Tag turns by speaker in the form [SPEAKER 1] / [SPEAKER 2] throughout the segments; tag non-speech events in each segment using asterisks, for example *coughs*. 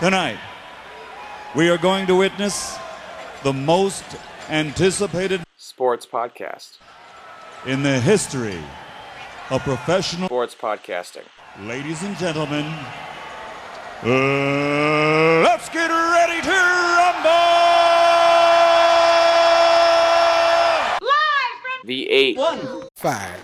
[SPEAKER 1] Tonight, we are going to witness the most anticipated
[SPEAKER 2] Sports podcast.
[SPEAKER 1] in the history of professional.
[SPEAKER 2] Sports podcasting.
[SPEAKER 1] Ladies and gentlemen, uh, let's get ready to rumble!
[SPEAKER 2] The eight.
[SPEAKER 3] five.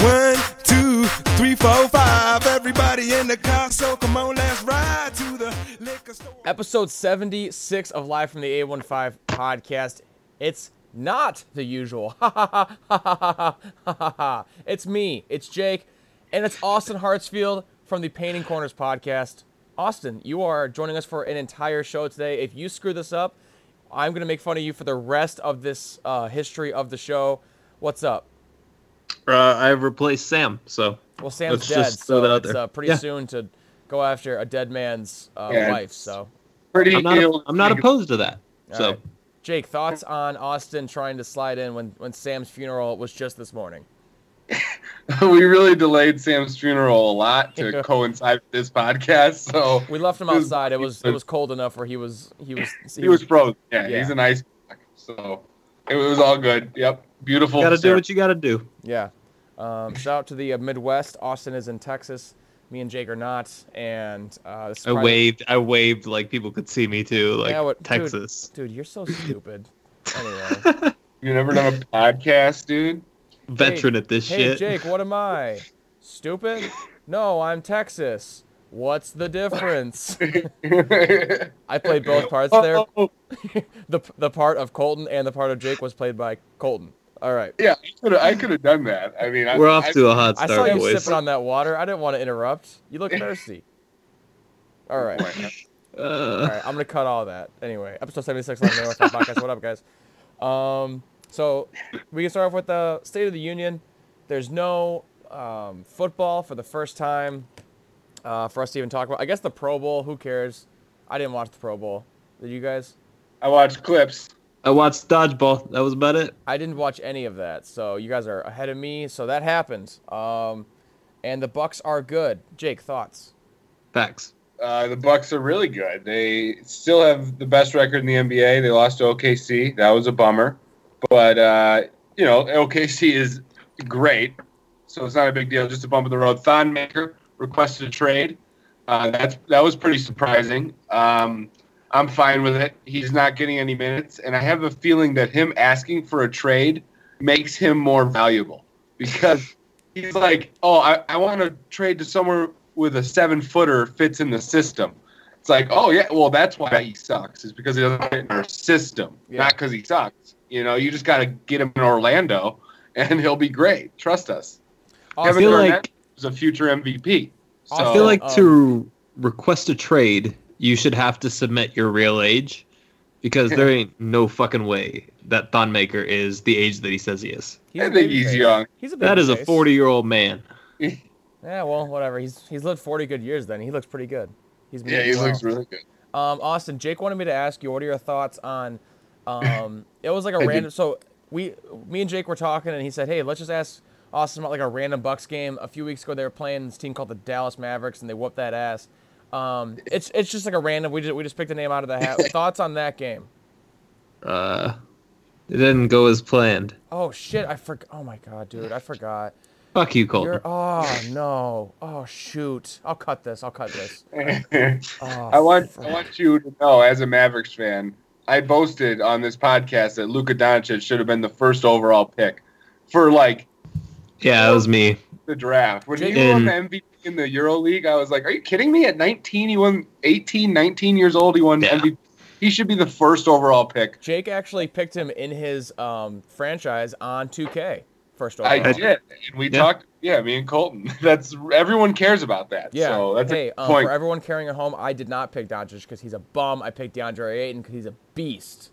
[SPEAKER 3] One, two, three, four, five. Everybody in the car, so come on, let's ride to the liquor store.
[SPEAKER 4] episode 76 of live from the a15 podcast it's not the usual *laughs* ha ha ha ha ha ha ha ha ha it's me it's jake and it's austin hartsfield from the painting corners podcast austin you are joining us for an entire show today if you screw this up i'm going to make fun of you for the rest of this uh, history of the show what's up
[SPEAKER 5] Uh, I replaced Sam, so
[SPEAKER 4] well sam's
[SPEAKER 5] Let's
[SPEAKER 4] dead
[SPEAKER 5] just throw
[SPEAKER 4] so
[SPEAKER 5] that out
[SPEAKER 4] it's
[SPEAKER 5] there.
[SPEAKER 4] uh, pretty
[SPEAKER 5] Yeah.
[SPEAKER 4] soon to go after a dead man's uh,
[SPEAKER 6] Yeah,
[SPEAKER 4] wife
[SPEAKER 6] it's-
[SPEAKER 4] so
[SPEAKER 6] pretty
[SPEAKER 5] I'm not,
[SPEAKER 6] ill-
[SPEAKER 5] I'm
[SPEAKER 6] *laughs*
[SPEAKER 5] not opposed to that.
[SPEAKER 4] All
[SPEAKER 5] so
[SPEAKER 4] right. Jake, thoughts on Austin trying to slide in when, when Sam's funeral was just this morning?
[SPEAKER 6] we really delayed Sam's funeral a lot to
[SPEAKER 4] Yeah.
[SPEAKER 6] coincide with this podcast, so
[SPEAKER 4] We left him
[SPEAKER 6] It was-
[SPEAKER 4] outside. It was it was cold enough where he was he
[SPEAKER 6] *laughs*
[SPEAKER 4] was
[SPEAKER 6] he was frozen. Yeah,
[SPEAKER 4] Yeah.
[SPEAKER 6] he's an ice block, so it was all good. Yep, beautiful.
[SPEAKER 5] you gotta do
[SPEAKER 6] ceremony.
[SPEAKER 5] what you gotta do.
[SPEAKER 4] yeah. Um, shout out to the uh, Midwest. Austin is in Texas. Me and Jake are not. And uh, this is
[SPEAKER 5] I
[SPEAKER 4] probably-
[SPEAKER 5] waved. I waved like people could see me too, like
[SPEAKER 4] Yeah, what- dude.
[SPEAKER 5] Texas.
[SPEAKER 4] Dude, you're
[SPEAKER 5] *laughs*
[SPEAKER 4] so stupid. Anyway,
[SPEAKER 6] You never done a podcast, dude. *laughs*
[SPEAKER 5] Veteran at this
[SPEAKER 4] hey
[SPEAKER 5] *laughs* shit. *laughs*
[SPEAKER 4] Jake, what am I? Stupid? No, I'm Texas. What's the difference? I played both parts there. *laughs*
[SPEAKER 6] Oh,
[SPEAKER 4] The the part of Colton and the part of Jake was played by Colton. All right.
[SPEAKER 6] yeah, I could have I could have done that. I mean, I,
[SPEAKER 5] We're off
[SPEAKER 6] I,
[SPEAKER 5] to a hot
[SPEAKER 4] I saw
[SPEAKER 5] start,
[SPEAKER 4] you
[SPEAKER 5] boys.
[SPEAKER 4] sipping on that water. I didn't want to interrupt. You look thirsty. All right. All
[SPEAKER 5] Uh,
[SPEAKER 4] right. I'm going to cut all that. Anyway, episode 76 of the North Side Podcast. What up, guys? Um, so we can start off with the State of the Union. There's no um, football for the first time uh, for us to even talk about. I guess the Pro Bowl, who cares? I didn't watch the Pro Bowl. Did you guys?
[SPEAKER 6] I watched clips.
[SPEAKER 5] I watched dodgeball. That was about it.
[SPEAKER 4] I didn't watch any of that, so you guys are ahead of me. So that happened. Um, and the Bucks are good. Jake, thoughts?
[SPEAKER 5] Facts.
[SPEAKER 6] Uh, the Bucks are really good. They still have the best record in the NBA. They lost to OKC. That was a bummer, but uh, you know OKC is great, so it's not a big deal. Just a bump in the road. Thonmaker requested a trade. Uh, that's that was pretty surprising. Um, I'm fine with it. He's not getting any minutes, and I have a feeling that him asking for a trade makes him more valuable because he's like, oh, I, I want to trade to somewhere with a seven footer fits in the system. It's like, oh yeah, well that's why he sucks. It's because he doesn't fit in our system,
[SPEAKER 4] Yeah.
[SPEAKER 6] not because he sucks. You know, you just got to get him in Orlando, *laughs* and he'll be great. Trust us.
[SPEAKER 5] I
[SPEAKER 4] Austin,
[SPEAKER 6] Kevin
[SPEAKER 5] feel
[SPEAKER 6] Garnett
[SPEAKER 5] like
[SPEAKER 6] is a future MVP. So,
[SPEAKER 4] I
[SPEAKER 5] I feel like
[SPEAKER 4] um,
[SPEAKER 5] to request a trade, you should have to submit your real age, because
[SPEAKER 4] *laughs*
[SPEAKER 5] there ain't no fucking way that Thonmaker is the age that he says he is.
[SPEAKER 4] he's
[SPEAKER 6] I
[SPEAKER 4] a
[SPEAKER 6] think
[SPEAKER 4] baby
[SPEAKER 6] he's
[SPEAKER 4] face.
[SPEAKER 6] young.
[SPEAKER 4] He's a
[SPEAKER 5] That
[SPEAKER 4] baby
[SPEAKER 5] is a
[SPEAKER 4] face.
[SPEAKER 5] forty-year-old man.
[SPEAKER 4] Yeah, well, whatever. He's he's lived 40 good years then. He looks pretty good. He's
[SPEAKER 6] Yeah, he
[SPEAKER 4] made well.
[SPEAKER 6] looks really good.
[SPEAKER 4] Um, Austin, Jake wanted me to ask you what are your thoughts on
[SPEAKER 6] *coughs*
[SPEAKER 4] um it was like a
[SPEAKER 6] did.
[SPEAKER 4] random so we me and Jake were talking and he said, "Hey, let's just ask Austin about like a random Bucks game. A few weeks ago they were playing this team called the Dallas Mavericks and they whooped that ass." Um, it's it's just like a random we just we just picked a name out of the
[SPEAKER 6] *laughs*
[SPEAKER 4] hat. thoughts on that game?
[SPEAKER 5] Uh, it didn't go as planned.
[SPEAKER 4] Oh shit, I forgot. Oh my god, dude, I forgot.
[SPEAKER 5] Fuck you, Colton.
[SPEAKER 4] You're oh no. Oh shoot. I'll cut this. I'll cut
[SPEAKER 6] *laughs*
[SPEAKER 4] this. *laughs* Oh,
[SPEAKER 6] I want
[SPEAKER 4] frick.
[SPEAKER 6] I want you to know, as a Mavericks fan, I boasted on this podcast that Luka Doncic should have been the first overall pick for like
[SPEAKER 5] Yeah, it was me.
[SPEAKER 6] the draft. When he
[SPEAKER 4] Jake-
[SPEAKER 6] won the MVP in the Euro League, I was like, "Are you kidding me?" At 19, he won 18, 19 years old. He won
[SPEAKER 5] Yeah.
[SPEAKER 6] MVP. He should be the first overall pick.
[SPEAKER 4] Jake actually picked him in his um, franchise on 2K. First overall.
[SPEAKER 6] I did, and we
[SPEAKER 5] Yeah.
[SPEAKER 6] talked. Yeah, me and Colton. *laughs* That's everyone cares about that.
[SPEAKER 4] Yeah.
[SPEAKER 6] so that's
[SPEAKER 4] hey,
[SPEAKER 6] a
[SPEAKER 4] um,
[SPEAKER 6] point.
[SPEAKER 4] for everyone carrying it home, I did not pick Doncic because he's a bum. I picked DeAndre Ayton because he's a beast.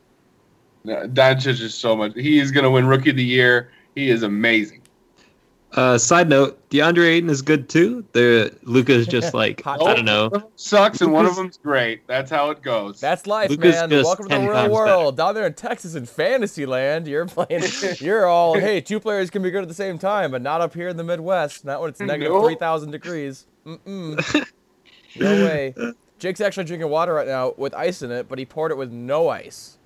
[SPEAKER 6] No, Doncic is so much. He is going to win Rookie of the Year. He is amazing.
[SPEAKER 5] Uh, side note: DeAndre Ayton is good too. There,
[SPEAKER 4] *laughs*
[SPEAKER 5] Luca's just like
[SPEAKER 4] Hot
[SPEAKER 5] I don't know.
[SPEAKER 6] Sucks, and one of
[SPEAKER 5] Lucas-
[SPEAKER 6] them's great. That's how it goes.
[SPEAKER 4] That's life,
[SPEAKER 5] Luka's
[SPEAKER 4] man.
[SPEAKER 5] just
[SPEAKER 4] Welcome to the
[SPEAKER 5] 10
[SPEAKER 4] real
[SPEAKER 5] times
[SPEAKER 4] world. Down there in Texas in fantasy land, you're playing. You're
[SPEAKER 6] *laughs*
[SPEAKER 4] all hey, two players can be good at the same time, but not up here in the Midwest. Not when it's negative
[SPEAKER 6] Nope.
[SPEAKER 4] three thousand degrees. Mm-mm.
[SPEAKER 6] *laughs*
[SPEAKER 4] No way. Jake's actually drinking water right now with ice in it, but he poured it with no ice.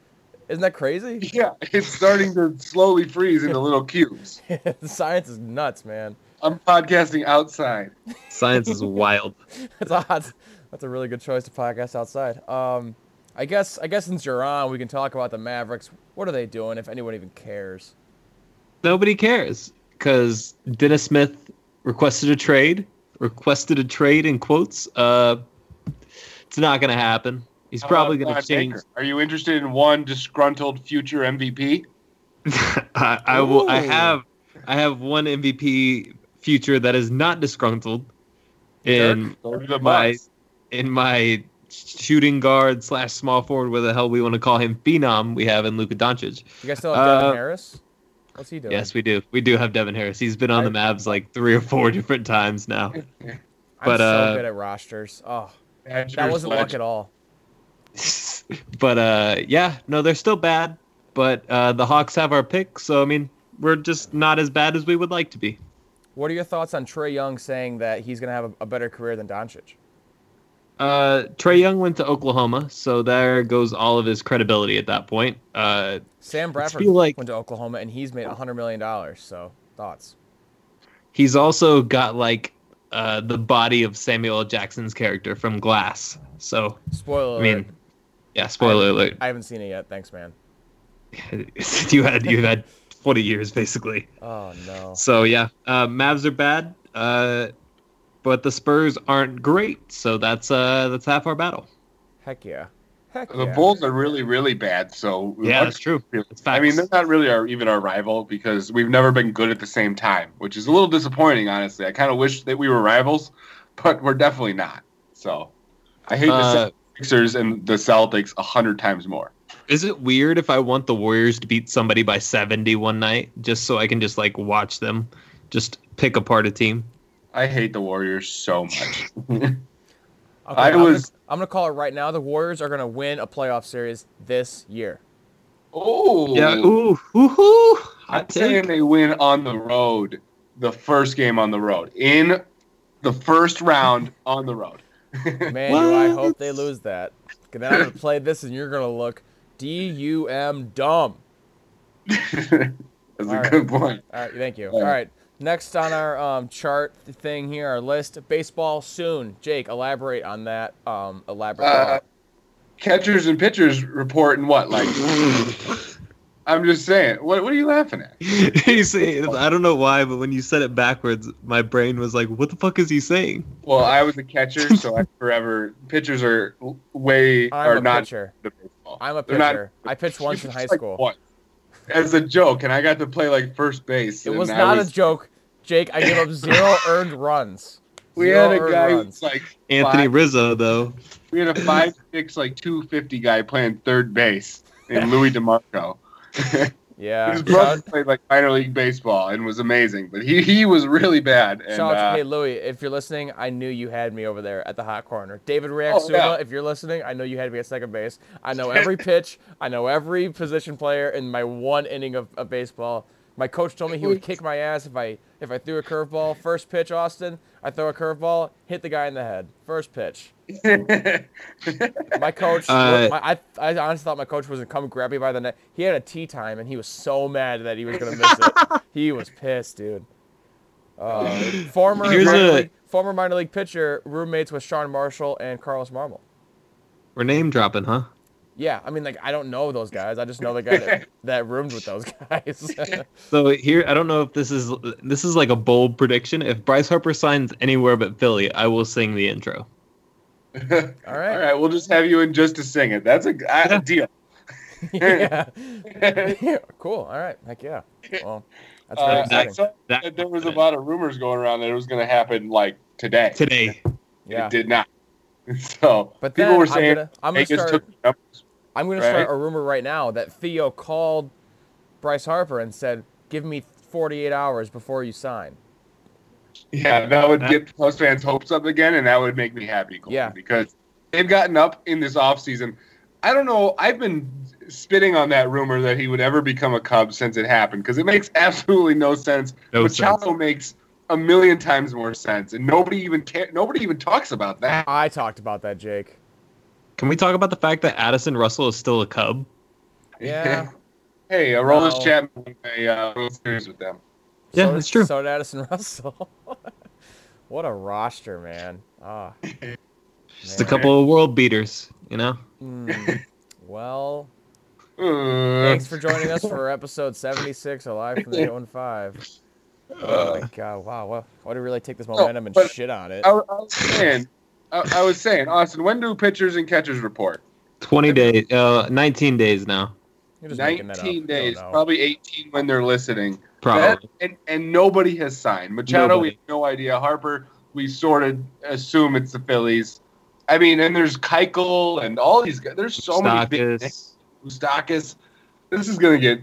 [SPEAKER 4] Isn't that crazy?
[SPEAKER 6] *laughs* yeah, it's starting to slowly freeze into little cubes.
[SPEAKER 4] *laughs* Science is nuts, man.
[SPEAKER 6] I'm podcasting outside.
[SPEAKER 5] Science is wild.
[SPEAKER 4] That's a that's, that's a really good choice to podcast outside. Um, I guess I guess since you're on, we can talk about the Mavericks. What are they doing? If anyone even cares.
[SPEAKER 5] Nobody cares because Dennis Smith requested a trade. Requested a trade in quotes. Uh, it's not gonna happen. He's
[SPEAKER 4] Uh,
[SPEAKER 6] How
[SPEAKER 5] probably
[SPEAKER 6] about
[SPEAKER 5] gonna
[SPEAKER 6] Todd
[SPEAKER 5] change.
[SPEAKER 6] Baker? Are you interested in one disgruntled future MVP?
[SPEAKER 5] *laughs* I, I will. I
[SPEAKER 4] Ooh.
[SPEAKER 5] have. I have one MVP future that is not disgruntled. In
[SPEAKER 6] Go to the
[SPEAKER 5] my
[SPEAKER 6] Bucks.
[SPEAKER 5] in my shooting guard slash small forward, where the hell we want to call him, phenom we have in Luka Doncic.
[SPEAKER 4] You guys still have Devin
[SPEAKER 5] Uh,
[SPEAKER 4] Harris? What's he doing?
[SPEAKER 5] Yes, we do. We do have Devin Harris. He's been on the Mavs like three or four different times now.
[SPEAKER 4] I'm
[SPEAKER 5] but,
[SPEAKER 4] so
[SPEAKER 5] uh,
[SPEAKER 4] good at rosters. Oh,
[SPEAKER 6] Badgers,
[SPEAKER 4] that wasn't luck
[SPEAKER 6] Legends.
[SPEAKER 4] at all.
[SPEAKER 5] but uh, yeah, no, they're still bad. But uh, the Hawks have our pick, so I mean, we're just not as bad as we would like to be.
[SPEAKER 4] What are your thoughts on Trey Young saying that he's going to have a, a better career than Doncic?
[SPEAKER 5] Uh, Trey Young went to Oklahoma, so there goes all of his credibility at that point. Uh,
[SPEAKER 4] Sam Bradford
[SPEAKER 5] feel like-
[SPEAKER 4] went to Oklahoma and he's made $100 million. So, thoughts?
[SPEAKER 5] he's also got like uh, the body of Samuel L. Jackson's character from Glass. So
[SPEAKER 4] Spoiler
[SPEAKER 5] I mean,
[SPEAKER 4] alert.
[SPEAKER 5] yeah, spoiler alert.
[SPEAKER 4] I haven't seen it yet. Thanks, man.
[SPEAKER 5] *laughs* you had you had twenty years basically.
[SPEAKER 4] Oh, no.
[SPEAKER 5] So yeah, uh, Mavs are bad, uh, but the Spurs aren't great. So that's uh, that's half our battle.
[SPEAKER 4] Heck yeah. Heck
[SPEAKER 6] The
[SPEAKER 4] yeah.
[SPEAKER 6] Bulls are really, really bad. So
[SPEAKER 5] Yeah,
[SPEAKER 6] what's-
[SPEAKER 5] that's true. It's
[SPEAKER 6] I mean,
[SPEAKER 5] facts.
[SPEAKER 6] they're not really our even our rival because we've never been good at the same time, which is a little disappointing, honestly. I kind of wish that we were rivals, but we're definitely not. So I hate
[SPEAKER 5] Uh,
[SPEAKER 6] the Sixers and the Celtics a hundred times more.
[SPEAKER 5] Is it weird if I want the Warriors to beat somebody by seventy one night just so I can just like watch them, just pick apart a team?
[SPEAKER 6] I hate the Warriors so much.
[SPEAKER 4] Okay,
[SPEAKER 6] I
[SPEAKER 4] I'm gonna-
[SPEAKER 6] was-
[SPEAKER 4] I'm going to call it right now. The Warriors are going to win a playoff series this
[SPEAKER 6] *laughs*
[SPEAKER 4] year.
[SPEAKER 6] oh,
[SPEAKER 5] Yeah. Ooh. Ooh.
[SPEAKER 6] I'm
[SPEAKER 5] Hot take.
[SPEAKER 6] saying they win on the road, the first game on the road, in the first round on the road. *laughs*
[SPEAKER 4] Man, do I
[SPEAKER 5] What?
[SPEAKER 4] hope they lose that. 'Cause Then I'm gonna play this, and you're gonna look D U M dumb.
[SPEAKER 6] That's a
[SPEAKER 4] right.
[SPEAKER 6] good point.
[SPEAKER 4] All right, thank you.
[SPEAKER 6] Yeah.
[SPEAKER 4] All right, next on our um, chart thing here, our list, baseball soon. Jake, elaborate on that. Um, elaborate.
[SPEAKER 6] Uh, catchers and pitchers report and what like i'm just saying what, what are you laughing at
[SPEAKER 5] *laughs* he say, I don't know why, but when you said it backwards, my brain was like, "What the fuck is he saying?"
[SPEAKER 6] well i was a catcher so i forever pitchers are w- way
[SPEAKER 4] I'm
[SPEAKER 6] are
[SPEAKER 4] a
[SPEAKER 6] not
[SPEAKER 4] pitcher.
[SPEAKER 6] the baseball.
[SPEAKER 4] I'm a
[SPEAKER 6] They're not-
[SPEAKER 4] pitcher. I pitched once in
[SPEAKER 6] *laughs* It's
[SPEAKER 4] high
[SPEAKER 6] like
[SPEAKER 4] school.
[SPEAKER 6] what? as a joke and i got to play like first base
[SPEAKER 4] it
[SPEAKER 6] and
[SPEAKER 4] was
[SPEAKER 6] I
[SPEAKER 4] not a joke, Jake. I gave up zero earned runs.
[SPEAKER 6] *laughs* we
[SPEAKER 4] Zero
[SPEAKER 6] had a
[SPEAKER 4] earned
[SPEAKER 6] guy who
[SPEAKER 4] runs.
[SPEAKER 6] was like
[SPEAKER 5] Anthony
[SPEAKER 6] five-
[SPEAKER 5] Rizzo, though,
[SPEAKER 6] we had
[SPEAKER 4] *laughs*
[SPEAKER 6] a five six like 250 guy playing third base
[SPEAKER 4] *laughs*
[SPEAKER 6] and louis demarco
[SPEAKER 4] yeah.
[SPEAKER 6] his
[SPEAKER 4] Shout,
[SPEAKER 6] brother played like minor league baseball and was amazing but he he was really bad and
[SPEAKER 4] shout out
[SPEAKER 6] uh,
[SPEAKER 4] to hey Louis, if you're listening, I knew you had me over there at the hot corner. David Reaxuma,
[SPEAKER 6] Oh, yeah.
[SPEAKER 4] if you're listening, I know you had me at second base. I
[SPEAKER 6] *laughs*
[SPEAKER 4] know every pitch. I know every position player in my one inning of, of baseball. My coach told me he would kick my ass if I if I threw a curveball. First pitch, Austin, I throw a curveball, hit the guy in the head. First
[SPEAKER 6] *laughs*
[SPEAKER 4] pitch. My coach,
[SPEAKER 5] Uh,
[SPEAKER 4] my, I, I honestly thought my coach was gonna come grab me by the neck. He had a tea time and he was so mad that he was gonna miss it. He was pissed, dude. Uh, former
[SPEAKER 5] Here's
[SPEAKER 4] minor
[SPEAKER 5] a-
[SPEAKER 4] league, former minor league pitcher, roommates with Sean Marshall and Carlos Marmol.
[SPEAKER 5] we're name dropping, huh?
[SPEAKER 4] Yeah, I mean, like I don't know those guys. I just know the guy
[SPEAKER 6] *laughs*
[SPEAKER 4] that, that roomed with those guys.
[SPEAKER 5] So here, I don't know if this is this is like a bold prediction. If Bryce Harper signs anywhere but Philly, I will sing the intro.
[SPEAKER 4] *laughs* All right.
[SPEAKER 6] All right, we'll just have you in just to sing it. That's a I, deal.
[SPEAKER 4] yeah. *laughs*
[SPEAKER 6] *laughs*
[SPEAKER 4] Yeah, *laughs* Cool. All right. Heck yeah. Well, that's very
[SPEAKER 6] Uh, I
[SPEAKER 4] exciting.
[SPEAKER 6] saw
[SPEAKER 5] That-
[SPEAKER 6] that there was a lot of rumors going around that it was going to happen like today.
[SPEAKER 5] Today,
[SPEAKER 4] Yeah.
[SPEAKER 6] It did not. *laughs* So
[SPEAKER 4] But
[SPEAKER 6] people
[SPEAKER 4] then
[SPEAKER 6] were
[SPEAKER 4] I'm
[SPEAKER 6] saying
[SPEAKER 4] gonna- I'm gonna
[SPEAKER 6] Vegas
[SPEAKER 4] start-
[SPEAKER 6] took the numbers.
[SPEAKER 4] I'm going
[SPEAKER 6] Right?
[SPEAKER 4] to start a rumor right now that Theo called Bryce Harper and said, "Give me 48 hours before you sign."
[SPEAKER 6] Yeah, that would get Cubs fans' hopes up again, and that would make me happy. Colton,
[SPEAKER 4] Yeah.
[SPEAKER 6] because they've gotten up in this offseason. I don't know. I've been spitting on that rumor that he would ever become a Cub since it happened because it makes *laughs* absolutely no sense.
[SPEAKER 5] No
[SPEAKER 6] Machado
[SPEAKER 5] sense.
[SPEAKER 6] makes a million times more sense, and nobody even care. Nobody even talks about that.
[SPEAKER 4] I talked about that, Jake.
[SPEAKER 5] Can we talk about the fact that Addison Russell is still a Cub?
[SPEAKER 4] Yeah.
[SPEAKER 6] *laughs* hey, uh, Rollins
[SPEAKER 4] No.
[SPEAKER 6] Chapman won a uh, World Series with them.
[SPEAKER 5] Yeah,
[SPEAKER 4] so,
[SPEAKER 5] that's true.
[SPEAKER 4] So did Addison *laughs* Russell. what a roster, man. Ah,
[SPEAKER 5] Just a couple of world beaters, you know?
[SPEAKER 6] *laughs*
[SPEAKER 4] mm. well,
[SPEAKER 6] Uh,
[SPEAKER 4] thanks for joining us for episode 76 of Live from the 815. Oh my god, wow. What, why do we really take this momentum and
[SPEAKER 6] Uh. but-
[SPEAKER 4] shit on it?
[SPEAKER 6] I, I was saying, I, I was saying, Austin. When do pitchers and catchers report?
[SPEAKER 5] 20 days, uh, 19 days now,
[SPEAKER 4] You're just making that up.
[SPEAKER 6] Nineteen
[SPEAKER 4] I don't
[SPEAKER 6] days,
[SPEAKER 4] know.
[SPEAKER 6] probably eighteen when they're listening. That-
[SPEAKER 5] probably.
[SPEAKER 6] and and nobody has signed. Machado, we
[SPEAKER 5] Nobody.
[SPEAKER 6] have no idea. Harper, we sort of assume it's the Phillies. I mean, and there's Keuchel and all these guys. There's so many big names.
[SPEAKER 5] Stockis.
[SPEAKER 6] Mustakis. This is gonna get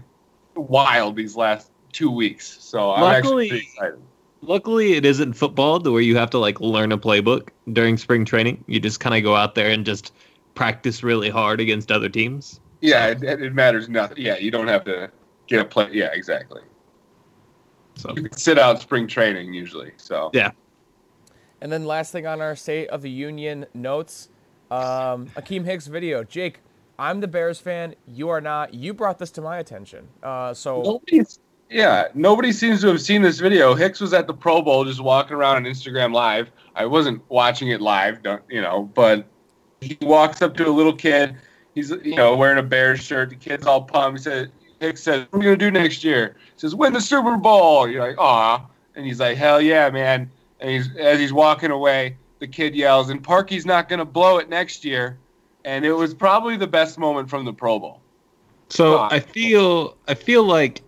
[SPEAKER 6] wild these last two weeks. So I'm
[SPEAKER 5] Luckily-
[SPEAKER 6] actually pretty excited.
[SPEAKER 5] Luckily, it isn't football to where you have to like learn a playbook during spring training. You just kind of go out there and just practice really hard against other teams.
[SPEAKER 6] Yeah, it, it matters nothing. Yeah, you don't have to get a play. Yeah, exactly.
[SPEAKER 5] So
[SPEAKER 6] You can sit out spring training usually. So
[SPEAKER 5] Yeah.
[SPEAKER 4] And then last thing on our State of the Union notes, um, Akeem Hicks video. Jake, I'm the Bears fan. You are not. You brought this to my attention. Uh, so
[SPEAKER 6] Nobody's, yeah, nobody seems to have seen this video. Hicks was at the Pro Bowl just walking around on Instagram Live. I wasn't watching it live, don't, you know, but he walks up to a little kid. He's, you know, wearing a Bears shirt. The kid's all pumped. He said, Hicks says, What are you going to do next year? He says, Win the Super Bowl. You're like, Aw. And he's like, Hell yeah, man. And he's, as he's walking away, the kid yells, And Parky's not going to blow it next year. And it was probably the best moment from the Pro Bowl.
[SPEAKER 5] So
[SPEAKER 6] Ah.
[SPEAKER 5] I feel I feel like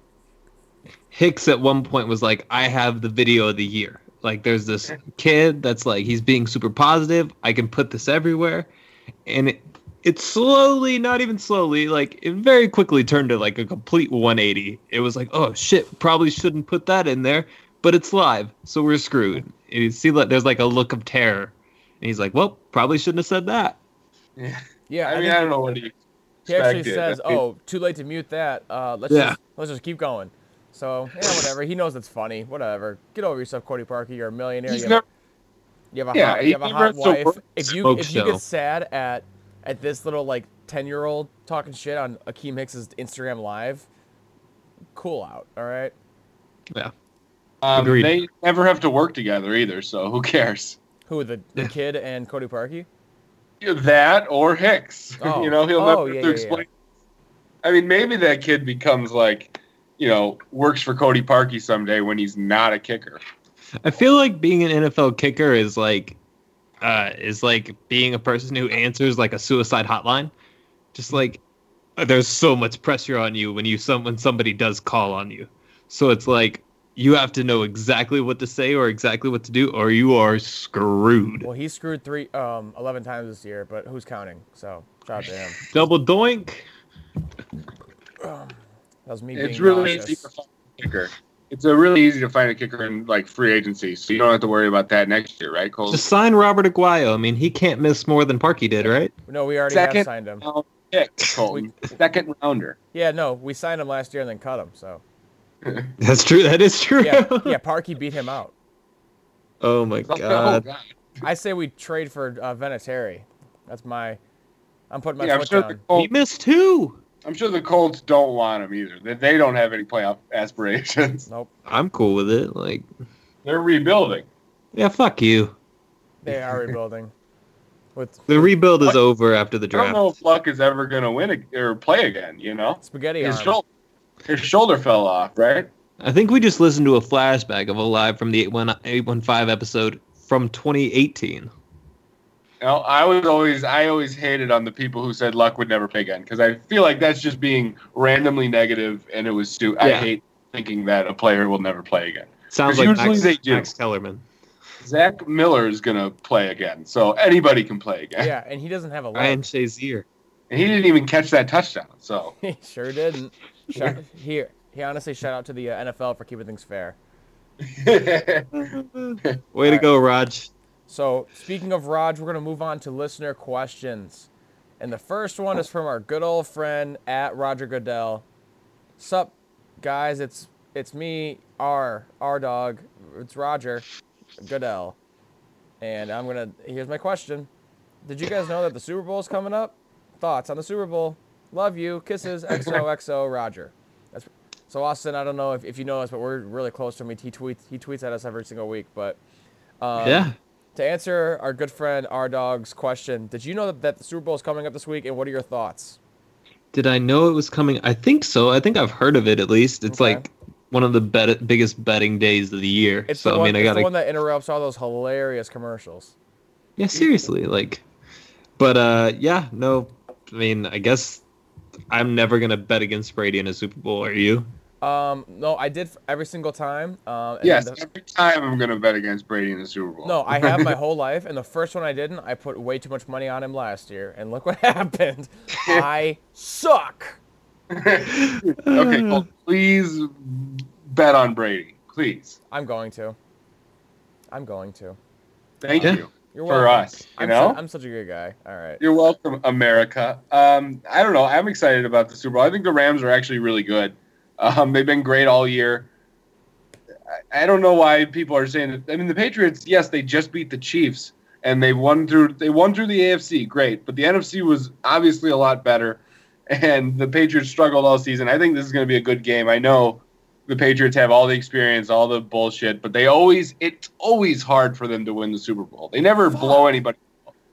[SPEAKER 5] Hicks at one point was like, I have the video of the year. Like there's this kid that's like he's being super positive. I can put this everywhere. And it it slowly, not even slowly, like it very quickly turned to like a complete 180. It was like, oh shit, probably shouldn't put that in there, but it's live, so we're screwed. And you see that there's like a look of terror. And he's like, Well, probably shouldn't have said that.
[SPEAKER 6] Yeah.
[SPEAKER 4] yeah,
[SPEAKER 6] I, mean,
[SPEAKER 4] think
[SPEAKER 6] I don't know what he
[SPEAKER 4] he actually
[SPEAKER 6] expected.
[SPEAKER 4] says,
[SPEAKER 6] I mean,
[SPEAKER 4] "Oh, too late to mute that. Uh, let's
[SPEAKER 5] Yeah.
[SPEAKER 4] just let's just keep going." So yeah, whatever. He knows it's funny. Whatever. Get over yourself, Cody Parker. You're a millionaire.
[SPEAKER 6] he's
[SPEAKER 4] You have-
[SPEAKER 6] never,
[SPEAKER 4] You have a
[SPEAKER 6] Yeah,
[SPEAKER 4] hot,
[SPEAKER 6] he-
[SPEAKER 4] you have a
[SPEAKER 6] he
[SPEAKER 4] hot
[SPEAKER 6] runs the
[SPEAKER 4] wife.
[SPEAKER 6] worst
[SPEAKER 4] If you
[SPEAKER 5] smoke
[SPEAKER 4] if you
[SPEAKER 5] show.
[SPEAKER 4] get sad at at this little like ten year old talking shit on Akeem Hicks's Instagram live, cool out. All right.
[SPEAKER 5] Yeah.
[SPEAKER 6] um,
[SPEAKER 5] Agreed.
[SPEAKER 6] they never have to work together either, so who cares?
[SPEAKER 4] Who the, the kid and Cody Parkey?
[SPEAKER 6] That or Hicks, *laughs*
[SPEAKER 4] Oh.
[SPEAKER 6] you know, he'll
[SPEAKER 4] Oh,
[SPEAKER 6] never
[SPEAKER 4] yeah,
[SPEAKER 6] have
[SPEAKER 4] yeah,
[SPEAKER 6] to explain. I mean, maybe that kid becomes like, you know, works for Cody Parkey someday when he's not a kicker.
[SPEAKER 5] I feel like being an NFL kicker is like uh is like being a person who answers like a suicide hotline. Just like there's so much pressure on you when you some when somebody does call on you. So it's like you have to know exactly what to say or exactly what to do or you are screwed.
[SPEAKER 4] Well, he screwed three um eleven times this year, but who's counting? So shout out to him.
[SPEAKER 5] Double doink.
[SPEAKER 4] That was me.
[SPEAKER 6] It's
[SPEAKER 4] being
[SPEAKER 6] really
[SPEAKER 4] nauseous.
[SPEAKER 6] easy to find a kicker. It's uh really easy to find a kicker in like free agency, so you don't have to worry about that next year, right, Cole?
[SPEAKER 5] Just sign Robert Aguayo. I mean, he can't miss more than Parky did, right?
[SPEAKER 4] No, we already
[SPEAKER 6] Second-
[SPEAKER 4] have signed him.
[SPEAKER 6] Round pick, Colton. *laughs* Second rounder.
[SPEAKER 4] Yeah, no, we signed him last year and then cut him. So
[SPEAKER 5] That's true. That is true.
[SPEAKER 4] yeah, yeah, Parkey beat him out.
[SPEAKER 5] *laughs* oh my
[SPEAKER 6] Oh,
[SPEAKER 5] god.
[SPEAKER 6] God.
[SPEAKER 4] I say we trade for uh, Vinatieri. That's my. I'm putting my
[SPEAKER 6] Yeah, I'm
[SPEAKER 4] foot
[SPEAKER 6] sure the
[SPEAKER 4] down.
[SPEAKER 5] He
[SPEAKER 6] Colts-
[SPEAKER 5] missed two.
[SPEAKER 6] I'm sure the Colts don't want him either. They, they don't have any playoff *laughs* aspirations.
[SPEAKER 4] Nope.
[SPEAKER 5] I'm cool with it. Like,
[SPEAKER 6] They're rebuilding.
[SPEAKER 5] yeah, fuck you.
[SPEAKER 6] *laughs*
[SPEAKER 4] They are rebuilding. With
[SPEAKER 5] The rebuild is
[SPEAKER 6] What?
[SPEAKER 5] over after the
[SPEAKER 6] I don't
[SPEAKER 5] draft.
[SPEAKER 4] Oh.
[SPEAKER 6] know if Luck is ever going to win ag- or play again. You know,
[SPEAKER 4] spaghetti
[SPEAKER 6] his
[SPEAKER 4] arms.
[SPEAKER 6] shoulder, his shoulder fell off, right?
[SPEAKER 5] I think we just listened to a flashback of a live from the 81- 815 episode from 2018.
[SPEAKER 6] You know, I was always, I always hated on the people who said Luck would never play again because I feel like that's just being randomly negative, and it was stu- I
[SPEAKER 5] Yeah.
[SPEAKER 6] hate thinking that a player will never play again.
[SPEAKER 5] Sounds like
[SPEAKER 6] Because usually
[SPEAKER 5] Max,
[SPEAKER 6] they do.
[SPEAKER 5] Max Kellerman.
[SPEAKER 6] Zach Miller is going to play again, so anybody can play again.
[SPEAKER 4] Yeah, and he doesn't have a
[SPEAKER 5] Ryan
[SPEAKER 4] leg.
[SPEAKER 5] Shazier.
[SPEAKER 6] And he didn't even catch that touchdown, so *laughs*
[SPEAKER 4] *laughs* he sure didn't. Shout, here, he honestly shout out to the uh, NFL for keeping things fair.
[SPEAKER 5] Way to go, Raj.
[SPEAKER 4] So, speaking of Raj, we're going to move on to listener questions. And the first one is from our good old friend at Roger Goodell. Sup, guys? It's it's me, R, R dog. It's Roger Goodell. And I'm going to here's my question. Did you guys know that the Super Bowl is coming up? Thoughts on the Super Bowl? Love you. Kisses. XOXO Roger. That's So Austin, I don't know if, if you know us, but we're really close to him. He he tweets he tweets at us every single week, but Uh,
[SPEAKER 5] yeah.
[SPEAKER 4] to answer our good friend R Dog's question, did you know that, that the Super Bowl is coming up this week, and what are your thoughts?
[SPEAKER 5] Did I know it was coming? I think so. I think I've heard of it at least. It's
[SPEAKER 4] Okay.
[SPEAKER 5] like one of the bet- biggest betting days of the year.
[SPEAKER 4] It's
[SPEAKER 5] so
[SPEAKER 4] the one,
[SPEAKER 5] I mean, I
[SPEAKER 4] it's
[SPEAKER 5] gotta
[SPEAKER 4] the one that interrupts all those hilarious commercials.
[SPEAKER 5] Yeah, seriously, like, but uh, yeah, no, I mean, I guess I'm never gonna bet against Brady in a Super Bowl. Are you?
[SPEAKER 4] Um, no, I did f- every single time. Um, and
[SPEAKER 6] yes,
[SPEAKER 4] the-
[SPEAKER 6] every time I'm going to bet against Brady in the Super Bowl.
[SPEAKER 4] no, I
[SPEAKER 6] *laughs*
[SPEAKER 4] have my whole life, and the first one I didn't, I put way too much money on him last year, and look what *laughs* happened. I suck.
[SPEAKER 6] *laughs* okay, well, please bet on Brady. Please.
[SPEAKER 4] I'm going to. I'm going to.
[SPEAKER 6] Thank
[SPEAKER 5] Yeah.
[SPEAKER 6] you
[SPEAKER 4] You're welcome.
[SPEAKER 6] for us. You
[SPEAKER 4] I'm,
[SPEAKER 6] know?
[SPEAKER 4] su- I'm such a good guy. All right.
[SPEAKER 6] You're welcome, America. Um, I don't know. I'm excited about the Super Bowl. I think the Rams are actually really good. Um, they've been great all year. I, I don't know why people are saying that. I mean, the Patriots, yes, they just beat the Chiefs and they won through they won through the AFC. Great, but the NFC was obviously a lot better, and the Patriots struggled all season. I think this is going to be a good game. I know the Patriots have all the experience, all the bullshit, but they always it's always hard for them to win the Super Bowl. They never blow anybody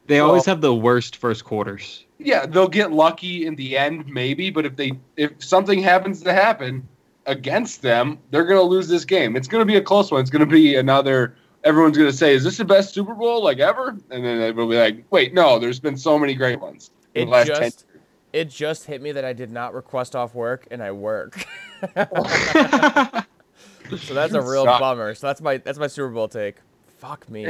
[SPEAKER 5] They
[SPEAKER 6] Well-
[SPEAKER 5] always have the worst first quarters.
[SPEAKER 6] yeah, they'll get lucky in the end, maybe. But if they if something happens to happen against them, they're gonna lose this game. It's gonna be a close one. It's gonna be another. Everyone's gonna say, "Is this the best Super Bowl like ever?" And then they'll be like, "Wait, no. There's been so many great ones in
[SPEAKER 4] It
[SPEAKER 6] the last ten
[SPEAKER 4] just- It just hit me that I did not request off work, and I work. *laughs* So that's a
[SPEAKER 6] You
[SPEAKER 4] real
[SPEAKER 6] suck.
[SPEAKER 4] bummer. So that's my that's my Super Bowl take. Fuck me.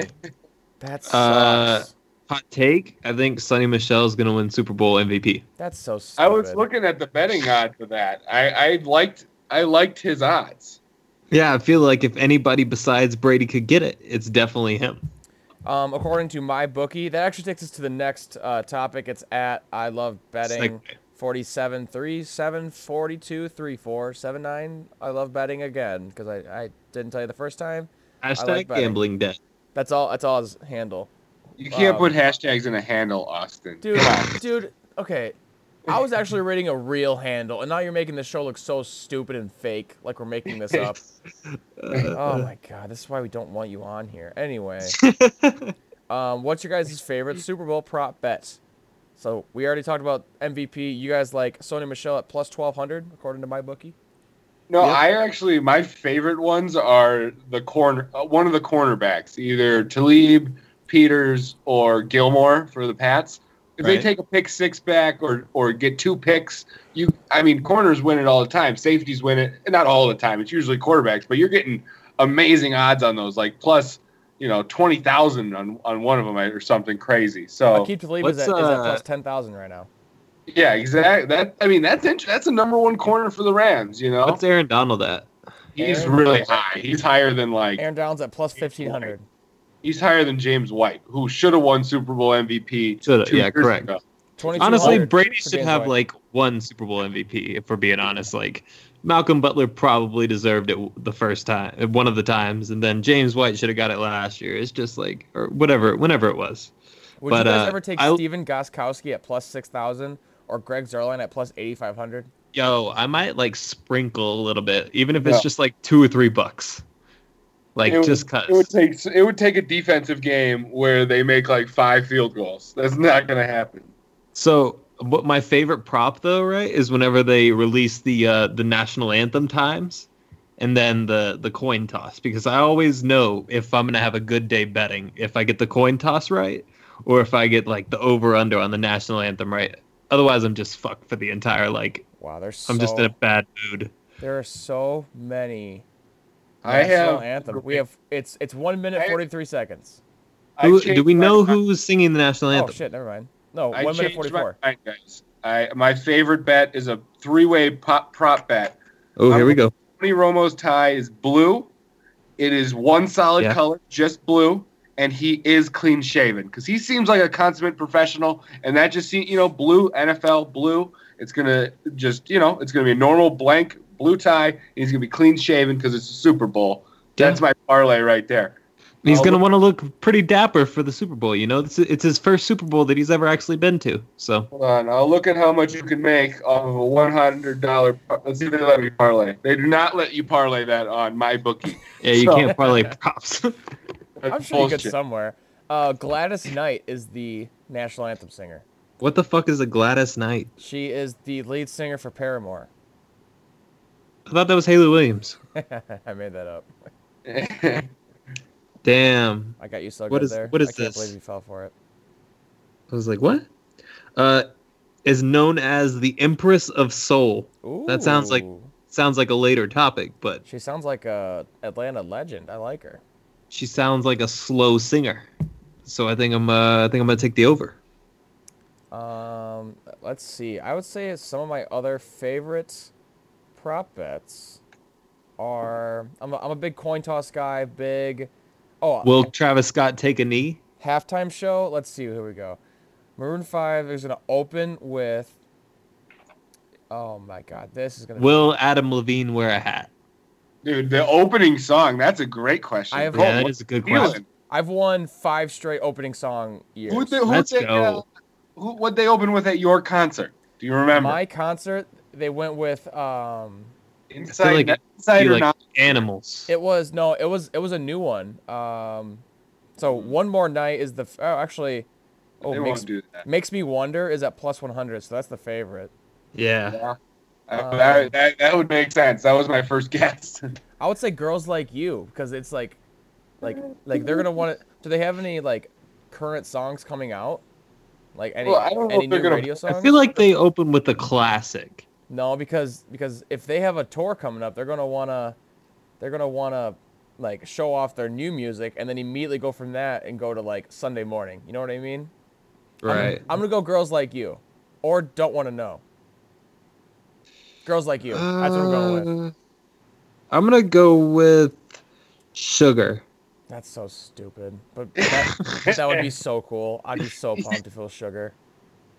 [SPEAKER 4] That sucks.
[SPEAKER 5] Uh, Hot take: I think Sonny Michelle's gonna win Super Bowl MVP.
[SPEAKER 4] that's so stupid.
[SPEAKER 6] I was looking at the betting odds for that. I, I liked I liked his odds.
[SPEAKER 5] Yeah, I feel like if anybody besides Brady could get it, it's definitely him.
[SPEAKER 4] Um, according to my bookie, that actually takes us to the next uh, topic. It's at I love betting
[SPEAKER 5] Segue.
[SPEAKER 4] forty seven three seven forty two three four seven nine. I love betting again because I, I didn't tell you the first time.
[SPEAKER 5] Hashtag
[SPEAKER 4] like betting.
[SPEAKER 5] gambling debt.
[SPEAKER 4] That's all. That's all his handle.
[SPEAKER 6] You can't
[SPEAKER 4] Wow.
[SPEAKER 6] put hashtags in a handle, Austin.
[SPEAKER 4] Dude, dude, okay. I was actually reading a real handle, and now you're making this show look so stupid and fake, like we're making this up. oh my god, this is why we don't want you on here. Anyway, um, what's your guys' favorite Super Bowl prop bet? So we already talked about MVP. You guys like Sony Michelle at plus twelve hundred, according to my bookie.
[SPEAKER 6] No,
[SPEAKER 5] Yeah.
[SPEAKER 6] I actually my favorite ones are the corner uh, one of the cornerbacks, either Talib, Peters, or Gilmore for the Pats. If they
[SPEAKER 5] Right.
[SPEAKER 6] take a pick six back or or get two picks, you I mean corners win it all the time. Safeties win it not all the time. It's usually quarterbacks, but you're getting amazing odds on those, like plus you know twenty thousand on on one of them or something crazy. So
[SPEAKER 4] I keep to believe is at,
[SPEAKER 5] Oh, What's,
[SPEAKER 4] is at
[SPEAKER 5] uh,
[SPEAKER 4] plus ten thousand right now.
[SPEAKER 6] yeah, exactly. That I mean that's int- that's a number one corner for the Rams. You know,
[SPEAKER 5] What's Aaron Donald at?
[SPEAKER 6] he's
[SPEAKER 4] Aaron-
[SPEAKER 6] really high. He's higher than like.
[SPEAKER 4] Aaron Downs at plus fifteen hundred.
[SPEAKER 6] He's higher than James White, who should have won Super Bowl MVP.
[SPEAKER 5] Shoulda,
[SPEAKER 6] two
[SPEAKER 5] yeah,
[SPEAKER 6] years
[SPEAKER 5] correct.
[SPEAKER 6] ago.
[SPEAKER 5] Honestly,
[SPEAKER 4] 2200
[SPEAKER 5] Brady
[SPEAKER 4] for
[SPEAKER 5] should
[SPEAKER 4] James
[SPEAKER 5] have
[SPEAKER 4] White.
[SPEAKER 5] like one Super Bowl MVP. If we're being honest, like Malcolm Butler probably deserved it w- the first time, one of the times, and then James White should have got it last year. It's just like or whatever, whenever it was.
[SPEAKER 4] Would
[SPEAKER 5] But,
[SPEAKER 4] you guys
[SPEAKER 5] uh,
[SPEAKER 4] ever take
[SPEAKER 5] I-
[SPEAKER 4] Steven Goskowski at plus 6,000 or Greg Zerline at plus 8,500?
[SPEAKER 5] Yo, I might like sprinkle a little bit, even if it's
[SPEAKER 6] Yeah.
[SPEAKER 5] just like two or three bucks. Like
[SPEAKER 6] It would-
[SPEAKER 5] just cause.
[SPEAKER 6] It would take it would take a defensive game where they make like five field goals. That's not going to happen.
[SPEAKER 5] So what my favorite prop though, right, is whenever they release the uh, the national anthem times and then the the coin toss because I always know if I'm going to have a good day betting if I get the coin toss right or if I get like the over under on the national anthem right. Otherwise I'm just fucked for the entire like
[SPEAKER 4] Wow, there's
[SPEAKER 5] I'm just in a bad mood.
[SPEAKER 4] there are so many.
[SPEAKER 6] I
[SPEAKER 4] national
[SPEAKER 6] have-
[SPEAKER 4] anthem. We have it's it's one minute
[SPEAKER 6] I-
[SPEAKER 4] forty three seconds.
[SPEAKER 6] I
[SPEAKER 5] Who,
[SPEAKER 6] changed
[SPEAKER 5] do we
[SPEAKER 6] my
[SPEAKER 5] know
[SPEAKER 6] mind-
[SPEAKER 5] who's singing the national
[SPEAKER 4] Oh
[SPEAKER 5] anthem?
[SPEAKER 4] shit, never mind. No,
[SPEAKER 6] I
[SPEAKER 4] one minute
[SPEAKER 6] changed
[SPEAKER 4] forty
[SPEAKER 6] my
[SPEAKER 4] four.
[SPEAKER 6] mind, guys. I my favorite bet is a three way pop prop bet.
[SPEAKER 5] Oh, here we go.
[SPEAKER 6] Tony Romo's tie is blue, It is one solid
[SPEAKER 5] Yeah.
[SPEAKER 6] color, just blue, and he is clean shaven because he seems like a consummate professional. And that just seems, you know, blue NFL blue. It's gonna just, you know, it's gonna be a normal blank blue tie. And he's gonna be clean shaven because it's a Super Bowl. That's my parlay right there.
[SPEAKER 5] He's
[SPEAKER 6] I'll
[SPEAKER 5] gonna
[SPEAKER 6] look-
[SPEAKER 5] want to Oh, look pretty dapper for the Super Bowl. You know, it's, it's his first Super Bowl that he's ever actually been to. So
[SPEAKER 6] Hold on, I'll look at how much you can make off of a one hundred dollar. Let's see if they let me parlay. They do not let you parlay that on my bookie.
[SPEAKER 5] yeah, you
[SPEAKER 6] So-
[SPEAKER 5] can't parlay *laughs* props.
[SPEAKER 4] I'm sure you could somewhere. Uh, Gladys Knight is the national anthem singer.
[SPEAKER 5] what the fuck is a Gladys Knight?
[SPEAKER 4] She is the lead singer for Paramore. *laughs*
[SPEAKER 5] I thought that was Haley Williams.
[SPEAKER 4] I made that up.
[SPEAKER 6] *laughs*
[SPEAKER 5] Damn,
[SPEAKER 4] I got you so
[SPEAKER 5] What
[SPEAKER 4] good
[SPEAKER 5] is-
[SPEAKER 4] there.
[SPEAKER 5] what is
[SPEAKER 4] I can't
[SPEAKER 5] this?
[SPEAKER 4] believe you fell for it.
[SPEAKER 5] I was like, what? Uh, is known as the Empress of Soul.
[SPEAKER 4] Ooh.
[SPEAKER 5] That sounds like- Sounds like a later topic, but
[SPEAKER 4] She sounds like a Atlanta legend. I like her.
[SPEAKER 5] she sounds like a slow singer. So I think I'm uh, I think I'm gonna take the over.
[SPEAKER 4] Um, let's see. I would say some of my other favorite prop bets are. I'm a, I'm a big coin toss guy. Big. Oh,
[SPEAKER 5] Will Travis Scott take a knee?
[SPEAKER 4] halftime show. Let's see. Here we go. Maroon Five is gonna open with. Oh my God! This is gonna. be-
[SPEAKER 5] Will Adam Levine wear a hat?
[SPEAKER 6] Dude, the opening song, that's a great question.
[SPEAKER 4] I have-
[SPEAKER 5] Yeah, that
[SPEAKER 6] what's
[SPEAKER 5] is a good
[SPEAKER 6] the Oh, feeling?
[SPEAKER 5] question.
[SPEAKER 4] I've won five straight opening song years.
[SPEAKER 6] Who'd they, who'd
[SPEAKER 5] Let's
[SPEAKER 6] they, uh,
[SPEAKER 5] go.
[SPEAKER 6] who, what'd they open with at your concert? Do you remember?
[SPEAKER 4] My concert, they went with. Um,
[SPEAKER 5] I feel
[SPEAKER 6] inside,
[SPEAKER 5] like
[SPEAKER 6] Net-
[SPEAKER 5] Be
[SPEAKER 6] inside or
[SPEAKER 5] like
[SPEAKER 6] not?
[SPEAKER 5] animals.
[SPEAKER 4] It was no, it was it was a new one. Um, so one more night is the f- oh actually, oh
[SPEAKER 6] Mm-hmm. they
[SPEAKER 4] makes
[SPEAKER 6] won't do that.
[SPEAKER 4] makes me wonder is at plus one hundred. So that's the favorite.
[SPEAKER 5] Yeah.
[SPEAKER 6] I-
[SPEAKER 4] uh,
[SPEAKER 6] that, that, that would make sense. That was my first *laughs* guess.
[SPEAKER 4] I would say girls like you because it's like, like like they're gonna want to. Do they have any like current songs coming out? Like any
[SPEAKER 6] Well, I don't know
[SPEAKER 4] any
[SPEAKER 6] if
[SPEAKER 4] new
[SPEAKER 6] they're gonna-
[SPEAKER 4] radio songs?
[SPEAKER 5] I feel like they open with a classic.
[SPEAKER 4] no, because because if they have a tour coming up, they're gonna wanna, they're gonna wanna like show off their new music and then immediately go from that and go to like Sunday morning. You know what I mean?
[SPEAKER 5] Right.
[SPEAKER 4] I'm gonna go girls like you, or don't want to know. Girls like you. That's what I'm going with.
[SPEAKER 5] Uh, I'm gonna go with sugar.
[SPEAKER 4] That's so stupid, but that, but that would be so cool. I'd be so pumped to feel sugar.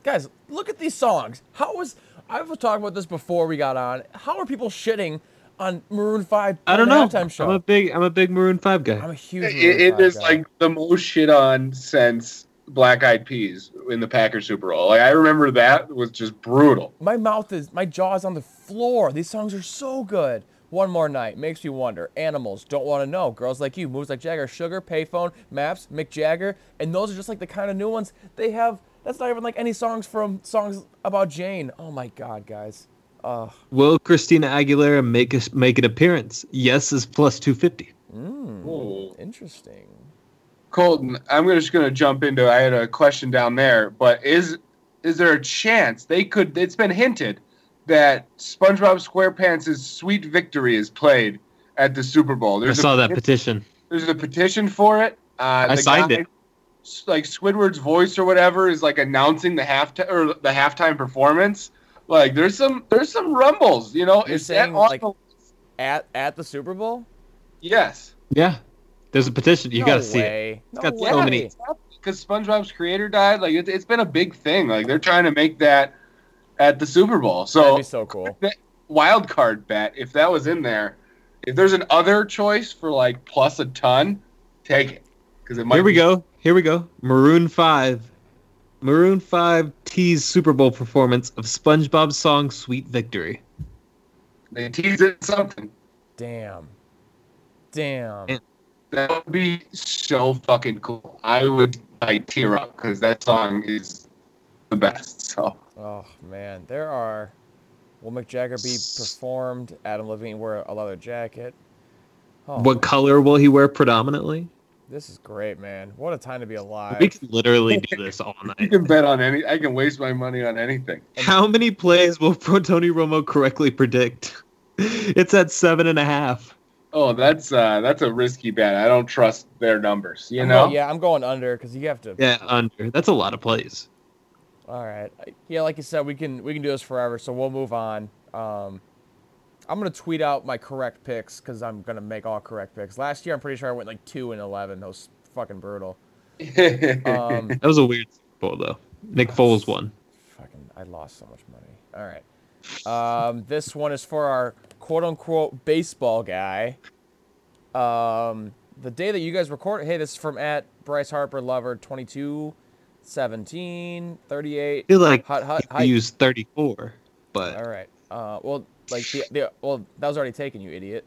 [SPEAKER 4] Guys, look at these songs. How was I was talking about this before we got on? How are people shitting on Maroon Five?
[SPEAKER 5] I don't
[SPEAKER 4] during
[SPEAKER 5] know.
[SPEAKER 4] the halftime show?
[SPEAKER 5] I'm a big I'm a big Maroon Five guy.
[SPEAKER 4] I'm a huge.
[SPEAKER 6] it
[SPEAKER 4] Maroon
[SPEAKER 6] it
[SPEAKER 4] 5
[SPEAKER 6] is
[SPEAKER 4] guy.
[SPEAKER 6] like the most shit on since Black Eyed Peas in the Packers Super Bowl. Like I remember that was just brutal.
[SPEAKER 4] my mouth is my jaw's on the floor. These songs are so good. One more night makes me wonder. Animals don't want to know. Girls like you, moves like Jagger, Sugar, Payphone, Maps, Mick Jagger, and those are just like the kind of new ones they have. That's not even like any songs from songs about Jane. Oh my God, guys. Ugh.
[SPEAKER 5] Will Christina Aguilera make a, make an appearance? Yes is plus two fifty.
[SPEAKER 4] Hmm.
[SPEAKER 6] Ooh.
[SPEAKER 4] interesting.
[SPEAKER 6] Colton, I'm gonna- just going to jump into. I had a question down there, but is is there a chance they could? It's been hinted that SpongeBob SquarePants' "Sweet Victory" is played at the Super Bowl.
[SPEAKER 5] I
[SPEAKER 6] There's
[SPEAKER 5] saw
[SPEAKER 6] a,
[SPEAKER 5] that petition.
[SPEAKER 6] There's a petition for it. Uh,
[SPEAKER 5] I
[SPEAKER 6] the
[SPEAKER 5] signed
[SPEAKER 6] guy-
[SPEAKER 5] it.
[SPEAKER 6] s- Like Squidward's voice or whatever is like announcing the halftime or the halftime performance. Like there's some there's some rumbles. You know,
[SPEAKER 4] You're
[SPEAKER 6] is that
[SPEAKER 4] saying,
[SPEAKER 6] on
[SPEAKER 4] like-
[SPEAKER 6] the-
[SPEAKER 4] At at the Super Bowl?
[SPEAKER 6] Yes.
[SPEAKER 5] Yeah, there's a petition. You
[SPEAKER 4] no
[SPEAKER 5] gotta see it.
[SPEAKER 4] way. No
[SPEAKER 5] got
[SPEAKER 4] way.
[SPEAKER 5] so many-
[SPEAKER 6] because SpongeBob's creator died. Like it, it's been a big thing. Like they're trying to make that at the Super Bowl.
[SPEAKER 4] That'd
[SPEAKER 6] So
[SPEAKER 4] be so cool.
[SPEAKER 6] wild card bet. If that was in there, if there's an other choice for like plus a ton, take it because it might.
[SPEAKER 5] Here we
[SPEAKER 6] be-
[SPEAKER 5] go. Here we go. Maroon Five. Maroon Five tease Super Bowl performance of SpongeBob's song "Sweet Victory."
[SPEAKER 6] They tease it something.
[SPEAKER 4] Damn. Damn.
[SPEAKER 5] And-
[SPEAKER 6] That would be so fucking cool. I would like tear up because that song is the best. So
[SPEAKER 4] Oh man, there are. Will Mick Jagger be performed? Adam Levine wear a leather jacket. Oh,
[SPEAKER 5] What color will he wear predominantly?
[SPEAKER 4] this is great, man! What a time to be alive.
[SPEAKER 5] We could literally
[SPEAKER 4] *laughs*
[SPEAKER 5] do this all
[SPEAKER 6] you
[SPEAKER 5] night.
[SPEAKER 6] can bet on any. I can waste my money on anything.
[SPEAKER 5] How many plays will Pro- Tony Romo correctly predict? *laughs* It's at seven and a half.
[SPEAKER 6] Oh, that's uh, that's a risky bet. I don't trust their numbers. You
[SPEAKER 4] I'm
[SPEAKER 6] know.
[SPEAKER 4] going- yeah, I'm going under because you have to.
[SPEAKER 5] Yeah, under. That's a lot of plays.
[SPEAKER 4] All right. Yeah, like you said, we can we can do this forever. So we'll move on. Um, I'm gonna tweet out my correct picks because I'm gonna make all correct picks. Last year, I'm pretty sure I went like two and eleven. That was fucking brutal.
[SPEAKER 6] *laughs*
[SPEAKER 4] Um,
[SPEAKER 5] That was a weird Super Bowl though. Nick Foles won.
[SPEAKER 4] fucking, I lost so much money. All right. Um, this one is for our quote unquote baseball guy. Um, the day that you guys record, hey, this is from at Bryce Harper Lover 22, 17, 38.
[SPEAKER 5] He like
[SPEAKER 4] Hot, hot,
[SPEAKER 5] he
[SPEAKER 4] hype.
[SPEAKER 5] used 34, but
[SPEAKER 4] All right. Uh, well, like the, the well, that was already taken, you idiot.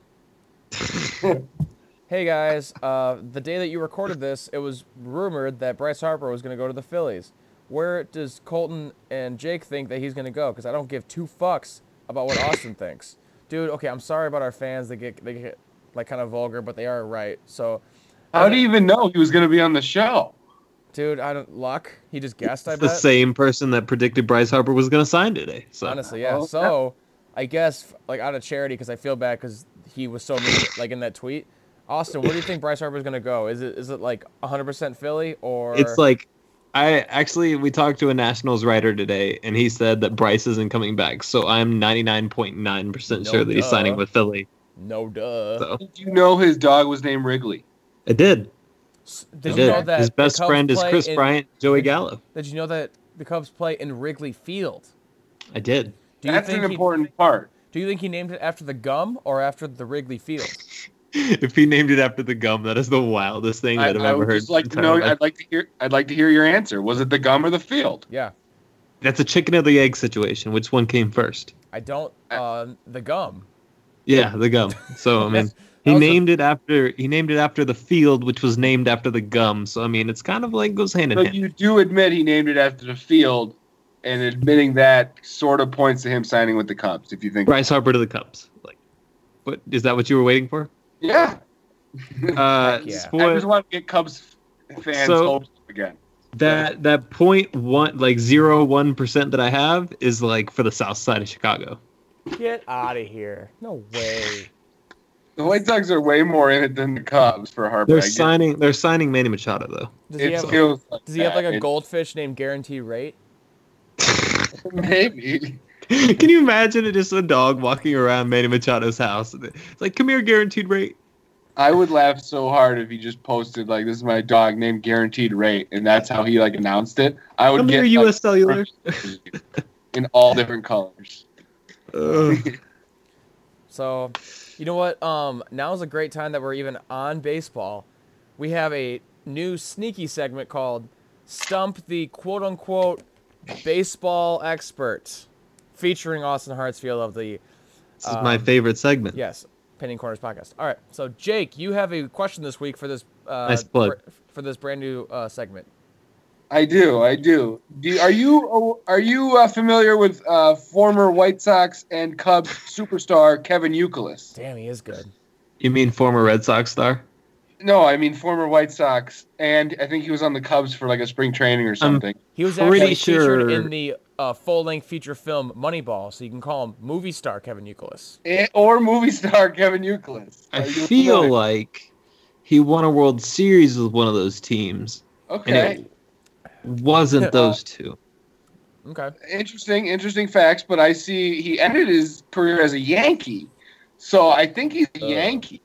[SPEAKER 4] hey guys, uh, the day that you recorded this, it was rumored that Bryce Harper was going to go to the Phillies. Where does Colton and Jake think that he's going to go? Because I don't give two fucks about what Austin thinks, dude. Okay, I'm sorry about our fans. They get they get like kind of vulgar, but they are right. So,
[SPEAKER 6] How do you even know he was going to be on the show?
[SPEAKER 4] dude, I don't luck. He just guessed. I
[SPEAKER 5] *laughs* it's the
[SPEAKER 4] bet.
[SPEAKER 5] same person that predicted Bryce Harper was going to sign today. So
[SPEAKER 4] Honestly, yeah.
[SPEAKER 6] Oh,
[SPEAKER 4] So, I guess f- like out of charity, because I feel bad because he was so mean, like in that tweet. Austin, where do you think Bryce Harper's gonna go? Is it is it like 100% Philly or?
[SPEAKER 5] it's like I actually we talked to a Nationals writer today, and he said that Bryce isn't coming back. So I'm 99.9 percent
[SPEAKER 4] No
[SPEAKER 5] sure that he's
[SPEAKER 4] duh.
[SPEAKER 5] signing with Philly.
[SPEAKER 4] no duh.
[SPEAKER 5] So
[SPEAKER 6] Did you know his dog was named Wrigley?
[SPEAKER 5] it did.
[SPEAKER 4] S-
[SPEAKER 5] It
[SPEAKER 4] Did you
[SPEAKER 5] did.
[SPEAKER 4] know that
[SPEAKER 5] His
[SPEAKER 4] the
[SPEAKER 5] best
[SPEAKER 4] Cubs
[SPEAKER 5] friend is
[SPEAKER 4] play
[SPEAKER 5] Chris
[SPEAKER 4] in-
[SPEAKER 5] Bryant, Joey Gallo.
[SPEAKER 4] Did you know that the Cubs play in Wrigley Field?
[SPEAKER 5] I did.
[SPEAKER 4] Do you
[SPEAKER 6] That's
[SPEAKER 4] think
[SPEAKER 6] an
[SPEAKER 4] he-
[SPEAKER 6] important part.
[SPEAKER 4] Do you think he named it after the gum or after the Wrigley Field?
[SPEAKER 5] If he named it after the gum, that is the wildest thing
[SPEAKER 6] I,
[SPEAKER 5] that I've
[SPEAKER 6] I
[SPEAKER 5] ever
[SPEAKER 6] would
[SPEAKER 5] heard.
[SPEAKER 6] just like
[SPEAKER 5] in
[SPEAKER 6] to
[SPEAKER 5] my
[SPEAKER 6] know.
[SPEAKER 5] life.
[SPEAKER 6] I'd like to hear. I'd like to hear your answer. Was it the gum or the field?
[SPEAKER 4] Yeah,
[SPEAKER 5] That's a chicken or the egg situation. Which one came first?
[SPEAKER 4] I don't. Uh, the gum.
[SPEAKER 5] Yeah, the gum. So I mean,
[SPEAKER 4] That
[SPEAKER 5] he
[SPEAKER 4] was a-
[SPEAKER 5] named it after he named it after the field, which was named after the gum. So I mean, it's kind of like goes hand in
[SPEAKER 6] But
[SPEAKER 5] hand.
[SPEAKER 6] you do admit he named it after the field, and admitting that sort of points to him signing with the Cubs. If you think,
[SPEAKER 5] Bryce Harper to the Cubs. Like, what is that? What you were waiting for?
[SPEAKER 6] yeah,
[SPEAKER 5] Uh,
[SPEAKER 4] yeah.
[SPEAKER 6] I
[SPEAKER 5] spoil-
[SPEAKER 6] just want to get Cubs fans
[SPEAKER 5] So-
[SPEAKER 6] hopes up again.
[SPEAKER 5] that that point one like zero one percent that I have is like for the South Side of Chicago.
[SPEAKER 4] Get out of here. No way.
[SPEAKER 6] The White Sox are way more in it than the Cubs for Harper.
[SPEAKER 5] They're
[SPEAKER 6] I get it.
[SPEAKER 5] signing. They're signing Manny Machado though. *laughs*
[SPEAKER 4] Does he
[SPEAKER 6] It
[SPEAKER 4] have?
[SPEAKER 6] feels like
[SPEAKER 4] Does he have
[SPEAKER 6] that.
[SPEAKER 4] like a
[SPEAKER 6] It-
[SPEAKER 4] goldfish named Guarantee Rate?
[SPEAKER 6] *laughs* Maybe.
[SPEAKER 5] Can you imagine it? Just a dog walking around Manny Machado's house. It's like, come here, guaranteed rate.
[SPEAKER 6] I would laugh so hard if he just posted like, "This is my dog named Guaranteed Rate," and that's how he like announced it. I would
[SPEAKER 5] Come
[SPEAKER 6] get
[SPEAKER 5] here,
[SPEAKER 6] like,
[SPEAKER 5] U.S.
[SPEAKER 6] *laughs*
[SPEAKER 5] Cellular.
[SPEAKER 6] in all different colors. Um,
[SPEAKER 5] Ugh.
[SPEAKER 4] So, you know what? Um, now is a great time that we're even on baseball. We have a new sneaky segment called "Stump the Quote Unquote Baseball Expert," featuring Austin Hartsfield of the um,
[SPEAKER 5] This is my favorite segment.
[SPEAKER 4] yes Pinning Corners podcast. All right, so Jake, you have a question this week for this uh,
[SPEAKER 5] Nice plug.
[SPEAKER 4] br- for this brand new uh, segment.
[SPEAKER 6] I do, I do. do are you are you uh, familiar with uh, former White Sox and Cubs superstar Kevin Euclid?
[SPEAKER 4] Damn, he is good.
[SPEAKER 5] You mean former Red Sox star?
[SPEAKER 6] No, I mean former White Sox, and I think he was on the Cubs for like a spring training
[SPEAKER 5] Um,
[SPEAKER 6] or something.
[SPEAKER 4] He was
[SPEAKER 5] Pretty
[SPEAKER 4] actually featured
[SPEAKER 5] sure-
[SPEAKER 4] in the uh, full-length feature film Moneyball, so you can call him movie star Kevin Euclid.
[SPEAKER 6] Eh, or movie star Kevin Euclid.
[SPEAKER 5] I
[SPEAKER 6] Are you
[SPEAKER 5] feel
[SPEAKER 6] familiar?
[SPEAKER 5] like he won a World Series with one of those teams, and
[SPEAKER 6] okay.
[SPEAKER 5] it wasn't
[SPEAKER 4] uh,
[SPEAKER 5] those two.
[SPEAKER 4] Okay.
[SPEAKER 6] interesting, interesting facts, but I see he ended his career as a Yankee, so I think he's a
[SPEAKER 4] Uh.
[SPEAKER 6] Yankee,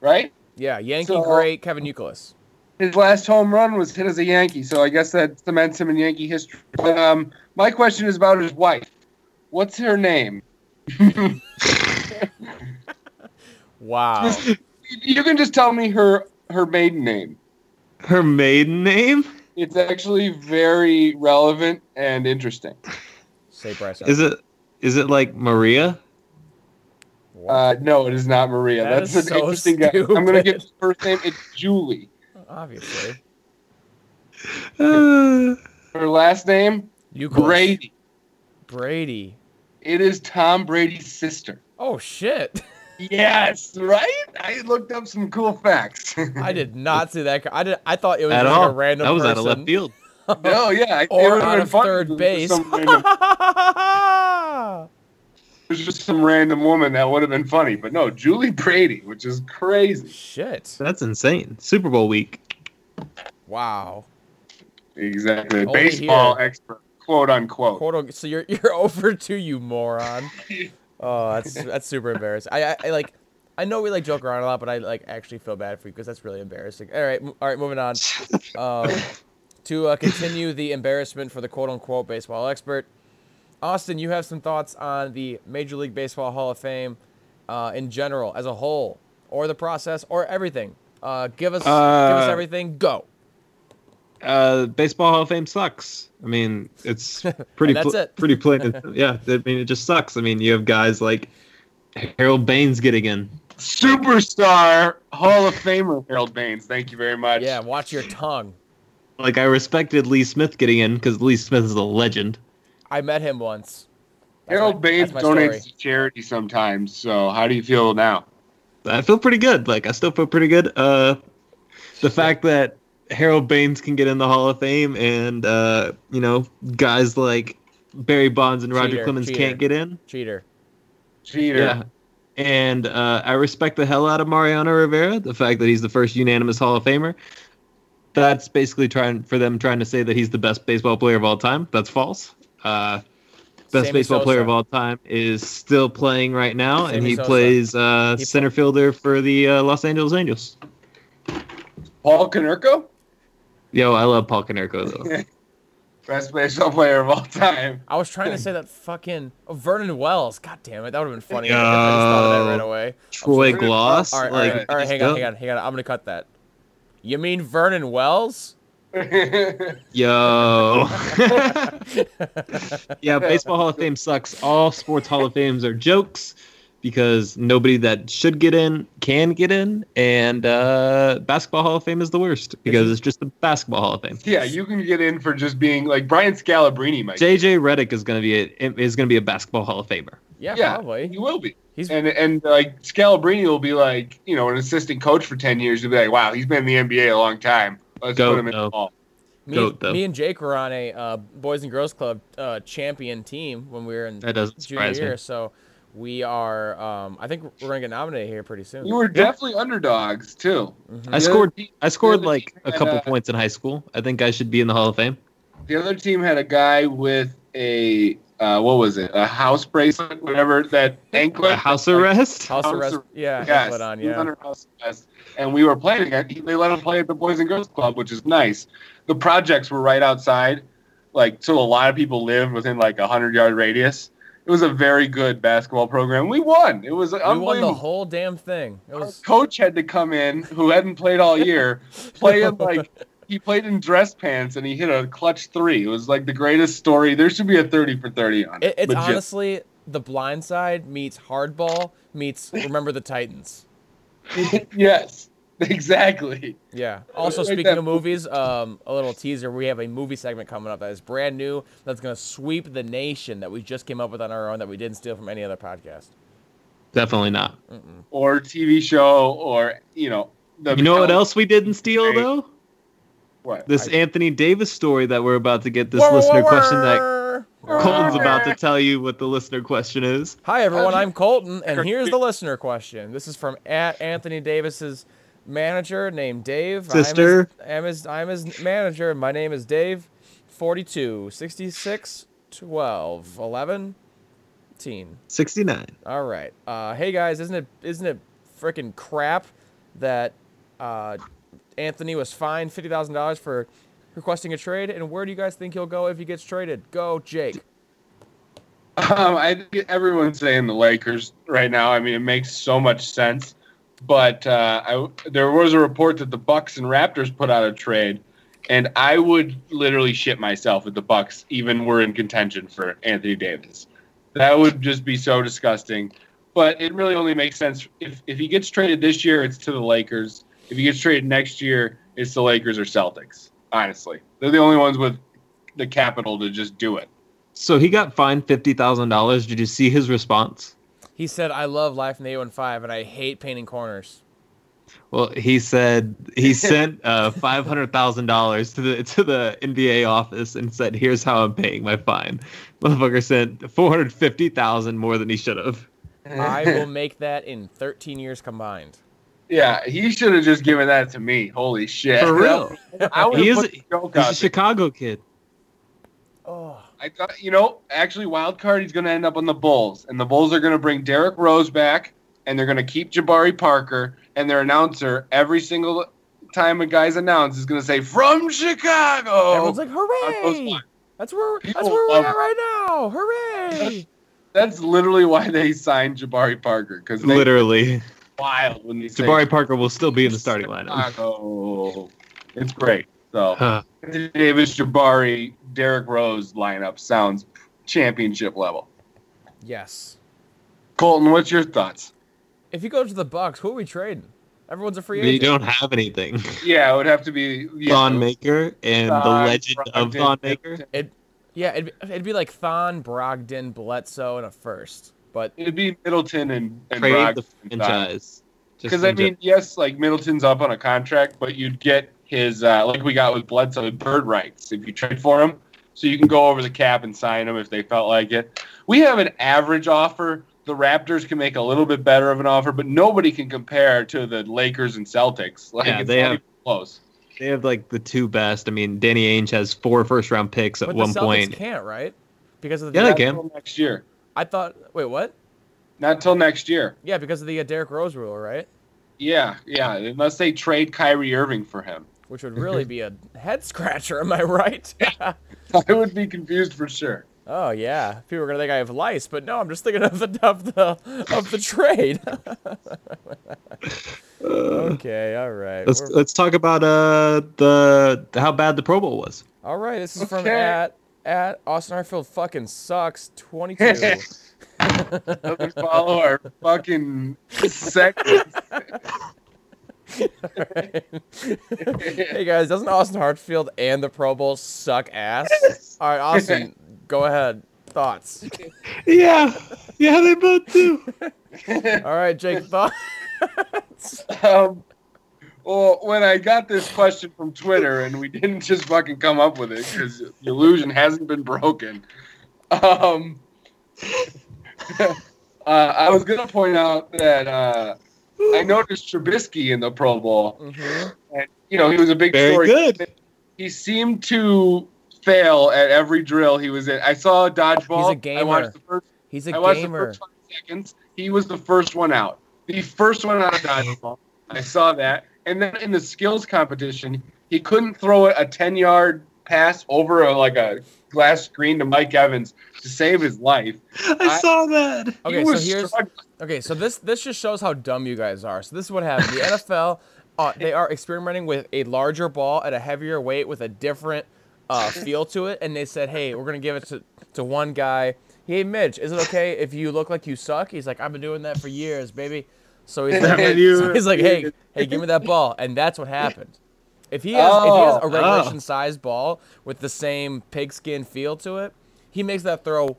[SPEAKER 6] right?
[SPEAKER 4] Yeah, Yankee
[SPEAKER 6] So-
[SPEAKER 4] great Kevin Euclid.
[SPEAKER 6] His last home run was hit as a Yankee, so I guess that cements him in Yankee history. But um, my question is about his wife. What's her name? *laughs*
[SPEAKER 4] Wow.
[SPEAKER 6] You can just tell me her her maiden name.
[SPEAKER 5] Her maiden name
[SPEAKER 6] It's actually very relevant and interesting.
[SPEAKER 4] Say Bryce.
[SPEAKER 5] is it? Is it like Maria?
[SPEAKER 4] What?
[SPEAKER 6] Uh, no, it is not Maria.
[SPEAKER 4] That
[SPEAKER 6] That's
[SPEAKER 4] is
[SPEAKER 6] an
[SPEAKER 4] so
[SPEAKER 6] interesting guy. I'm gonna
[SPEAKER 4] stupid.
[SPEAKER 6] get his first name. It's Julie.
[SPEAKER 4] Obviously.
[SPEAKER 5] Uh,
[SPEAKER 6] Her last name
[SPEAKER 4] Euclid.
[SPEAKER 6] Brady.
[SPEAKER 4] Brady.
[SPEAKER 6] It is Tom Brady's sister.
[SPEAKER 4] Oh shit! *laughs*
[SPEAKER 6] Yes, right? I looked up some cool facts.
[SPEAKER 4] I did not see that. co- I did. I thought it was
[SPEAKER 5] at
[SPEAKER 4] just
[SPEAKER 5] all?
[SPEAKER 4] a random
[SPEAKER 5] that was out
[SPEAKER 4] person.
[SPEAKER 5] of left field.
[SPEAKER 6] *laughs* no, yeah. I, it
[SPEAKER 4] Or
[SPEAKER 6] would've
[SPEAKER 4] out
[SPEAKER 6] been
[SPEAKER 4] of
[SPEAKER 6] fun
[SPEAKER 4] third
[SPEAKER 6] if
[SPEAKER 4] base.
[SPEAKER 6] it was Some random, it was just some random woman that would have been funny, but no, Julie Brady, which is crazy.
[SPEAKER 4] *laughs* shit!
[SPEAKER 5] That's insane. Super Bowl week.
[SPEAKER 4] Wow.
[SPEAKER 6] Exactly,
[SPEAKER 4] Only
[SPEAKER 6] baseball
[SPEAKER 4] here.
[SPEAKER 6] expert, quote
[SPEAKER 4] *laughs*
[SPEAKER 6] unquote.
[SPEAKER 4] Quote, unquote- so you're you're over two, you moron. Oh, that's that's super embarrassing. I, I, I like, I know we like joke around a lot, but I like actually feel bad for you because that's really embarrassing. All right, m- all right, moving on. Um, to uh, continue the embarrassment for the quote unquote baseball expert, Austin, you have some thoughts on the Major League Baseball Hall of Fame uh, in general, as a whole, or the process, or everything. Uh, give us, give us
[SPEAKER 5] Uh,
[SPEAKER 4] everything. Go.
[SPEAKER 5] uh, baseball Hall of Fame sucks. I mean,
[SPEAKER 4] *laughs*
[SPEAKER 5] it's pretty
[SPEAKER 4] That's
[SPEAKER 5] pl-
[SPEAKER 4] it.
[SPEAKER 5] pretty plain.
[SPEAKER 4] *laughs*
[SPEAKER 5] and- yeah, I mean, it just sucks. I mean, you have guys like Harold Baines getting in.
[SPEAKER 6] Superstar Hall of Famer Harold Baines. Thank you very much.
[SPEAKER 4] Yeah, watch your tongue.
[SPEAKER 5] Like I respected Lee Smith getting in because Lee Smith is a legend.
[SPEAKER 4] I met him once. That's
[SPEAKER 6] Harold
[SPEAKER 4] my-
[SPEAKER 6] Baines
[SPEAKER 4] that's my story.
[SPEAKER 6] donates to charity sometimes. So how do you feel now?
[SPEAKER 5] I feel pretty good. Like I still feel pretty good. Uh, the fact that Harold Baines can get in the Hall of Fame and uh, you know guys like Barry Bonds and Roger
[SPEAKER 4] Cheater,
[SPEAKER 5] Clemens
[SPEAKER 4] cheater.
[SPEAKER 5] can't get in.
[SPEAKER 4] Cheater.
[SPEAKER 6] Cheater.
[SPEAKER 5] Yeah. And uh, I respect the hell out of Mariano Rivera, the fact that he's the first unanimous Hall of Famer. That's basically trying for them trying to say that he's the best baseball player of all time. That's false. Uh, best
[SPEAKER 4] Sammy
[SPEAKER 5] baseball player
[SPEAKER 4] Sosa.
[SPEAKER 5] of all time is still playing right now, and
[SPEAKER 4] Sammy
[SPEAKER 5] he
[SPEAKER 4] Sosa.
[SPEAKER 5] plays uh,
[SPEAKER 4] He-
[SPEAKER 5] center fielder for the uh, Los Angeles Angels.
[SPEAKER 6] Paul Konerko,
[SPEAKER 5] Yo, I love Paul Konerko
[SPEAKER 4] *laughs*
[SPEAKER 5] though.
[SPEAKER 6] best baseball player of all time. *laughs*
[SPEAKER 4] I was trying to say that fucking oh, Vernon Wells. God damn it, that would have been funny. I just thought of that right
[SPEAKER 5] Yo.
[SPEAKER 4] away.
[SPEAKER 5] Troy
[SPEAKER 6] Vernon-
[SPEAKER 5] Gloss,
[SPEAKER 4] All right, all
[SPEAKER 5] like,
[SPEAKER 4] right, all right. Hang on, hang on, hang on. I'm gonna cut that. You mean Vernon Wells?
[SPEAKER 5] yo. yeah, baseball Hall of Fame sucks. All sports Hall of Fames are jokes because nobody that should get in can get in, and uh, basketball Hall of Fame is the worst because it's just the basketball Hall of Fame.
[SPEAKER 6] yeah, you can get in for just being like Brian Scalabrine might.
[SPEAKER 5] JJ Redick is gonna be a, is gonna be a basketball Hall of Famer.
[SPEAKER 4] Yeah,
[SPEAKER 6] Yeah.
[SPEAKER 4] probably.
[SPEAKER 6] You will be.
[SPEAKER 4] He's
[SPEAKER 6] And and like Scalabrine will be like, you know, an assistant coach for ten years. You'll be like, wow, he's been in the NBA a long time. Let's
[SPEAKER 5] Go,
[SPEAKER 6] put him in
[SPEAKER 5] no.
[SPEAKER 6] the hall.
[SPEAKER 4] me,
[SPEAKER 5] goat, though.
[SPEAKER 4] me and Jake were on a uh, Boys and Girls Club uh, champion team when we were in
[SPEAKER 5] That doesn't
[SPEAKER 4] junior
[SPEAKER 5] surprise
[SPEAKER 4] year,
[SPEAKER 5] me.
[SPEAKER 4] so we are. Um, I think we're gonna get nominated here pretty soon.
[SPEAKER 6] You were definitely underdogs too.
[SPEAKER 4] Mhm.
[SPEAKER 5] I
[SPEAKER 6] The
[SPEAKER 5] scored
[SPEAKER 6] other team-
[SPEAKER 5] I
[SPEAKER 6] the
[SPEAKER 5] scored
[SPEAKER 6] other
[SPEAKER 5] like
[SPEAKER 6] team
[SPEAKER 5] a
[SPEAKER 6] had,
[SPEAKER 5] couple
[SPEAKER 6] uh,
[SPEAKER 5] points in high school. I think I should be in the Hall of Fame.
[SPEAKER 6] The other team had a guy with a uh, what was it? A house bracelet, whatever that anklet.
[SPEAKER 5] A house arrest.
[SPEAKER 4] House
[SPEAKER 6] House
[SPEAKER 4] arrest.
[SPEAKER 6] arrest.
[SPEAKER 4] Yeah,
[SPEAKER 6] Yes,
[SPEAKER 4] put on.
[SPEAKER 6] he was
[SPEAKER 4] Yeah.
[SPEAKER 6] under house arrest, and we were playing. against- They let us play at the Boys and Girls Club, which is nice. The projects were right outside, like so a lot of people lived within like a hundred yard radius. It was a very good basketball program. We won. It was
[SPEAKER 4] We won the
[SPEAKER 6] unbelievable.
[SPEAKER 4] whole damn thing. It
[SPEAKER 6] Our
[SPEAKER 4] was
[SPEAKER 6] coach had to come in, who hadn't played
[SPEAKER 4] *laughs*
[SPEAKER 6] all year, play in like he played in dress pants and he hit a clutch three. It was like the greatest story. There should be a thirty for thirty on
[SPEAKER 4] It,
[SPEAKER 6] it.
[SPEAKER 4] it's
[SPEAKER 6] Legit.
[SPEAKER 4] honestly the blind side meets hardball meets remember the Titans.
[SPEAKER 6] *laughs* yes, exactly.
[SPEAKER 4] Yeah. Also,
[SPEAKER 6] like
[SPEAKER 4] speaking
[SPEAKER 6] that
[SPEAKER 4] of movies, um, a little teaser. We have a movie segment coming up that is brand new, that's going to sweep the nation that we just came up with on our own that we didn't steal from any other podcast.
[SPEAKER 5] Definitely not.
[SPEAKER 6] or TV show or you know the
[SPEAKER 5] You know what else we didn't steal though?
[SPEAKER 6] What?
[SPEAKER 5] This Anthony Davis story that we're about to get this
[SPEAKER 4] Whoa, whoa,
[SPEAKER 5] listener
[SPEAKER 4] whoa,
[SPEAKER 5] question that
[SPEAKER 4] whoa.
[SPEAKER 5] Colton's about to tell you what the listener question is.
[SPEAKER 4] Hi everyone, I'm Colton, and here's the listener question. This is from at Anthony Davis's manager named Dave.
[SPEAKER 5] Sister.
[SPEAKER 4] I'm his, I'm his, I'm his manager. My name is Dave. 42, 66, 12, 11, 10.
[SPEAKER 5] 69.
[SPEAKER 4] All right. Uh, hey guys, isn't it isn't it freaking crap that uh, Anthony was fined fifty thousand dollars for requesting a trade? And where do you guys think he'll go if he gets traded? Go, Jake.
[SPEAKER 6] Um, I think everyone's saying the Lakers right now. I mean, it makes so much sense. But uh, I, there was a report that the Bucks and Raptors put out a trade, and I would literally shit myself if the Bucks even were in contention for Anthony Davis. That would just be so disgusting. But it really only makes sense if if he gets traded this year, it's to the Lakers. If he gets traded next year, it's the Lakers or Celtics. Honestly, they're the only ones with the capital to just do it.
[SPEAKER 5] So he got fined $50,000. Did you see his response?
[SPEAKER 4] He said, "I love life in the 815, and I hate painting corners."
[SPEAKER 5] Well, he said
[SPEAKER 6] *laughs*
[SPEAKER 5] he sent uh, $500,000 to the to the NBA office and said, "Here's how I'm paying my fine." Motherfucker sent 450,000 more than he should have. *laughs*
[SPEAKER 4] I *laughs* will make that in thirteen years combined.
[SPEAKER 6] Yeah, he should have just given that to me. Holy shit.
[SPEAKER 5] For real.
[SPEAKER 6] *laughs* I would
[SPEAKER 5] He
[SPEAKER 6] have
[SPEAKER 5] is
[SPEAKER 6] put the joke
[SPEAKER 5] He's a
[SPEAKER 6] out there.
[SPEAKER 5] Chicago kid.
[SPEAKER 4] Oh,
[SPEAKER 6] I thought, you know, actually, wild card, he's going to end up on the Bulls, and the Bulls are going to bring Derrick Rose back, and they're going to keep Jabari Parker, and their announcer every single time a guy's announced is going to say from Chicago.
[SPEAKER 4] Everyone's like,
[SPEAKER 6] Those
[SPEAKER 4] hooray!
[SPEAKER 6] lines.
[SPEAKER 4] That's where that's
[SPEAKER 6] People
[SPEAKER 4] where we're
[SPEAKER 6] love
[SPEAKER 4] at
[SPEAKER 6] it.
[SPEAKER 4] right now. Hooray!
[SPEAKER 6] That's literally why they signed Jabari Parker because they
[SPEAKER 5] Literally,
[SPEAKER 6] wild when they say
[SPEAKER 5] Jabari Parker will still be in the starting lineup.
[SPEAKER 6] Chicago. It's great. So
[SPEAKER 5] *laughs* Huh.
[SPEAKER 6] Anthony Davis, Jabari, Derrick Rose lineup sounds championship level.
[SPEAKER 4] Yes.
[SPEAKER 6] Colton, what's your thoughts?
[SPEAKER 4] If you go to the Bucks, who are we trading? Everyone's a free
[SPEAKER 5] They
[SPEAKER 4] agent.
[SPEAKER 5] don't have anything.
[SPEAKER 6] Yeah, it would have to be yeah,
[SPEAKER 5] Thon Maker and the
[SPEAKER 6] Thon,
[SPEAKER 5] legend of
[SPEAKER 6] Brogdon,
[SPEAKER 5] Thon Maker.
[SPEAKER 4] Yeah, it'd, be- it'd be like Thon, Brogdon, Bledsoe, and a first. But
[SPEAKER 6] It'd be Middleton and, and
[SPEAKER 5] Trade the
[SPEAKER 6] Brogdon.
[SPEAKER 5] franchise. Just
[SPEAKER 6] Because I
[SPEAKER 5] in gen-
[SPEAKER 6] mean, yes, like Middleton's up on a contract, but you'd get his uh, like we got with Bledsoe bird rights if you trade for him. So you can go over the cap and sign him if they felt like it. We have an average offer. The Raptors can make a little bit better of an offer, but nobody can compare to the Lakers and Celtics. Like
[SPEAKER 5] Yeah,
[SPEAKER 6] it's
[SPEAKER 5] they
[SPEAKER 6] not
[SPEAKER 5] have-
[SPEAKER 6] even close.
[SPEAKER 5] they have like the two best. I mean, Danny Ainge has four first round picks at
[SPEAKER 4] but
[SPEAKER 5] one
[SPEAKER 4] the Celtics
[SPEAKER 5] point.
[SPEAKER 4] can't, right? Because of the
[SPEAKER 5] Yeah, they
[SPEAKER 6] Not
[SPEAKER 5] can.
[SPEAKER 6] till next year.
[SPEAKER 4] I thought. Wait, what?
[SPEAKER 6] Not till next year.
[SPEAKER 4] Yeah, because of the uh, Derrick Rose rule, right?
[SPEAKER 6] Yeah, yeah. Unless they trade Kyrie Irving for him, *laughs*
[SPEAKER 4] Which would really
[SPEAKER 5] Mm-hmm.
[SPEAKER 4] be a head scratcher. Am I right?
[SPEAKER 5] *laughs*
[SPEAKER 6] I would be confused for sure.
[SPEAKER 4] oh yeah, people are gonna think I have lice, but no, I'm just thinking of the of the of the trade. *laughs* okay, all right.
[SPEAKER 5] Let's
[SPEAKER 4] We're-
[SPEAKER 5] let's talk about uh the how bad the Pro Bowl was.
[SPEAKER 4] All right, this is from
[SPEAKER 6] Okay.
[SPEAKER 4] at at Austin Hartfield fucking sucks
[SPEAKER 6] *laughs*
[SPEAKER 4] 22.
[SPEAKER 6] Doesn't follow
[SPEAKER 5] *laughs*
[SPEAKER 6] our fucking segments.
[SPEAKER 4] hey guys, doesn't Austin Hartfield and the Pro Bowl suck ass?
[SPEAKER 6] *laughs*
[SPEAKER 4] All right, Austin, go ahead. Thoughts.
[SPEAKER 5] Yeah, yeah, they both do.
[SPEAKER 4] All right, Jake. Thoughts.
[SPEAKER 6] *laughs* Um, well, when I got this question from Twitter, and we didn't just fucking come up with it because the illusion hasn't been broken. Um, *laughs* uh, I was gonna point out that uh, I noticed Trubisky in the Pro Bowl,
[SPEAKER 4] Mhm.
[SPEAKER 6] and you know he was a big
[SPEAKER 5] *laughs* Very
[SPEAKER 6] story.
[SPEAKER 5] good.
[SPEAKER 6] He seemed to fail at every drill he was in. I saw a dodgeball.
[SPEAKER 4] He's a gamer.
[SPEAKER 6] I watched the first
[SPEAKER 4] He's a
[SPEAKER 6] I watched the
[SPEAKER 4] gamer.
[SPEAKER 6] first five seconds. He was the first one out. The first one out of dodgeball. I saw that. And then in the skills competition, he couldn't throw a ten-yard pass over a, like a glass screen to Mike Evans to save his life.
[SPEAKER 5] I saw that.
[SPEAKER 6] He
[SPEAKER 4] Okay, so
[SPEAKER 6] was
[SPEAKER 4] here's
[SPEAKER 6] struggling.
[SPEAKER 4] Okay, so this this just shows how dumb you guys are. So this is what happened. The NFL, uh, they are experimenting with a larger ball at a heavier weight with a different uh, feel to it, and they said, "Hey, we're gonna give it to, to one guy." Hey, Midge, is it okay if you look like you suck? He's like, "I've been doing that for years, baby." So he's like, *laughs* so he's like, "Hey, hey, give me that ball," and that's what happened. If he has, if he has
[SPEAKER 6] Oh,
[SPEAKER 4] a regulation sized ball with the same pigskin feel to it, he makes that throw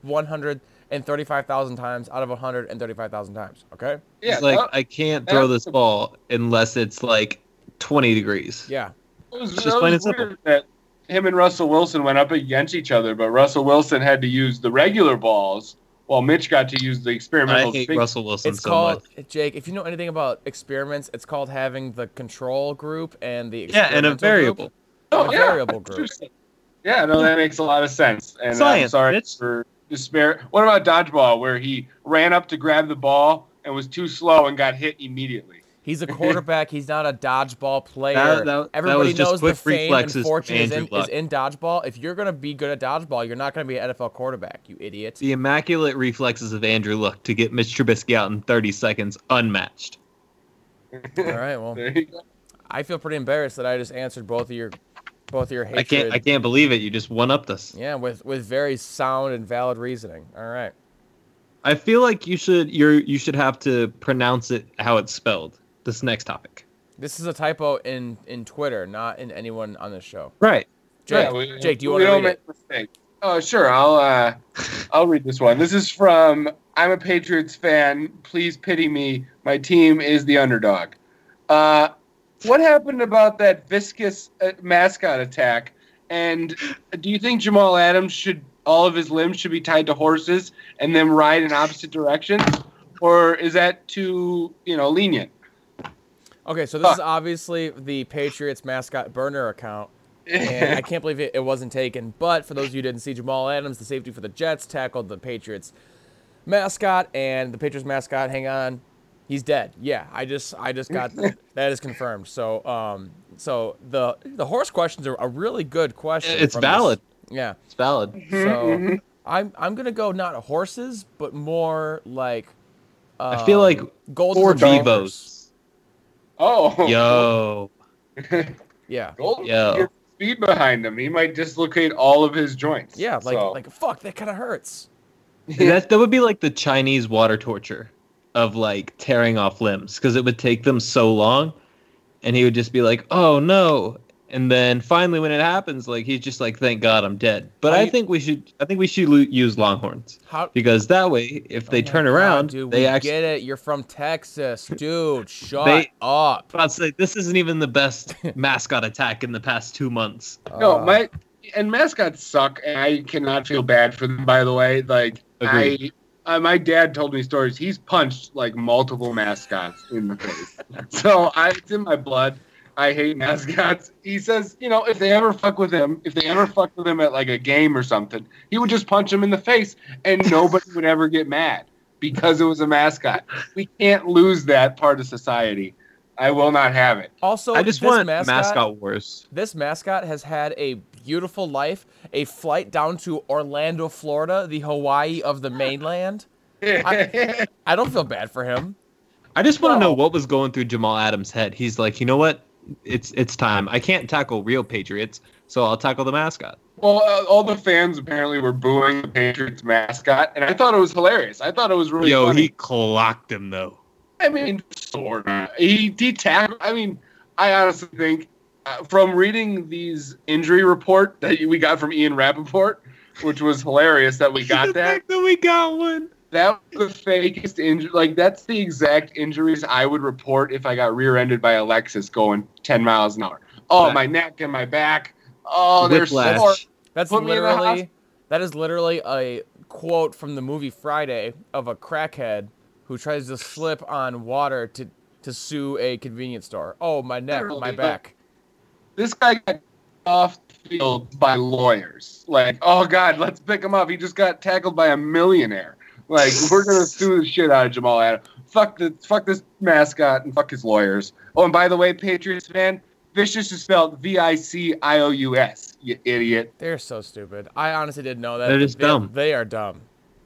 [SPEAKER 4] 135,000 times out of 135,000 times. Okay?
[SPEAKER 6] Yeah,
[SPEAKER 5] He's like
[SPEAKER 6] that,
[SPEAKER 5] I can't throw
[SPEAKER 6] that's
[SPEAKER 5] this
[SPEAKER 6] the-
[SPEAKER 5] ball unless it's like 20 degrees.
[SPEAKER 4] Yeah.
[SPEAKER 6] that was,
[SPEAKER 5] just
[SPEAKER 6] that
[SPEAKER 5] plain
[SPEAKER 6] was
[SPEAKER 5] and
[SPEAKER 6] weird that him and Russell Wilson went up against each other, but Russell Wilson had to use the regular balls while Mitch got to use the
[SPEAKER 5] I
[SPEAKER 6] experimental.
[SPEAKER 5] hate
[SPEAKER 6] big-
[SPEAKER 5] Russell Wilson
[SPEAKER 4] It's
[SPEAKER 5] so
[SPEAKER 4] called,
[SPEAKER 5] much.
[SPEAKER 4] Jake, if you know anything about experiments, it's called having the control group and the
[SPEAKER 5] Yeah, and
[SPEAKER 4] experimental
[SPEAKER 5] a
[SPEAKER 4] group.
[SPEAKER 5] variable.
[SPEAKER 6] Oh,
[SPEAKER 4] A
[SPEAKER 6] yeah.
[SPEAKER 4] variable group.
[SPEAKER 6] Yeah, no, that makes a lot of sense. And I'm
[SPEAKER 5] Science,
[SPEAKER 6] sorry
[SPEAKER 5] bitch.
[SPEAKER 6] for despair. What about dodgeball, where he ran up to grab the ball and was too slow and got hit immediately?
[SPEAKER 4] He's a quarterback. He's not a dodgeball player.
[SPEAKER 5] That- that was
[SPEAKER 4] Everybody
[SPEAKER 5] just
[SPEAKER 4] knows
[SPEAKER 5] quick
[SPEAKER 4] the fame and
[SPEAKER 5] reflexes from
[SPEAKER 4] fortune is in,
[SPEAKER 5] Andrew
[SPEAKER 4] is
[SPEAKER 5] Luck.
[SPEAKER 4] in dodgeball. If you're going to be good at dodgeball, you're not going to be an NFL quarterback, you
[SPEAKER 5] *laughs*
[SPEAKER 4] idiot.
[SPEAKER 5] The immaculate reflexes of Andrew Luck to get Mitch Trubisky out in 30 seconds, unmatched.
[SPEAKER 4] All right,
[SPEAKER 5] Oh.
[SPEAKER 4] well.
[SPEAKER 6] There you go.
[SPEAKER 4] I feel pretty embarrassed that I just answered both of your both of your hatred.
[SPEAKER 5] I can't. I can't believe it. You just one upped us.
[SPEAKER 4] Yeah, with with very sound and valid reasoning. All right.
[SPEAKER 5] I feel like you should. You're. You should have to pronounce it how it's spelled. This next topic.
[SPEAKER 4] This is a typo in in Twitter, not in anyone on this show.
[SPEAKER 5] Right.
[SPEAKER 4] Jake,
[SPEAKER 6] Yeah, we-
[SPEAKER 4] Jake, do you want
[SPEAKER 6] we
[SPEAKER 4] to
[SPEAKER 6] don't
[SPEAKER 4] read it?
[SPEAKER 6] make mistakes. Oh, sure. I'll uh, I'll read this one. This is from I'm a Patriots fan. Please pity me. My team is the underdog. Uh, what happened about that viscous uh, mascot attack? And do you think Jamal Adams should all of his limbs should be tied to horses and then ride in opposite directions, or is that too you know lenient?
[SPEAKER 4] Okay, so this is
[SPEAKER 6] Fuck.
[SPEAKER 4] obviously the Patriots mascot burner account and
[SPEAKER 5] *laughs*
[SPEAKER 4] I can't believe it, it wasn't taken. But for those of you who didn't see, Jamal Adams, the safety for the Jets, tackled the Patriots mascot, and the Patriots mascot, hang on, he's dead. Yeah, I just I just
[SPEAKER 5] *laughs*
[SPEAKER 4] got that is confirmed. So um so the the horse questions are a really good question.
[SPEAKER 5] It's
[SPEAKER 4] from this-
[SPEAKER 5] valid.
[SPEAKER 4] Yeah.
[SPEAKER 5] It's valid.
[SPEAKER 4] So I'm I'm gonna go not horses, but more like Uh,
[SPEAKER 5] I feel like
[SPEAKER 4] gold
[SPEAKER 5] four
[SPEAKER 4] retrievers.
[SPEAKER 5] Vivos.
[SPEAKER 6] Oh,
[SPEAKER 5] Yo.
[SPEAKER 4] Yeah.
[SPEAKER 6] Golden
[SPEAKER 5] Yo.
[SPEAKER 6] State speed behind him. He might dislocate all of his joints.
[SPEAKER 4] Yeah, like
[SPEAKER 6] So,
[SPEAKER 4] like fuck, that kinda hurts.
[SPEAKER 5] That that would be like the Chinese water torture of like tearing off limbs because it would take them so long, and he would just be like, "Oh no." And then finally, when it happens, like he's just like, "Thank God, I'm dead." But
[SPEAKER 4] Are
[SPEAKER 5] I
[SPEAKER 4] you-
[SPEAKER 5] think we should, I think we should lo- use Longhorns
[SPEAKER 4] How
[SPEAKER 5] because that way, if they
[SPEAKER 4] Oh my
[SPEAKER 5] turn
[SPEAKER 4] God,
[SPEAKER 5] around,
[SPEAKER 4] dude,
[SPEAKER 5] they
[SPEAKER 4] we
[SPEAKER 5] actually.
[SPEAKER 4] get it. You're from Texas, dude. Shut
[SPEAKER 5] They-
[SPEAKER 4] up.
[SPEAKER 5] I'd say this isn't even the
[SPEAKER 4] *laughs*
[SPEAKER 5] best mascot attack in the past two months.
[SPEAKER 6] no,
[SPEAKER 4] Uh,
[SPEAKER 6] my and mascots suck, and I cannot feel bad for them. By the way, like
[SPEAKER 5] Agreed.
[SPEAKER 6] I, uh, my dad told me stories. He's punched like multiple mascots in the face, *laughs* so I, it's in my blood. I hate mascots. He says, you know, if they ever fuck with him, if they ever fuck with him at like a game or something, he would just punch him in the face,
[SPEAKER 4] *laughs*
[SPEAKER 6] and nobody would ever get mad because it was a mascot. We can't lose that part of society. I will not have it.
[SPEAKER 4] also,
[SPEAKER 5] I just
[SPEAKER 4] this
[SPEAKER 5] want
[SPEAKER 4] mascot,
[SPEAKER 5] mascot, wars.
[SPEAKER 4] This mascot has had a beautiful life, a flight down to Orlando, Florida, the Hawaii of the mainland. I- I don't feel bad for him.
[SPEAKER 5] I just want to
[SPEAKER 6] No.
[SPEAKER 5] know what was going through Jamal Adams' head. He's like, you know what? It's it's time. I can't tackle real Patriots, so I'll tackle the mascot.
[SPEAKER 6] Well, uh, all the fans apparently were booing the Patriots mascot, and I thought it was hilarious. I thought it was really
[SPEAKER 5] Yo,
[SPEAKER 6] funny.
[SPEAKER 5] he clocked him though.
[SPEAKER 6] I mean, sort of. He, he tackled. I mean, I honestly think uh, from reading these injury report that we got from Ian Rappaport, which was hilarious that we
[SPEAKER 5] *laughs*
[SPEAKER 6] got that.
[SPEAKER 5] we got one.
[SPEAKER 6] That was the fakest injury. Like that's the exact injuries I would report if I got rear-ended by a Lexus going 10 miles an hour. Oh,
[SPEAKER 5] Right.
[SPEAKER 6] my neck and my back. Oh, they're
[SPEAKER 5] Whiplash.
[SPEAKER 6] sore.
[SPEAKER 4] That's
[SPEAKER 6] Put me in the hosp-
[SPEAKER 4] literally that is literally a quote from the movie Friday of a crackhead who tries to slip on water to to sue a convenience store. Oh, my neck, my
[SPEAKER 6] Literally,
[SPEAKER 4] back.
[SPEAKER 6] this guy got off the field by lawyers. Like, oh god, let's pick him up. He just got tackled by a millionaire. Like, we're
[SPEAKER 4] *laughs*
[SPEAKER 6] gonna sue the shit out of Jamal Adams. Fuck the fuck this mascot and fuck his lawyers. Oh, and by the way, Patriots fan, vicious is spelled V-I-C-I-O-U-S. You idiot.
[SPEAKER 4] They're so stupid. I honestly didn't know that.
[SPEAKER 5] They're just
[SPEAKER 4] They-
[SPEAKER 5] dumb.
[SPEAKER 4] They are dumb.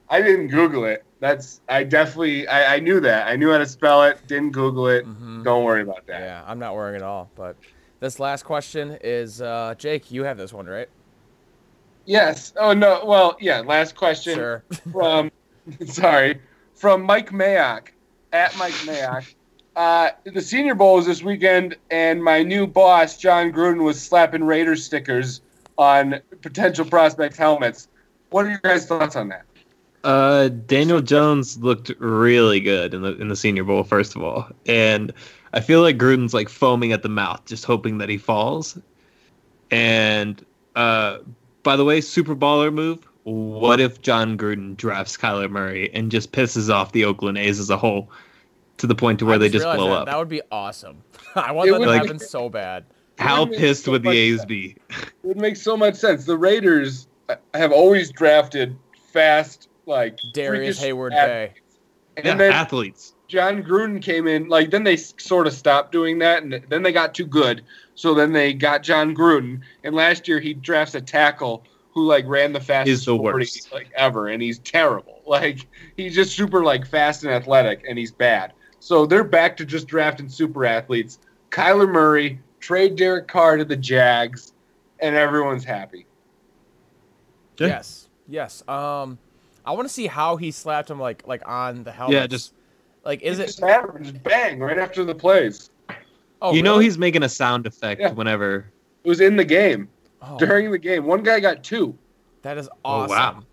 [SPEAKER 6] I didn't Google it. That's I definitely I, I knew that. I knew how to spell it. Didn't Google it.
[SPEAKER 4] Mhm.
[SPEAKER 6] Don't worry about that.
[SPEAKER 4] Yeah, I'm not worrying at all. But this last question is uh, Jake. You have this one, right?
[SPEAKER 6] Yes. Oh no. Well, yeah. Last question.
[SPEAKER 4] Sure.
[SPEAKER 6] from *laughs* sorry from Mike Mayock at Mike Mayock. Uh, the Senior Bowl was this weekend, and my new boss John Gruden was slapping Raider stickers on potential prospects' helmets. What are your guys' thoughts on that?
[SPEAKER 5] Uh, Daniel Jones looked really good in the in the Senior Bowl, first of all, and I feel like Gruden's like foaming at the mouth, just hoping that he falls. And uh, by the way, super baller move. What if John Gruden drafts Kyler Murray and just pisses off the Oakland A's as a whole to the point to where
[SPEAKER 4] I
[SPEAKER 5] they just
[SPEAKER 4] realized
[SPEAKER 5] blow
[SPEAKER 4] that.
[SPEAKER 5] up?
[SPEAKER 4] That would be awesome. *laughs* I want
[SPEAKER 6] It
[SPEAKER 4] that to
[SPEAKER 6] would
[SPEAKER 5] be-
[SPEAKER 4] happen so bad.
[SPEAKER 5] How
[SPEAKER 6] Gruden is
[SPEAKER 5] pissed
[SPEAKER 6] so
[SPEAKER 5] would the
[SPEAKER 6] much
[SPEAKER 5] A's
[SPEAKER 6] better.
[SPEAKER 5] be?
[SPEAKER 6] It would make so much sense. The Raiders uh, have always drafted fast, like
[SPEAKER 4] Darius
[SPEAKER 6] freakish
[SPEAKER 4] Hayward
[SPEAKER 6] athletes.
[SPEAKER 4] Bay.
[SPEAKER 6] and
[SPEAKER 5] Yeah,
[SPEAKER 6] then
[SPEAKER 5] athletes.
[SPEAKER 6] John Gruden came in, like then they sort of stopped doing that, and then they got too good. So then they got John Gruden, and last year he drafts a tackle who like ran the fastest
[SPEAKER 5] He's the
[SPEAKER 6] 40,
[SPEAKER 5] worst.
[SPEAKER 6] like ever, and he's terrible. *laughs* Like he's just super like fast and athletic, and he's bad. So they're back to just drafting super athletes. Kyler Murray trade Derek Carr to the Jags, and everyone's happy.
[SPEAKER 5] Yeah.
[SPEAKER 4] Yes. Yes. Um, I want to see how he slapped him like like on the helmet.
[SPEAKER 5] just-
[SPEAKER 4] like is it?
[SPEAKER 6] just matter? Just bang right after the plays.
[SPEAKER 4] Oh,
[SPEAKER 5] you know
[SPEAKER 4] really?
[SPEAKER 5] he's making a sound effect
[SPEAKER 6] Yeah.
[SPEAKER 5] whenever.
[SPEAKER 6] It was in the game
[SPEAKER 4] Oh,
[SPEAKER 6] during the game. One guy got two.
[SPEAKER 4] that is
[SPEAKER 5] Oh,
[SPEAKER 4] awesome.
[SPEAKER 5] wow.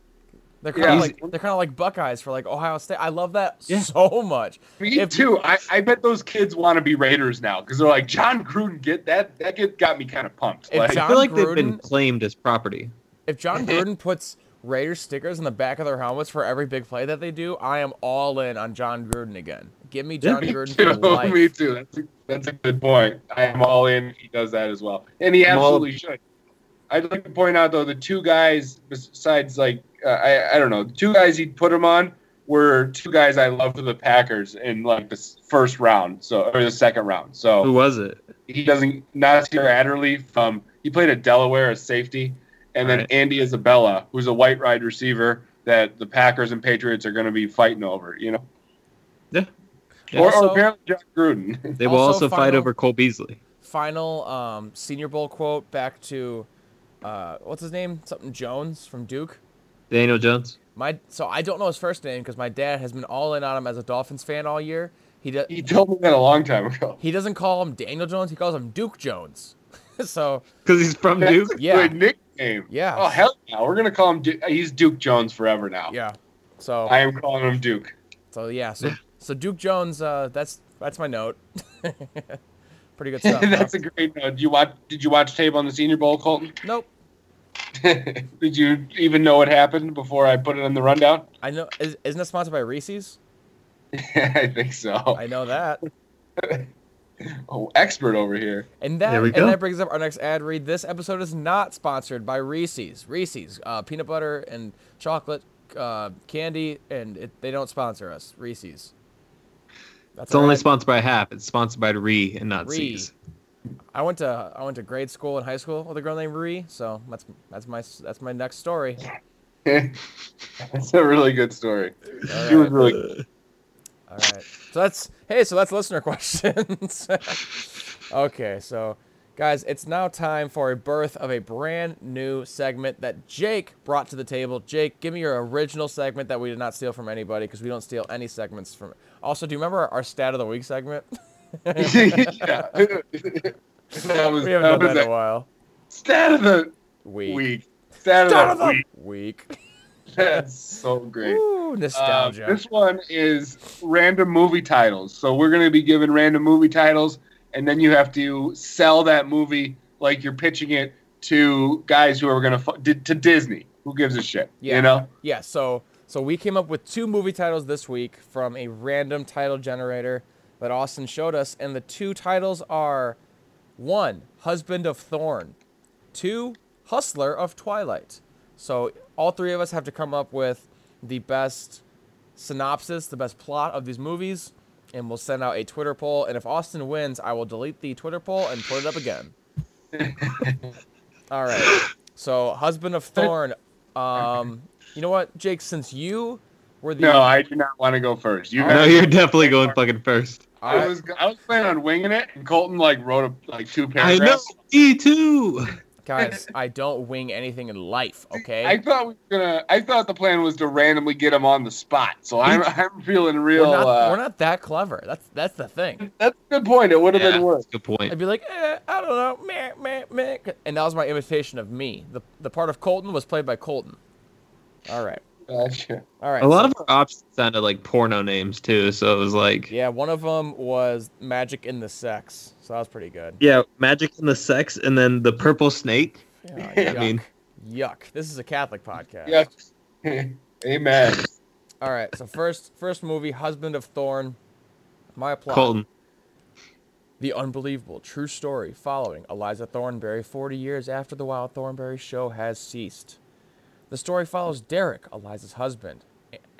[SPEAKER 4] They're
[SPEAKER 6] Yeah.
[SPEAKER 4] kind of
[SPEAKER 6] He's-
[SPEAKER 4] like they're kind of like Buckeyes for like Ohio State. I love that
[SPEAKER 5] Yeah.
[SPEAKER 4] so much.
[SPEAKER 6] Me
[SPEAKER 4] If-
[SPEAKER 6] too. I, I bet those kids want to be Raiders now because they're like John Gruden. Get that that kid got me kind of pumped.
[SPEAKER 4] If
[SPEAKER 6] Like,
[SPEAKER 5] I
[SPEAKER 4] John
[SPEAKER 5] feel like they've been
[SPEAKER 4] Gruden-
[SPEAKER 5] claimed as property.
[SPEAKER 4] If John Gruden puts Raider stickers in the back of their helmets for every big play that they do, I am all in on John Gruden again. Give me John
[SPEAKER 6] *laughs* *laughs* me
[SPEAKER 4] Gruden
[SPEAKER 6] too.
[SPEAKER 4] for life.
[SPEAKER 6] Me too. That's a, that's a good point. I am all in. if He does that as well, and he
[SPEAKER 5] I'm all-
[SPEAKER 6] absolutely should. I'd like to point out though the two guys besides like uh, I I don't know the two guys he put him on were two guys I love for the Packers in like the s- first round, so or the second round. So
[SPEAKER 5] Who was it?
[SPEAKER 6] he doesn't Nasir Adderley from he played at Delaware as safety, and then
[SPEAKER 5] Right.
[SPEAKER 6] Andy Isabella, who's a white wide receiver that the Packers and Patriots are going to be fighting over, you know.
[SPEAKER 5] Yeah.
[SPEAKER 6] Or, or
[SPEAKER 4] Also-
[SPEAKER 6] apparently Jack Gruden. *laughs*
[SPEAKER 5] They will
[SPEAKER 4] Also
[SPEAKER 5] also, fight
[SPEAKER 4] final-
[SPEAKER 5] over Cole Beasley.
[SPEAKER 4] Final um, Senior Bowl quote back to uh, what's his name? Something Jones from Duke.
[SPEAKER 5] Daniel Jones.
[SPEAKER 4] My so I don't know his first name because my dad has been all in on him as a Dolphins fan all year. He does.
[SPEAKER 6] he told me that a long time ago.
[SPEAKER 4] He doesn't call him Daniel Jones. He calls him Duke Jones. *laughs* so
[SPEAKER 5] Because he's from
[SPEAKER 6] That's
[SPEAKER 5] Duke.
[SPEAKER 6] a
[SPEAKER 4] Yeah.
[SPEAKER 6] good nickname.
[SPEAKER 4] Yeah.
[SPEAKER 6] Oh hell yeah, we're gonna call him. Duke. He's Duke Jones forever now.
[SPEAKER 4] yeah. So
[SPEAKER 6] I am calling him
[SPEAKER 4] *laughs*
[SPEAKER 6] Duke.
[SPEAKER 4] so yeah. So so Duke Jones. Uh, that's that's my note. *laughs* Pretty
[SPEAKER 5] *laughs*
[SPEAKER 4] good stuff.
[SPEAKER 6] *laughs* That's
[SPEAKER 4] huh?
[SPEAKER 6] a great note. Did you watch? Did you watch tape on the Senior Bowl, Colton? *laughs*
[SPEAKER 4] nope.
[SPEAKER 6] did you even know what happened before I put it in the rundown? *laughs*
[SPEAKER 4] I know. Is, isn't it sponsored by Reese's?
[SPEAKER 6] I think so.
[SPEAKER 4] I know that.
[SPEAKER 6] Oh, expert over here. *laughs*
[SPEAKER 4] And that
[SPEAKER 5] There we
[SPEAKER 4] and
[SPEAKER 5] go.
[SPEAKER 4] that brings up our next ad read. This episode is not sponsored by Reese's. Reese's uh, peanut butter and chocolate uh, candy, and it, they don't sponsor us. Reese's. That's
[SPEAKER 5] It's only
[SPEAKER 4] alright.
[SPEAKER 5] sponsored by half. It's sponsored by Re and not
[SPEAKER 4] Re.
[SPEAKER 5] C's.
[SPEAKER 4] I went to I went to grade school and high school with a girl named Ree, so that's that's my that's my next story.
[SPEAKER 6] That's a really good story. She was
[SPEAKER 4] Alright.
[SPEAKER 6] really
[SPEAKER 4] *laughs* All right. So that's hey, so that's listener *laughs* questions. okay, so guys, it's now time for a birth of a brand new segment that Jake brought to the table. Jake, give me your original segment that we did not steal from anybody because we don't steal any segments from. Also, do you remember our stat of the week segment? *laughs*
[SPEAKER 6] yeah. *laughs* that was,
[SPEAKER 4] we haven't done
[SPEAKER 6] that was
[SPEAKER 4] that in a
[SPEAKER 6] a
[SPEAKER 4] while.
[SPEAKER 6] stat of the
[SPEAKER 4] Week.
[SPEAKER 6] week. Stat of the week. *laughs*
[SPEAKER 4] Week.
[SPEAKER 6] That's so great.
[SPEAKER 4] Ooh,
[SPEAKER 6] Uh,
[SPEAKER 4] nostalgia.
[SPEAKER 6] this one is random movie titles. So we're going to be given random movie titles, and then you have to sell that movie like you're pitching it to guys who are going to di- to Disney. Who gives a shit?
[SPEAKER 4] Yeah.
[SPEAKER 6] You know.
[SPEAKER 4] Yeah, so so we came up with two movie titles this week from a random title generator that Austin showed us, and the two titles are one, Husband of Thorn, two, Hustler of Twilight. So all three of us have to come up with the best synopsis, the best plot of these movies, and we'll send out a Twitter poll. And if Austin wins, I will delete the Twitter poll and put it up
[SPEAKER 6] *laughs*
[SPEAKER 4] again. all right. So Husband of Thorn, um, you know what, Jake? Since you were the
[SPEAKER 6] No, I do not want to go first. You
[SPEAKER 5] No,
[SPEAKER 6] guys-
[SPEAKER 5] you're definitely going fucking first.
[SPEAKER 6] I was I was planning on winging it, and Colton like wrote a, like two
[SPEAKER 5] I know.
[SPEAKER 6] paragraphs.
[SPEAKER 5] Me too.
[SPEAKER 4] guys, I don't wing anything in life. Okay.
[SPEAKER 6] I thought we were gonna. I thought the plan was to randomly get him on the spot. So I'm I'm feeling real.
[SPEAKER 4] we're, not,
[SPEAKER 6] uh,
[SPEAKER 4] we're not that clever. That's that's the thing.
[SPEAKER 6] that's a good point. It would have
[SPEAKER 5] Yeah,
[SPEAKER 6] been worse.
[SPEAKER 5] that's a Good point.
[SPEAKER 4] I'd be like, eh, I don't know, meh, meh, meh. and that was my imitation of me. The the part of Colton was played by Colton. All right,
[SPEAKER 6] Gotcha.
[SPEAKER 4] all right.
[SPEAKER 5] A lot
[SPEAKER 4] so-
[SPEAKER 5] of our options sounded like porno names too, so it was like
[SPEAKER 4] yeah, one of them was Magic in the Sex, so that was pretty good.
[SPEAKER 5] yeah, magic and the sex, and then the purple snake.
[SPEAKER 4] Yeah,
[SPEAKER 5] I mean,
[SPEAKER 4] yuck. This is a Catholic podcast.
[SPEAKER 6] Yes. *laughs* Amen.
[SPEAKER 4] All right. So first, first movie, Husband of Thorn. My plot.
[SPEAKER 5] Colton.
[SPEAKER 4] The unbelievable true story following Eliza Thornberry 40 years after the Wild Thornberry show has ceased. The story follows Derek, Eliza's husband,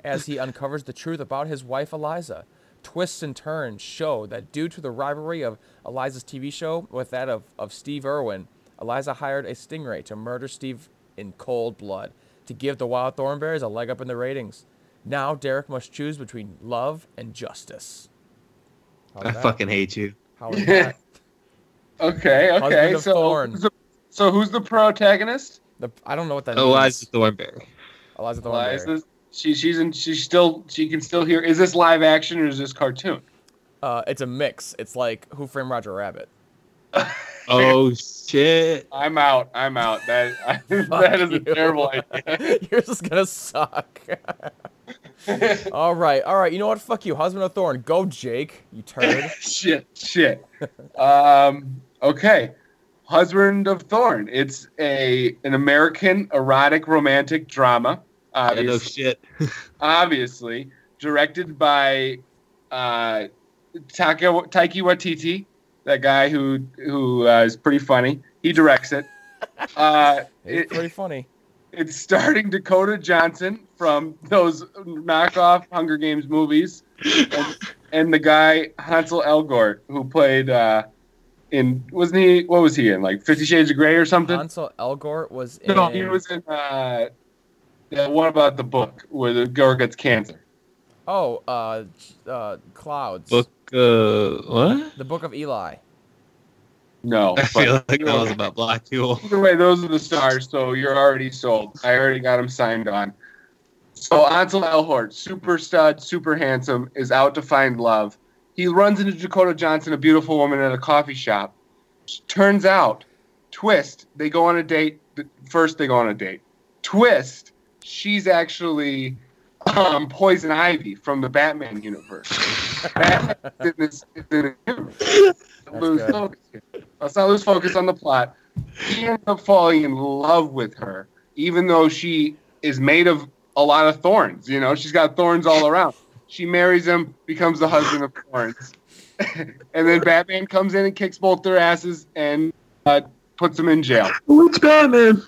[SPEAKER 4] as he uncovers the truth about his wife Eliza. Twists and turns show that due to the rivalry of Eliza's TV show with that of, of Steve Irwin, Eliza hired a stingray to murder Steve in cold blood to give the Wild Thornberries a leg up in the ratings. Now Derek must choose between love and justice. How's
[SPEAKER 5] *laughs* I
[SPEAKER 4] that?
[SPEAKER 5] fucking hate you.
[SPEAKER 4] How is that?
[SPEAKER 6] Okay. Okay.
[SPEAKER 4] Husband of
[SPEAKER 6] So,
[SPEAKER 4] Thorn.
[SPEAKER 6] so so who's the protagonist?
[SPEAKER 4] The, I don't know what that
[SPEAKER 5] Oh, Eliza
[SPEAKER 4] means.
[SPEAKER 5] Thornberry.
[SPEAKER 4] Eliza Thornberry.
[SPEAKER 6] Eliza. She she's in. She's still. She can still hear. Is this live action or is this cartoon?
[SPEAKER 4] Uh, it's a mix. It's like Who Framed Roger Rabbit. *laughs*
[SPEAKER 5] Oh shit.
[SPEAKER 6] I'm out. I'm out. That *laughs* that is a
[SPEAKER 4] you.
[SPEAKER 6] terrible idea.
[SPEAKER 4] Yours is gonna suck. *laughs* all right, all right. You know what? Fuck you, husband of Thorn. Go, Jake. You
[SPEAKER 6] *laughs*
[SPEAKER 4] turd.
[SPEAKER 6] shit, shit. Um, okay, Husband of Thorn. It's a an American erotic romantic drama.
[SPEAKER 5] Yeah, no
[SPEAKER 6] Obviously,
[SPEAKER 5] shit.
[SPEAKER 6] obviously directed by uh, Taka, Taiki Watiti, that guy who who uh, is pretty funny. He directs it. Uh, it-
[SPEAKER 4] It's pretty funny.
[SPEAKER 6] it's starting Dakota Johnson from those knockoff Hunger Games movies, and, and the guy Hansel Elgort who played uh, in wasn't he? What was he in? Like Fifty Shades of Grey or something?
[SPEAKER 4] Hansel Elgort was in.
[SPEAKER 6] no, he was in uh, that one about the book where the girl gets cancer.
[SPEAKER 4] Oh, uh, uh, clouds.
[SPEAKER 5] Book uh what?
[SPEAKER 4] The Book of Eli.
[SPEAKER 6] No,
[SPEAKER 5] I feel
[SPEAKER 6] but-
[SPEAKER 5] like that was about Black Fuel.
[SPEAKER 6] Either way, those are the stars, so you're already sold. I already got him signed on. So Ansel Elhort, super stud, super handsome, is out to find love. He runs into Dakota Johnson, a beautiful woman at a coffee shop. Turns out, twist, they go on a date. First, they go on a date. Twist, she's actually um, Poison Ivy from the Batman universe. Batman's in this, in this universe. Lose
[SPEAKER 4] good.
[SPEAKER 6] focus here. Let's not lose focus on the plot he ends up falling in love with her, even though she is made of a lot of thorns. You know, she's got thorns all around. She marries him, becomes the husband of thorns, *laughs* and then Batman comes in and kicks both their asses and uh, puts them in jail.
[SPEAKER 5] Who's Batman?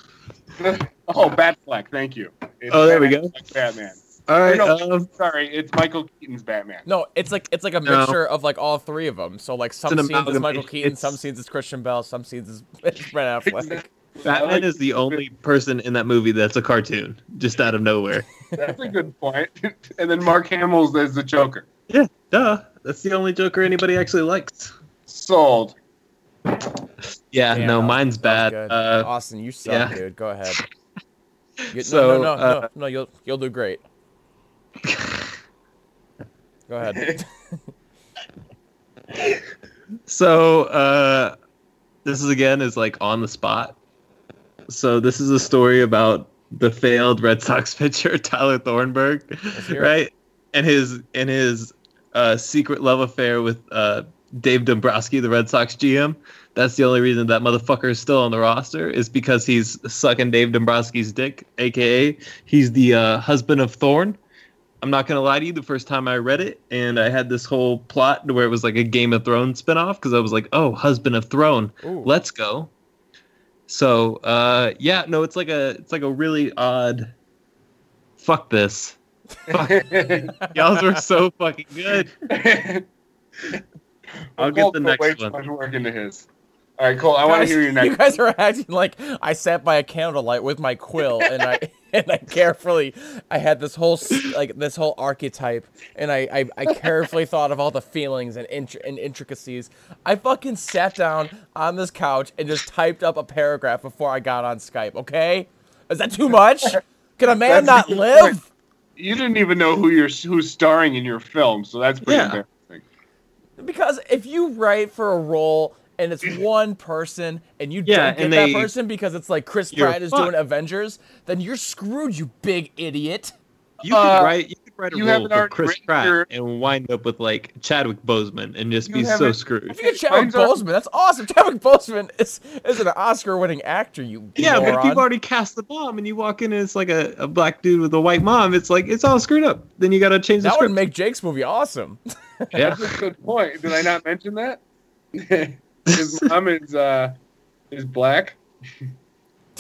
[SPEAKER 6] oh, Batfleck, thank you. It's
[SPEAKER 5] Oh, there we go.
[SPEAKER 6] Batfleck Batman.
[SPEAKER 5] All right.
[SPEAKER 6] No, no.
[SPEAKER 5] Um,
[SPEAKER 6] Sorry, it's Michael Keaton's Batman.
[SPEAKER 4] No, it's like it's like a
[SPEAKER 5] No.
[SPEAKER 4] mixture of like all three of them. So like some
[SPEAKER 5] an
[SPEAKER 4] scenes is Michael
[SPEAKER 5] amalgamation.
[SPEAKER 4] Keaton, some
[SPEAKER 5] It's-
[SPEAKER 4] scenes is Christian Bell, some scenes is *laughs* it's Ben Affleck.
[SPEAKER 5] Batman
[SPEAKER 6] I like-
[SPEAKER 5] is the only person in that movie that's a cartoon, just out of nowhere.
[SPEAKER 6] That's a good point. *laughs* and then Mark Hamill's as the Joker.
[SPEAKER 5] *laughs* Duh. That's the only Joker anybody actually likes.
[SPEAKER 6] Sold.
[SPEAKER 5] Yeah,
[SPEAKER 4] Damn,
[SPEAKER 5] no,
[SPEAKER 4] that-
[SPEAKER 5] mine's
[SPEAKER 4] That was
[SPEAKER 5] bad.
[SPEAKER 4] good.
[SPEAKER 5] Uh,
[SPEAKER 4] Austin, you suck,
[SPEAKER 5] yeah.
[SPEAKER 4] dude. Go
[SPEAKER 5] *laughs*
[SPEAKER 4] ahead. You,
[SPEAKER 5] So,
[SPEAKER 4] no, no, no,
[SPEAKER 5] uh,
[SPEAKER 4] no, no, you'll you'll do
[SPEAKER 5] *laughs*
[SPEAKER 4] great. Go ahead.
[SPEAKER 5] So uh, this is again is like on the spot. So this is a story about the failed Red Sox *laughs* pitcher Tyler Thornburg,
[SPEAKER 4] hear it.
[SPEAKER 5] right? And his and his uh, secret love affair with uh, Dave Dombrowski, the Red Sox GM. That's the only reason that motherfucker is still on the roster is because he's sucking Dave Dombrowski's dick, aka he's the uh, husband of Thorn. I'm not gonna lie to you. The first time I read it, and I had this whole plot where it was like a Game of Thrones spinoff, because I was like, "Oh, husband of throne,
[SPEAKER 4] Ooh.
[SPEAKER 5] let's go." So, uh, yeah, no, it's like a it's like a really odd. Fuck this, y'all were so fucking good. I'll get
[SPEAKER 6] Colt
[SPEAKER 5] the
[SPEAKER 6] put
[SPEAKER 5] next
[SPEAKER 6] way
[SPEAKER 5] one.
[SPEAKER 6] Too much work into his. All right, Cole. I want to
[SPEAKER 4] Guys,
[SPEAKER 6] hear your
[SPEAKER 4] You
[SPEAKER 6] next.
[SPEAKER 4] guys are acting like I sat by a candlelight with my quill and I *laughs* and I carefully I had this whole s- like this whole archetype and I I, I carefully thought of all the feelings and int- and intricacies. I fucking sat down on this couch and just typed up a paragraph before I got on Skype. Okay, is that too much? Can a man not
[SPEAKER 6] That's *laughs* a good
[SPEAKER 4] live?
[SPEAKER 6] point. You didn't even know who you're who's starring in your film, so that's pretty
[SPEAKER 5] Yeah.
[SPEAKER 6] embarrassing.
[SPEAKER 4] Because if you write for a role and
[SPEAKER 5] *clears throat*
[SPEAKER 4] it's one person and you
[SPEAKER 5] Yeah,
[SPEAKER 4] don't get
[SPEAKER 5] and
[SPEAKER 4] that
[SPEAKER 5] they-
[SPEAKER 4] person because it's like Chris
[SPEAKER 5] You're
[SPEAKER 4] Pratt is
[SPEAKER 5] fucked.
[SPEAKER 4] doing Avengers, then you're screwed, you big idiot.
[SPEAKER 5] You could
[SPEAKER 6] Uh,
[SPEAKER 5] write you could write a
[SPEAKER 6] you
[SPEAKER 5] role
[SPEAKER 6] haven't
[SPEAKER 5] for
[SPEAKER 6] already
[SPEAKER 5] Chris
[SPEAKER 6] written
[SPEAKER 5] Pratt
[SPEAKER 6] your-
[SPEAKER 5] and wind up with like Chadwick Boseman and just
[SPEAKER 6] You
[SPEAKER 5] be so
[SPEAKER 6] haven't-
[SPEAKER 5] screwed.
[SPEAKER 4] If you get Chadwick
[SPEAKER 6] Mine's already-
[SPEAKER 4] Boseman, that's awesome. *laughs* Chadwick Boseman is is an Oscar-winning actor. You
[SPEAKER 5] Yeah, but if
[SPEAKER 4] moron.
[SPEAKER 5] you've already cast the bomb and you walk in and it's like a, a black dude with a white mom, it's like it's all screwed up. Then you gotta change the
[SPEAKER 4] that would
[SPEAKER 5] script.
[SPEAKER 4] make Jake's movie awesome.
[SPEAKER 5] *laughs*
[SPEAKER 4] *laughs*
[SPEAKER 5] yeah.
[SPEAKER 6] That's *laughs* a good point. Did I not mention
[SPEAKER 5] *laughs*
[SPEAKER 6] that? his mom is uh, is black.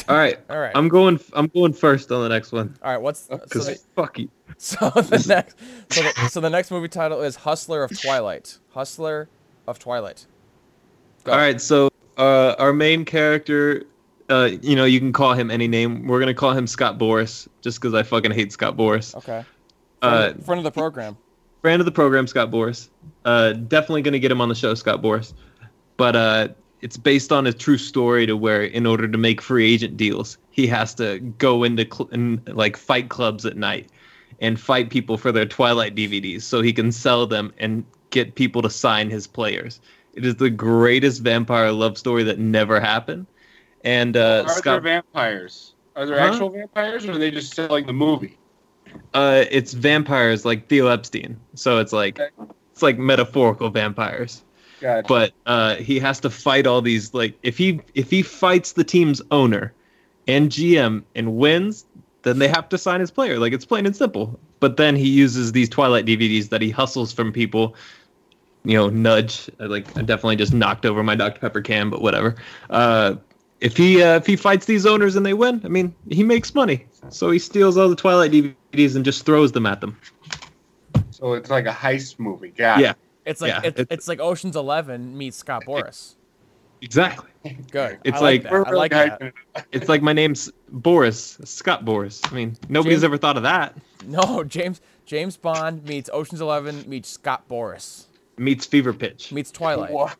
[SPEAKER 5] All right.
[SPEAKER 4] All right,
[SPEAKER 5] I'm Oh, going I'm going first on the next one.
[SPEAKER 4] all right. What's Uh, so
[SPEAKER 5] Because
[SPEAKER 4] the,
[SPEAKER 5] *laughs* fuck you.
[SPEAKER 4] so the next so the, so the next movie title is Hustler of Twilight. Hustler of Twilight. Go.
[SPEAKER 5] All right, so uh, our main character, uh, you know, you can call him any name. We're gonna call him Scott Boris, just because I fucking hate Scott Boris.
[SPEAKER 4] Okay.
[SPEAKER 5] Uh,
[SPEAKER 4] Friend, friend of the program.
[SPEAKER 5] friend of the program, Scott Boris. Uh, definitely going to get him on the show, Scott Boris. But uh, it's based on a true story to where, in order to make free agent deals, he has to go into cl- and, like fight clubs at night and fight people for their Twilight DVDs so he can sell them and get people to sign his players. It is the greatest vampire love story that never happened. And uh,
[SPEAKER 6] are there
[SPEAKER 5] Scott,
[SPEAKER 6] vampires? Are there
[SPEAKER 5] Huh?
[SPEAKER 6] actual vampires, or are they just selling the movie?
[SPEAKER 5] uh, it's vampires like Theo Epstein, so it's like
[SPEAKER 6] Okay.
[SPEAKER 5] it's like metaphorical vampires.
[SPEAKER 6] God,
[SPEAKER 5] but uh, he has to fight all these like if he if he fights the team's owner and GM and wins, then they have to sign his player. Like it's plain and simple. But then he uses these Twilight DVDs that he hustles from people. You know, nudge. I, Like I definitely just knocked over my Dr Pepper can, but whatever. Uh, if he uh, if he fights these owners and they win, I mean, he makes money. So he steals all the Twilight DVDs and just throws them at them.
[SPEAKER 6] So it's like a heist movie. Got
[SPEAKER 5] Yeah,
[SPEAKER 6] it.
[SPEAKER 4] It's like
[SPEAKER 5] Yeah,
[SPEAKER 4] it's,
[SPEAKER 5] it's-
[SPEAKER 4] it's like Ocean's Eleven meets Scott Boris.
[SPEAKER 5] exactly.
[SPEAKER 4] Good.
[SPEAKER 5] It's
[SPEAKER 4] I like,
[SPEAKER 5] like-
[SPEAKER 4] that. I like that.
[SPEAKER 6] hyping it up.
[SPEAKER 5] It's like my name's Boris Scott Boris. I mean, nobody's
[SPEAKER 4] Jim-
[SPEAKER 5] ever thought of that.
[SPEAKER 4] *laughs* No, James James Bond meets Ocean's Eleven meets Scott Boris
[SPEAKER 5] Meets Fever Pitch.
[SPEAKER 4] meets Twilight.
[SPEAKER 6] Wow.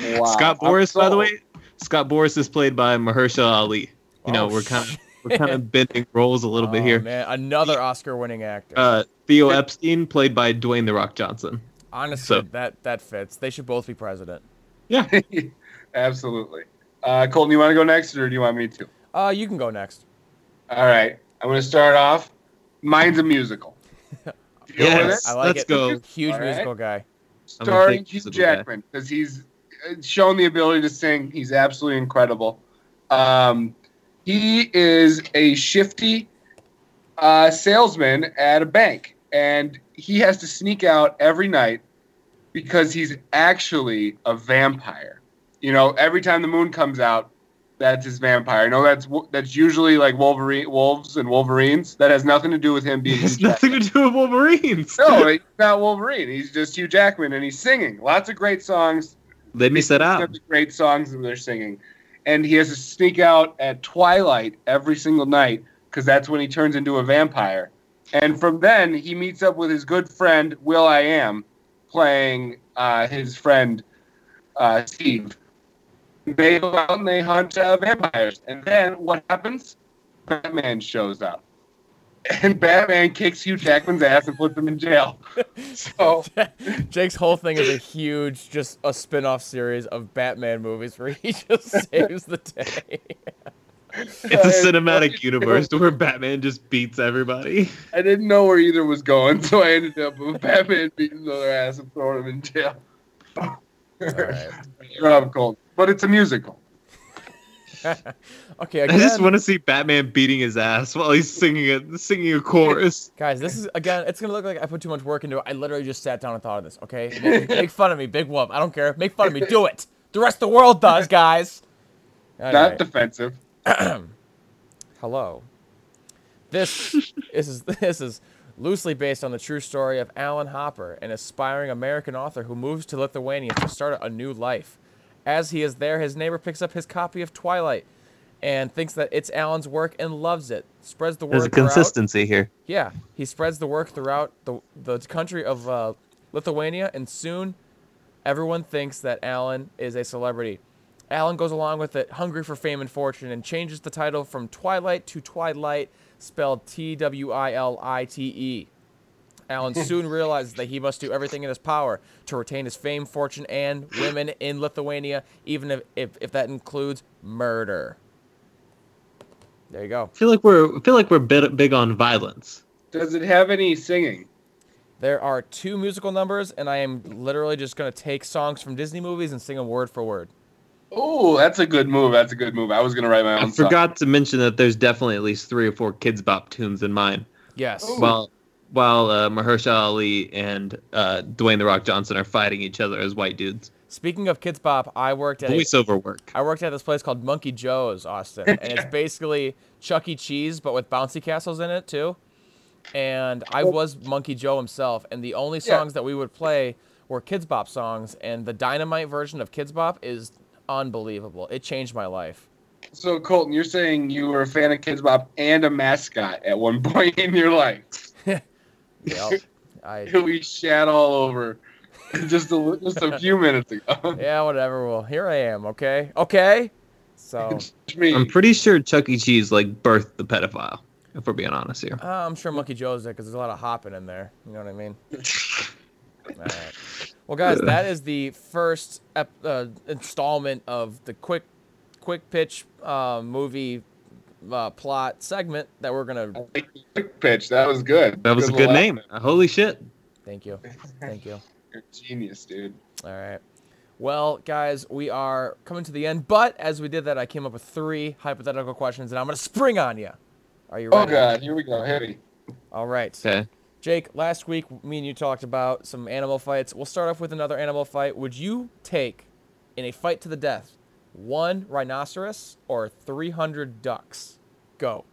[SPEAKER 6] Wow.
[SPEAKER 5] Scott
[SPEAKER 6] I'm
[SPEAKER 5] Boris, by the
[SPEAKER 6] sold.
[SPEAKER 5] way, Scott Boris is played by Mahershala Ali. You know,
[SPEAKER 4] Oh,
[SPEAKER 5] we're kind of we're kind of bending roles a little bit
[SPEAKER 4] Oh,
[SPEAKER 5] here.
[SPEAKER 4] man, another Oscar-winning actor.
[SPEAKER 5] Uh, Theo Epstein, played by Dwayne the
[SPEAKER 4] *laughs*
[SPEAKER 5] Rock Johnson.
[SPEAKER 4] Honestly,
[SPEAKER 5] so-
[SPEAKER 4] that that fits. They should both be president.
[SPEAKER 5] Yeah,
[SPEAKER 6] *laughs* Absolutely. Uh, Colton, you want to go next, or do you want me to?
[SPEAKER 4] Uh, you can go next.
[SPEAKER 6] All right. I'm going to start off. Mine's a
[SPEAKER 4] *laughs*
[SPEAKER 6] musical. Deal with
[SPEAKER 5] Yes.
[SPEAKER 6] it.
[SPEAKER 4] I like
[SPEAKER 5] Let's
[SPEAKER 4] it.
[SPEAKER 5] go.
[SPEAKER 4] Huge
[SPEAKER 6] All right.
[SPEAKER 4] musical guy. *laughs*
[SPEAKER 5] I'm a
[SPEAKER 6] Starring
[SPEAKER 5] big
[SPEAKER 6] Hugh
[SPEAKER 5] musical guy.
[SPEAKER 6] Jackman because he's uh, shown the ability to sing. He's absolutely incredible. Um, he is a shifty uh, salesman at a bank, and he has to sneak out every night because he's actually a vampire. You know, every time the moon comes out, that's his vampire. I know that's wo- that's usually like Wolverine, wolves and Wolverines. That has nothing to do with him being. Hugh
[SPEAKER 5] It's nothing to do with Wolverines. *laughs*
[SPEAKER 6] Jackman. No, he's not Wolverine. He's just Hugh Jackman, and he's singing lots of great songs.
[SPEAKER 5] Let me set
[SPEAKER 6] Some
[SPEAKER 5] out.
[SPEAKER 6] great songs that they're singing, and he has to sneak out at twilight every single night because that's when he turns into a vampire. And from then, he meets up with his good friend Will I Am, playing uh, his friend uh, Steve. They go out and they hunt uh, vampires, and then what happens? Batman shows up, and Batman kicks Hugh Jackman's ass and puts him
[SPEAKER 5] *laughs*
[SPEAKER 6] in jail. So.
[SPEAKER 4] Jake's whole thing is a huge, just a spin-off series of Batman movies where he *laughs* just saves the day. *laughs*
[SPEAKER 5] It's
[SPEAKER 6] uh,
[SPEAKER 5] a cinematic
[SPEAKER 6] it-
[SPEAKER 5] universe where Batman just beats everybody.
[SPEAKER 6] I didn't know where either was going, *laughs* so I ended up with Batman beating the other ass and throwing him in jail.
[SPEAKER 4] All right. *laughs*
[SPEAKER 6] You're up, Colt. But it's a musical.
[SPEAKER 4] Okay,
[SPEAKER 5] *laughs* I
[SPEAKER 4] again,
[SPEAKER 5] just want to see Batman beating his ass while he's singing a singing a chorus.
[SPEAKER 4] guys, this is again. It's gonna look like I put too much work into it. I literally just sat down and thought of this. Okay, make, make fun of me, big whoop. I don't care. Make fun of me. Do it. The rest of the world does, guys. All
[SPEAKER 6] Not
[SPEAKER 4] right.
[SPEAKER 6] defensive.
[SPEAKER 4] Hello. This this is this is loosely based on the true story of Alan Hopper, an aspiring American author who moves to Lithuania to start a new life. As he is there, his neighbor picks up his copy of Twilight and thinks that it's Alan's work and loves it. Spreads the word. throughout-
[SPEAKER 5] here.
[SPEAKER 4] Yeah, he spreads the work throughout the the country of uh, Lithuania, and soon everyone thinks that Alan is a celebrity. Alan goes along with it, hungry for fame and fortune, and changes the title from Twilight to Twilight, spelled T W I L I T E. Alan soon realizes that he must do everything in his power to retain his fame, fortune, and women in Lithuania, even if, if, if that includes murder. There you go.
[SPEAKER 5] I feel like we're I feel like we're bit, big on violence.
[SPEAKER 6] Does it have any singing?
[SPEAKER 4] There are two musical numbers, and I am literally just going to take songs from Disney movies and sing them word for word.
[SPEAKER 6] Oh, that's a good move. That's a good move. I was gonna write my
[SPEAKER 5] I
[SPEAKER 6] own song.
[SPEAKER 5] forgot to mention that there's definitely at least three or four kids bop tunes in mine.
[SPEAKER 4] Yes.
[SPEAKER 6] Ooh.
[SPEAKER 5] While while uh, Mahershala Ali and uh, Dwayne the Rock Johnson are fighting each other as white dudes.
[SPEAKER 4] Speaking of Kids Bop, I worked at a,
[SPEAKER 5] Voiceover work.
[SPEAKER 4] I worked at this place called Monkey Joe's, Austin, and
[SPEAKER 6] *laughs*
[SPEAKER 4] it's basically Chuck E. Cheese but with bouncy castles in it too. And I was Monkey Joe himself, and the only
[SPEAKER 6] Yeah.
[SPEAKER 4] songs that we would play were Kids Bop songs, and the Dynamite version of Kids Bop is unbelievable. It changed my life.
[SPEAKER 6] So Colton, you're saying you were a fan of Kids Bop and a mascot at one *laughs* point in your life. *laughs*
[SPEAKER 4] Yep. I
[SPEAKER 6] Who we shat all over *laughs* just a, just a few minutes ago. *laughs*
[SPEAKER 4] Yeah, whatever. Well, here I am. Okay. Okay. So
[SPEAKER 6] Me.
[SPEAKER 5] I'm pretty sure Chuck E. Cheese like birthed the pedophile. If we're being honest here.
[SPEAKER 4] uh, I'm sure Monkey Joe's there because there's a lot of hopping in there. You know what I
[SPEAKER 6] *laughs*
[SPEAKER 4] mean? All right. Well, guys, that is the first ep- uh, installment of the quick, quick pitch uh, movie uh, plot segment that we're
[SPEAKER 6] Oh.
[SPEAKER 4] gonna.
[SPEAKER 6] Quick pitch. That was good.
[SPEAKER 5] That was a good
[SPEAKER 6] laugh.
[SPEAKER 5] name. Holy shit.
[SPEAKER 4] Thank you. Thank
[SPEAKER 6] *laughs*
[SPEAKER 4] you.
[SPEAKER 6] You're a genius, dude.
[SPEAKER 4] All right. Well, guys, we are coming to the end, but as we did that, I came up with three hypothetical questions, and I'm gonna spring on you. Are you
[SPEAKER 6] Oh
[SPEAKER 4] ready?
[SPEAKER 6] god, here we go, heavy.
[SPEAKER 4] All right.
[SPEAKER 5] Okay.
[SPEAKER 4] Jake, last week me and you talked about some animal fights. We'll start off with another animal fight. Would you take in a fight to the death? one rhinoceros, or 300 ducks? Go.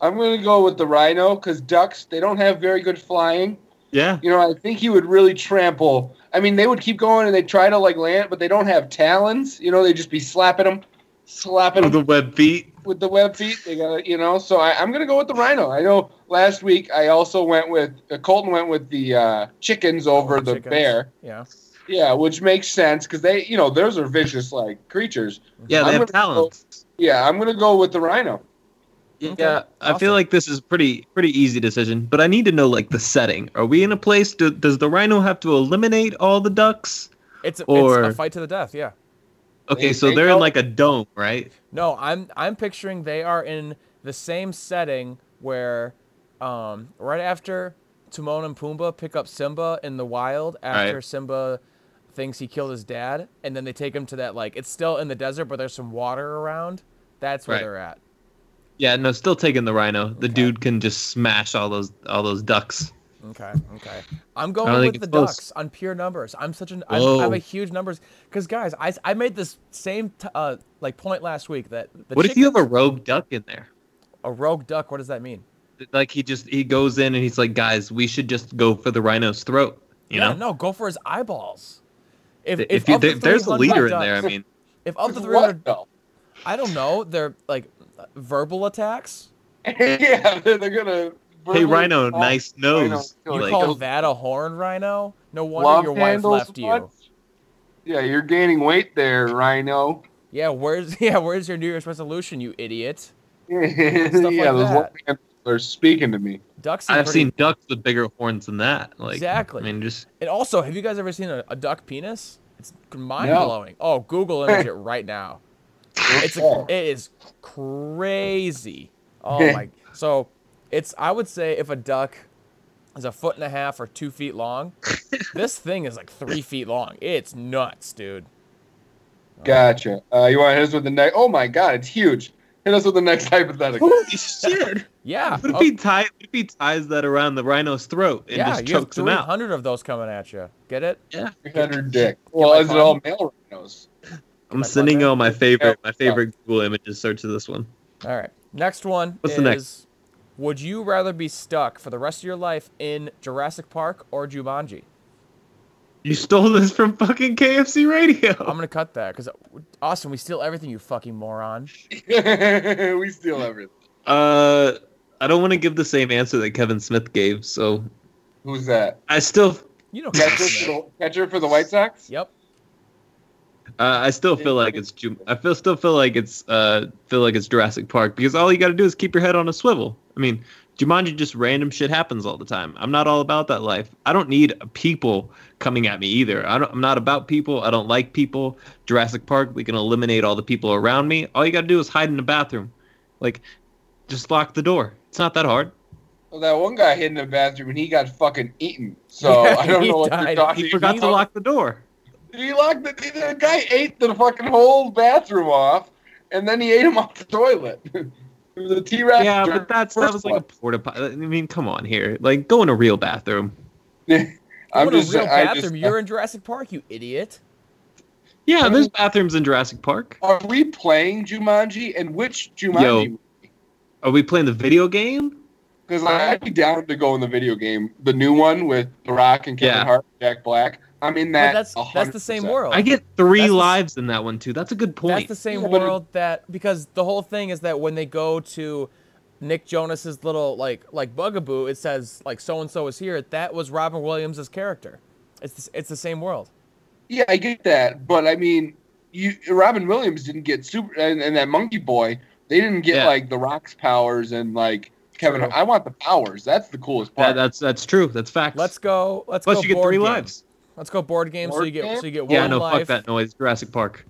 [SPEAKER 6] I'm going to go with the rhino because ducks, they don't have very good flying.
[SPEAKER 5] Yeah.
[SPEAKER 6] You know, I think he would really trample. I mean, they would keep going and they try to like land, but they don't have talons. You know, they just be slapping them, slapping
[SPEAKER 5] With
[SPEAKER 6] them
[SPEAKER 5] the web feet.
[SPEAKER 6] with the web feet. They got you know. So I, I'm gonna go with the rhino. I know last week I also went with uh, Colton went with the uh, chickens over the
[SPEAKER 4] Oh, Chickens.
[SPEAKER 6] bear.
[SPEAKER 4] Yeah.
[SPEAKER 6] Yeah, which makes sense because they you know theirs are vicious like creatures.
[SPEAKER 5] Yeah, they
[SPEAKER 6] I'm
[SPEAKER 5] have
[SPEAKER 6] gonna go-
[SPEAKER 5] talents.
[SPEAKER 6] Yeah, I'm gonna go with the rhino.
[SPEAKER 5] Yeah,
[SPEAKER 4] Okay,
[SPEAKER 5] I feel
[SPEAKER 4] awesome.
[SPEAKER 5] like this is pretty pretty easy decision, but I need to know like the setting. Are we in a place? Do, does the rhino have to eliminate all the ducks?
[SPEAKER 4] It's, it's
[SPEAKER 5] Or-
[SPEAKER 4] a fight to the death. Yeah.
[SPEAKER 5] Okay,
[SPEAKER 6] They-
[SPEAKER 5] so
[SPEAKER 6] they
[SPEAKER 5] they're in
[SPEAKER 6] don't-
[SPEAKER 5] like a dome, right?
[SPEAKER 4] No, I'm I'm picturing they are in the same setting where um, right after Timon and Pumbaa pick up Simba in the wild after
[SPEAKER 5] Right.
[SPEAKER 4] Simba thinks he killed his dad and then they take him to that like it's still in the desert but there's some water around. That's where
[SPEAKER 5] Right.
[SPEAKER 4] they're at.
[SPEAKER 5] Yeah, no, still taking the rhino. The dude can just smash all those all those ducks.
[SPEAKER 4] Okay, okay. I'm going
[SPEAKER 5] don't think
[SPEAKER 4] with the
[SPEAKER 5] it's close.
[SPEAKER 4] Ducks on pure numbers. I'm such an I'm,
[SPEAKER 5] Whoa.
[SPEAKER 4] I'm a huge numbers because guys, I, I made this same t- uh like point last week that the
[SPEAKER 5] what if you have a
[SPEAKER 4] chickens-
[SPEAKER 5] rogue duck in there?
[SPEAKER 4] a rogue duck? What does that mean?
[SPEAKER 5] Like he just he goes in and he's like, guys, we should just go for the rhino's throat. You
[SPEAKER 4] yeah,
[SPEAKER 5] know,
[SPEAKER 4] no, go for his eyeballs. If,
[SPEAKER 5] if,
[SPEAKER 4] if,
[SPEAKER 5] you,
[SPEAKER 4] of the
[SPEAKER 5] there- there's a
[SPEAKER 4] 300
[SPEAKER 5] leader in there. I
[SPEAKER 4] ducks-
[SPEAKER 5] mean,
[SPEAKER 4] if
[SPEAKER 6] *laughs*
[SPEAKER 4] of the
[SPEAKER 6] With
[SPEAKER 4] 300,
[SPEAKER 6] what though?
[SPEAKER 4] I don't know, they're like uh, verbal attacks.
[SPEAKER 6] yeah, they're, they're gonna.
[SPEAKER 5] hey,
[SPEAKER 6] verbally
[SPEAKER 5] rhino,
[SPEAKER 6] attack
[SPEAKER 5] nice nose.
[SPEAKER 6] You
[SPEAKER 4] You
[SPEAKER 6] Like
[SPEAKER 4] call
[SPEAKER 6] those-
[SPEAKER 4] that a horn rhino? No wonder
[SPEAKER 6] glove
[SPEAKER 4] your wife
[SPEAKER 6] handles,
[SPEAKER 4] left you.
[SPEAKER 6] what? Yeah, you're gaining weight there, rhino. *laughs*
[SPEAKER 4] Yeah, where's *laughs* yeah, where's your New Year's resolution, you idiot?
[SPEAKER 6] yeah, those
[SPEAKER 4] that.
[SPEAKER 6] one are speaking to me.
[SPEAKER 4] Ducks. seem
[SPEAKER 5] I've
[SPEAKER 4] pretty-
[SPEAKER 5] seen ducks with bigger horns than that. Like
[SPEAKER 4] Exactly.
[SPEAKER 5] I mean, just
[SPEAKER 4] And also, have you guys ever seen a, a duck penis? It's mind blowing. Oh, Google image it right now. It's a,
[SPEAKER 5] Oh.
[SPEAKER 4] it is crazy. Oh my! So, it's I would say if a duck is a foot and a half or two feet
[SPEAKER 5] *laughs*
[SPEAKER 4] long, this thing is like three feet long. It's nuts, dude.
[SPEAKER 6] Gotcha. Uh, you want to hit us with the next? Oh my God, it's huge. Hit us with the next *laughs* hypothetical.
[SPEAKER 5] holy shit.
[SPEAKER 4] Yeah.
[SPEAKER 5] What if
[SPEAKER 4] oh,
[SPEAKER 5] he tie? What if he ties that around the rhino's throat and
[SPEAKER 4] yeah,
[SPEAKER 5] just
[SPEAKER 4] you have
[SPEAKER 5] chokes him out?
[SPEAKER 4] 300 of those coming at you. Get it?
[SPEAKER 5] Yeah,
[SPEAKER 6] 300 dick. Well, is it all male rhinos? *laughs*
[SPEAKER 5] I'm
[SPEAKER 4] Like
[SPEAKER 5] sending
[SPEAKER 4] Monday?
[SPEAKER 5] all my favorite my
[SPEAKER 6] Yeah.
[SPEAKER 5] favorite Google images search of this one.
[SPEAKER 4] All right. Next one
[SPEAKER 5] What's
[SPEAKER 4] is
[SPEAKER 5] the next?
[SPEAKER 4] Would you rather be stuck for the rest of your life in Jurassic Park or Jumanji?
[SPEAKER 5] You stole this from fucking KFC Radio.
[SPEAKER 4] I'm gonna cut that because Austin, we steal everything, you fucking moron.
[SPEAKER 6] we steal everything.
[SPEAKER 5] Uh, I don't want to give the same answer that Kevin Smith gave, so
[SPEAKER 4] *laughs*
[SPEAKER 6] Who's that?
[SPEAKER 5] I still
[SPEAKER 4] You know.
[SPEAKER 6] Catcher for the, catcher for the White Sox?
[SPEAKER 4] yep.
[SPEAKER 5] Uh, I still feel like it's Ju- I feel still feel like it's uh feel like it's Jurassic Park because all you got to do is keep your head on a swivel. I mean, Jumanji just random shit happens all the time. I'm not all about that life. I don't need people coming at me either. I don't, I'm not about people. I don't like people. Jurassic Park, we can eliminate all the people around me. All you got to do is hide in the bathroom, like just lock the door. It's not that hard.
[SPEAKER 6] Well, that one guy hid in the bathroom and he got fucking eaten.
[SPEAKER 4] *laughs*
[SPEAKER 6] So
[SPEAKER 4] Yeah,
[SPEAKER 6] I don't
[SPEAKER 4] he
[SPEAKER 6] know what
[SPEAKER 4] died.
[SPEAKER 6] you're talking
[SPEAKER 5] He forgot to
[SPEAKER 6] about.
[SPEAKER 5] lock the door.
[SPEAKER 6] He locked the, the guy ate the fucking whole bathroom off, and then he ate him off the toilet. *laughs* the T Rex.
[SPEAKER 5] Yeah, but that's that was like a porta potty. I mean, come on here, like go in a real bathroom.
[SPEAKER 6] I'm
[SPEAKER 4] what a
[SPEAKER 6] just.
[SPEAKER 4] real
[SPEAKER 6] I
[SPEAKER 4] bathroom.
[SPEAKER 6] just.
[SPEAKER 4] You're in Jurassic Park, you idiot.
[SPEAKER 5] Yeah, there's bathrooms in Jurassic Park.
[SPEAKER 6] Are we playing Jumanji, and which Jumanji?
[SPEAKER 5] Yo. Are we playing the video game?
[SPEAKER 6] Because I'd be down to go in the video game, the new one with The Rock and Kevin
[SPEAKER 5] Yeah.
[SPEAKER 6] Hart, Jack Black. I'm in
[SPEAKER 4] But
[SPEAKER 6] that.
[SPEAKER 4] that's that's the same
[SPEAKER 6] 100%.
[SPEAKER 4] world.
[SPEAKER 5] I get three
[SPEAKER 4] Oh, That's the-
[SPEAKER 5] lives in that one too. That's a good
[SPEAKER 4] that's
[SPEAKER 5] point.
[SPEAKER 4] the same
[SPEAKER 6] Yeah, but it-
[SPEAKER 4] world that because the whole thing is that when they go to Nick Jonas's little like like bugaboo, it says like so and so is here. That was Robin Williams' character. It's the, s- it's the same world.
[SPEAKER 6] Yeah, I get that, but I mean, you Robin Williams didn't get super, and, and that Monkey Boy, they didn't get
[SPEAKER 5] Yeah.
[SPEAKER 6] like The Rock's powers and like Kevin. Hart. I want the powers. That's the coolest
[SPEAKER 5] That-
[SPEAKER 6] part.
[SPEAKER 5] that's that's true. That's facts.
[SPEAKER 4] Let's go. Let's
[SPEAKER 5] Plus
[SPEAKER 4] go.
[SPEAKER 5] you get
[SPEAKER 4] board
[SPEAKER 5] three
[SPEAKER 4] game.
[SPEAKER 5] lives.
[SPEAKER 4] Let's go board game. so
[SPEAKER 6] Board
[SPEAKER 4] you get
[SPEAKER 6] game?
[SPEAKER 4] so you get
[SPEAKER 5] yeah,
[SPEAKER 4] one
[SPEAKER 5] no,
[SPEAKER 4] life.
[SPEAKER 5] fuck that noise. Jurassic Park.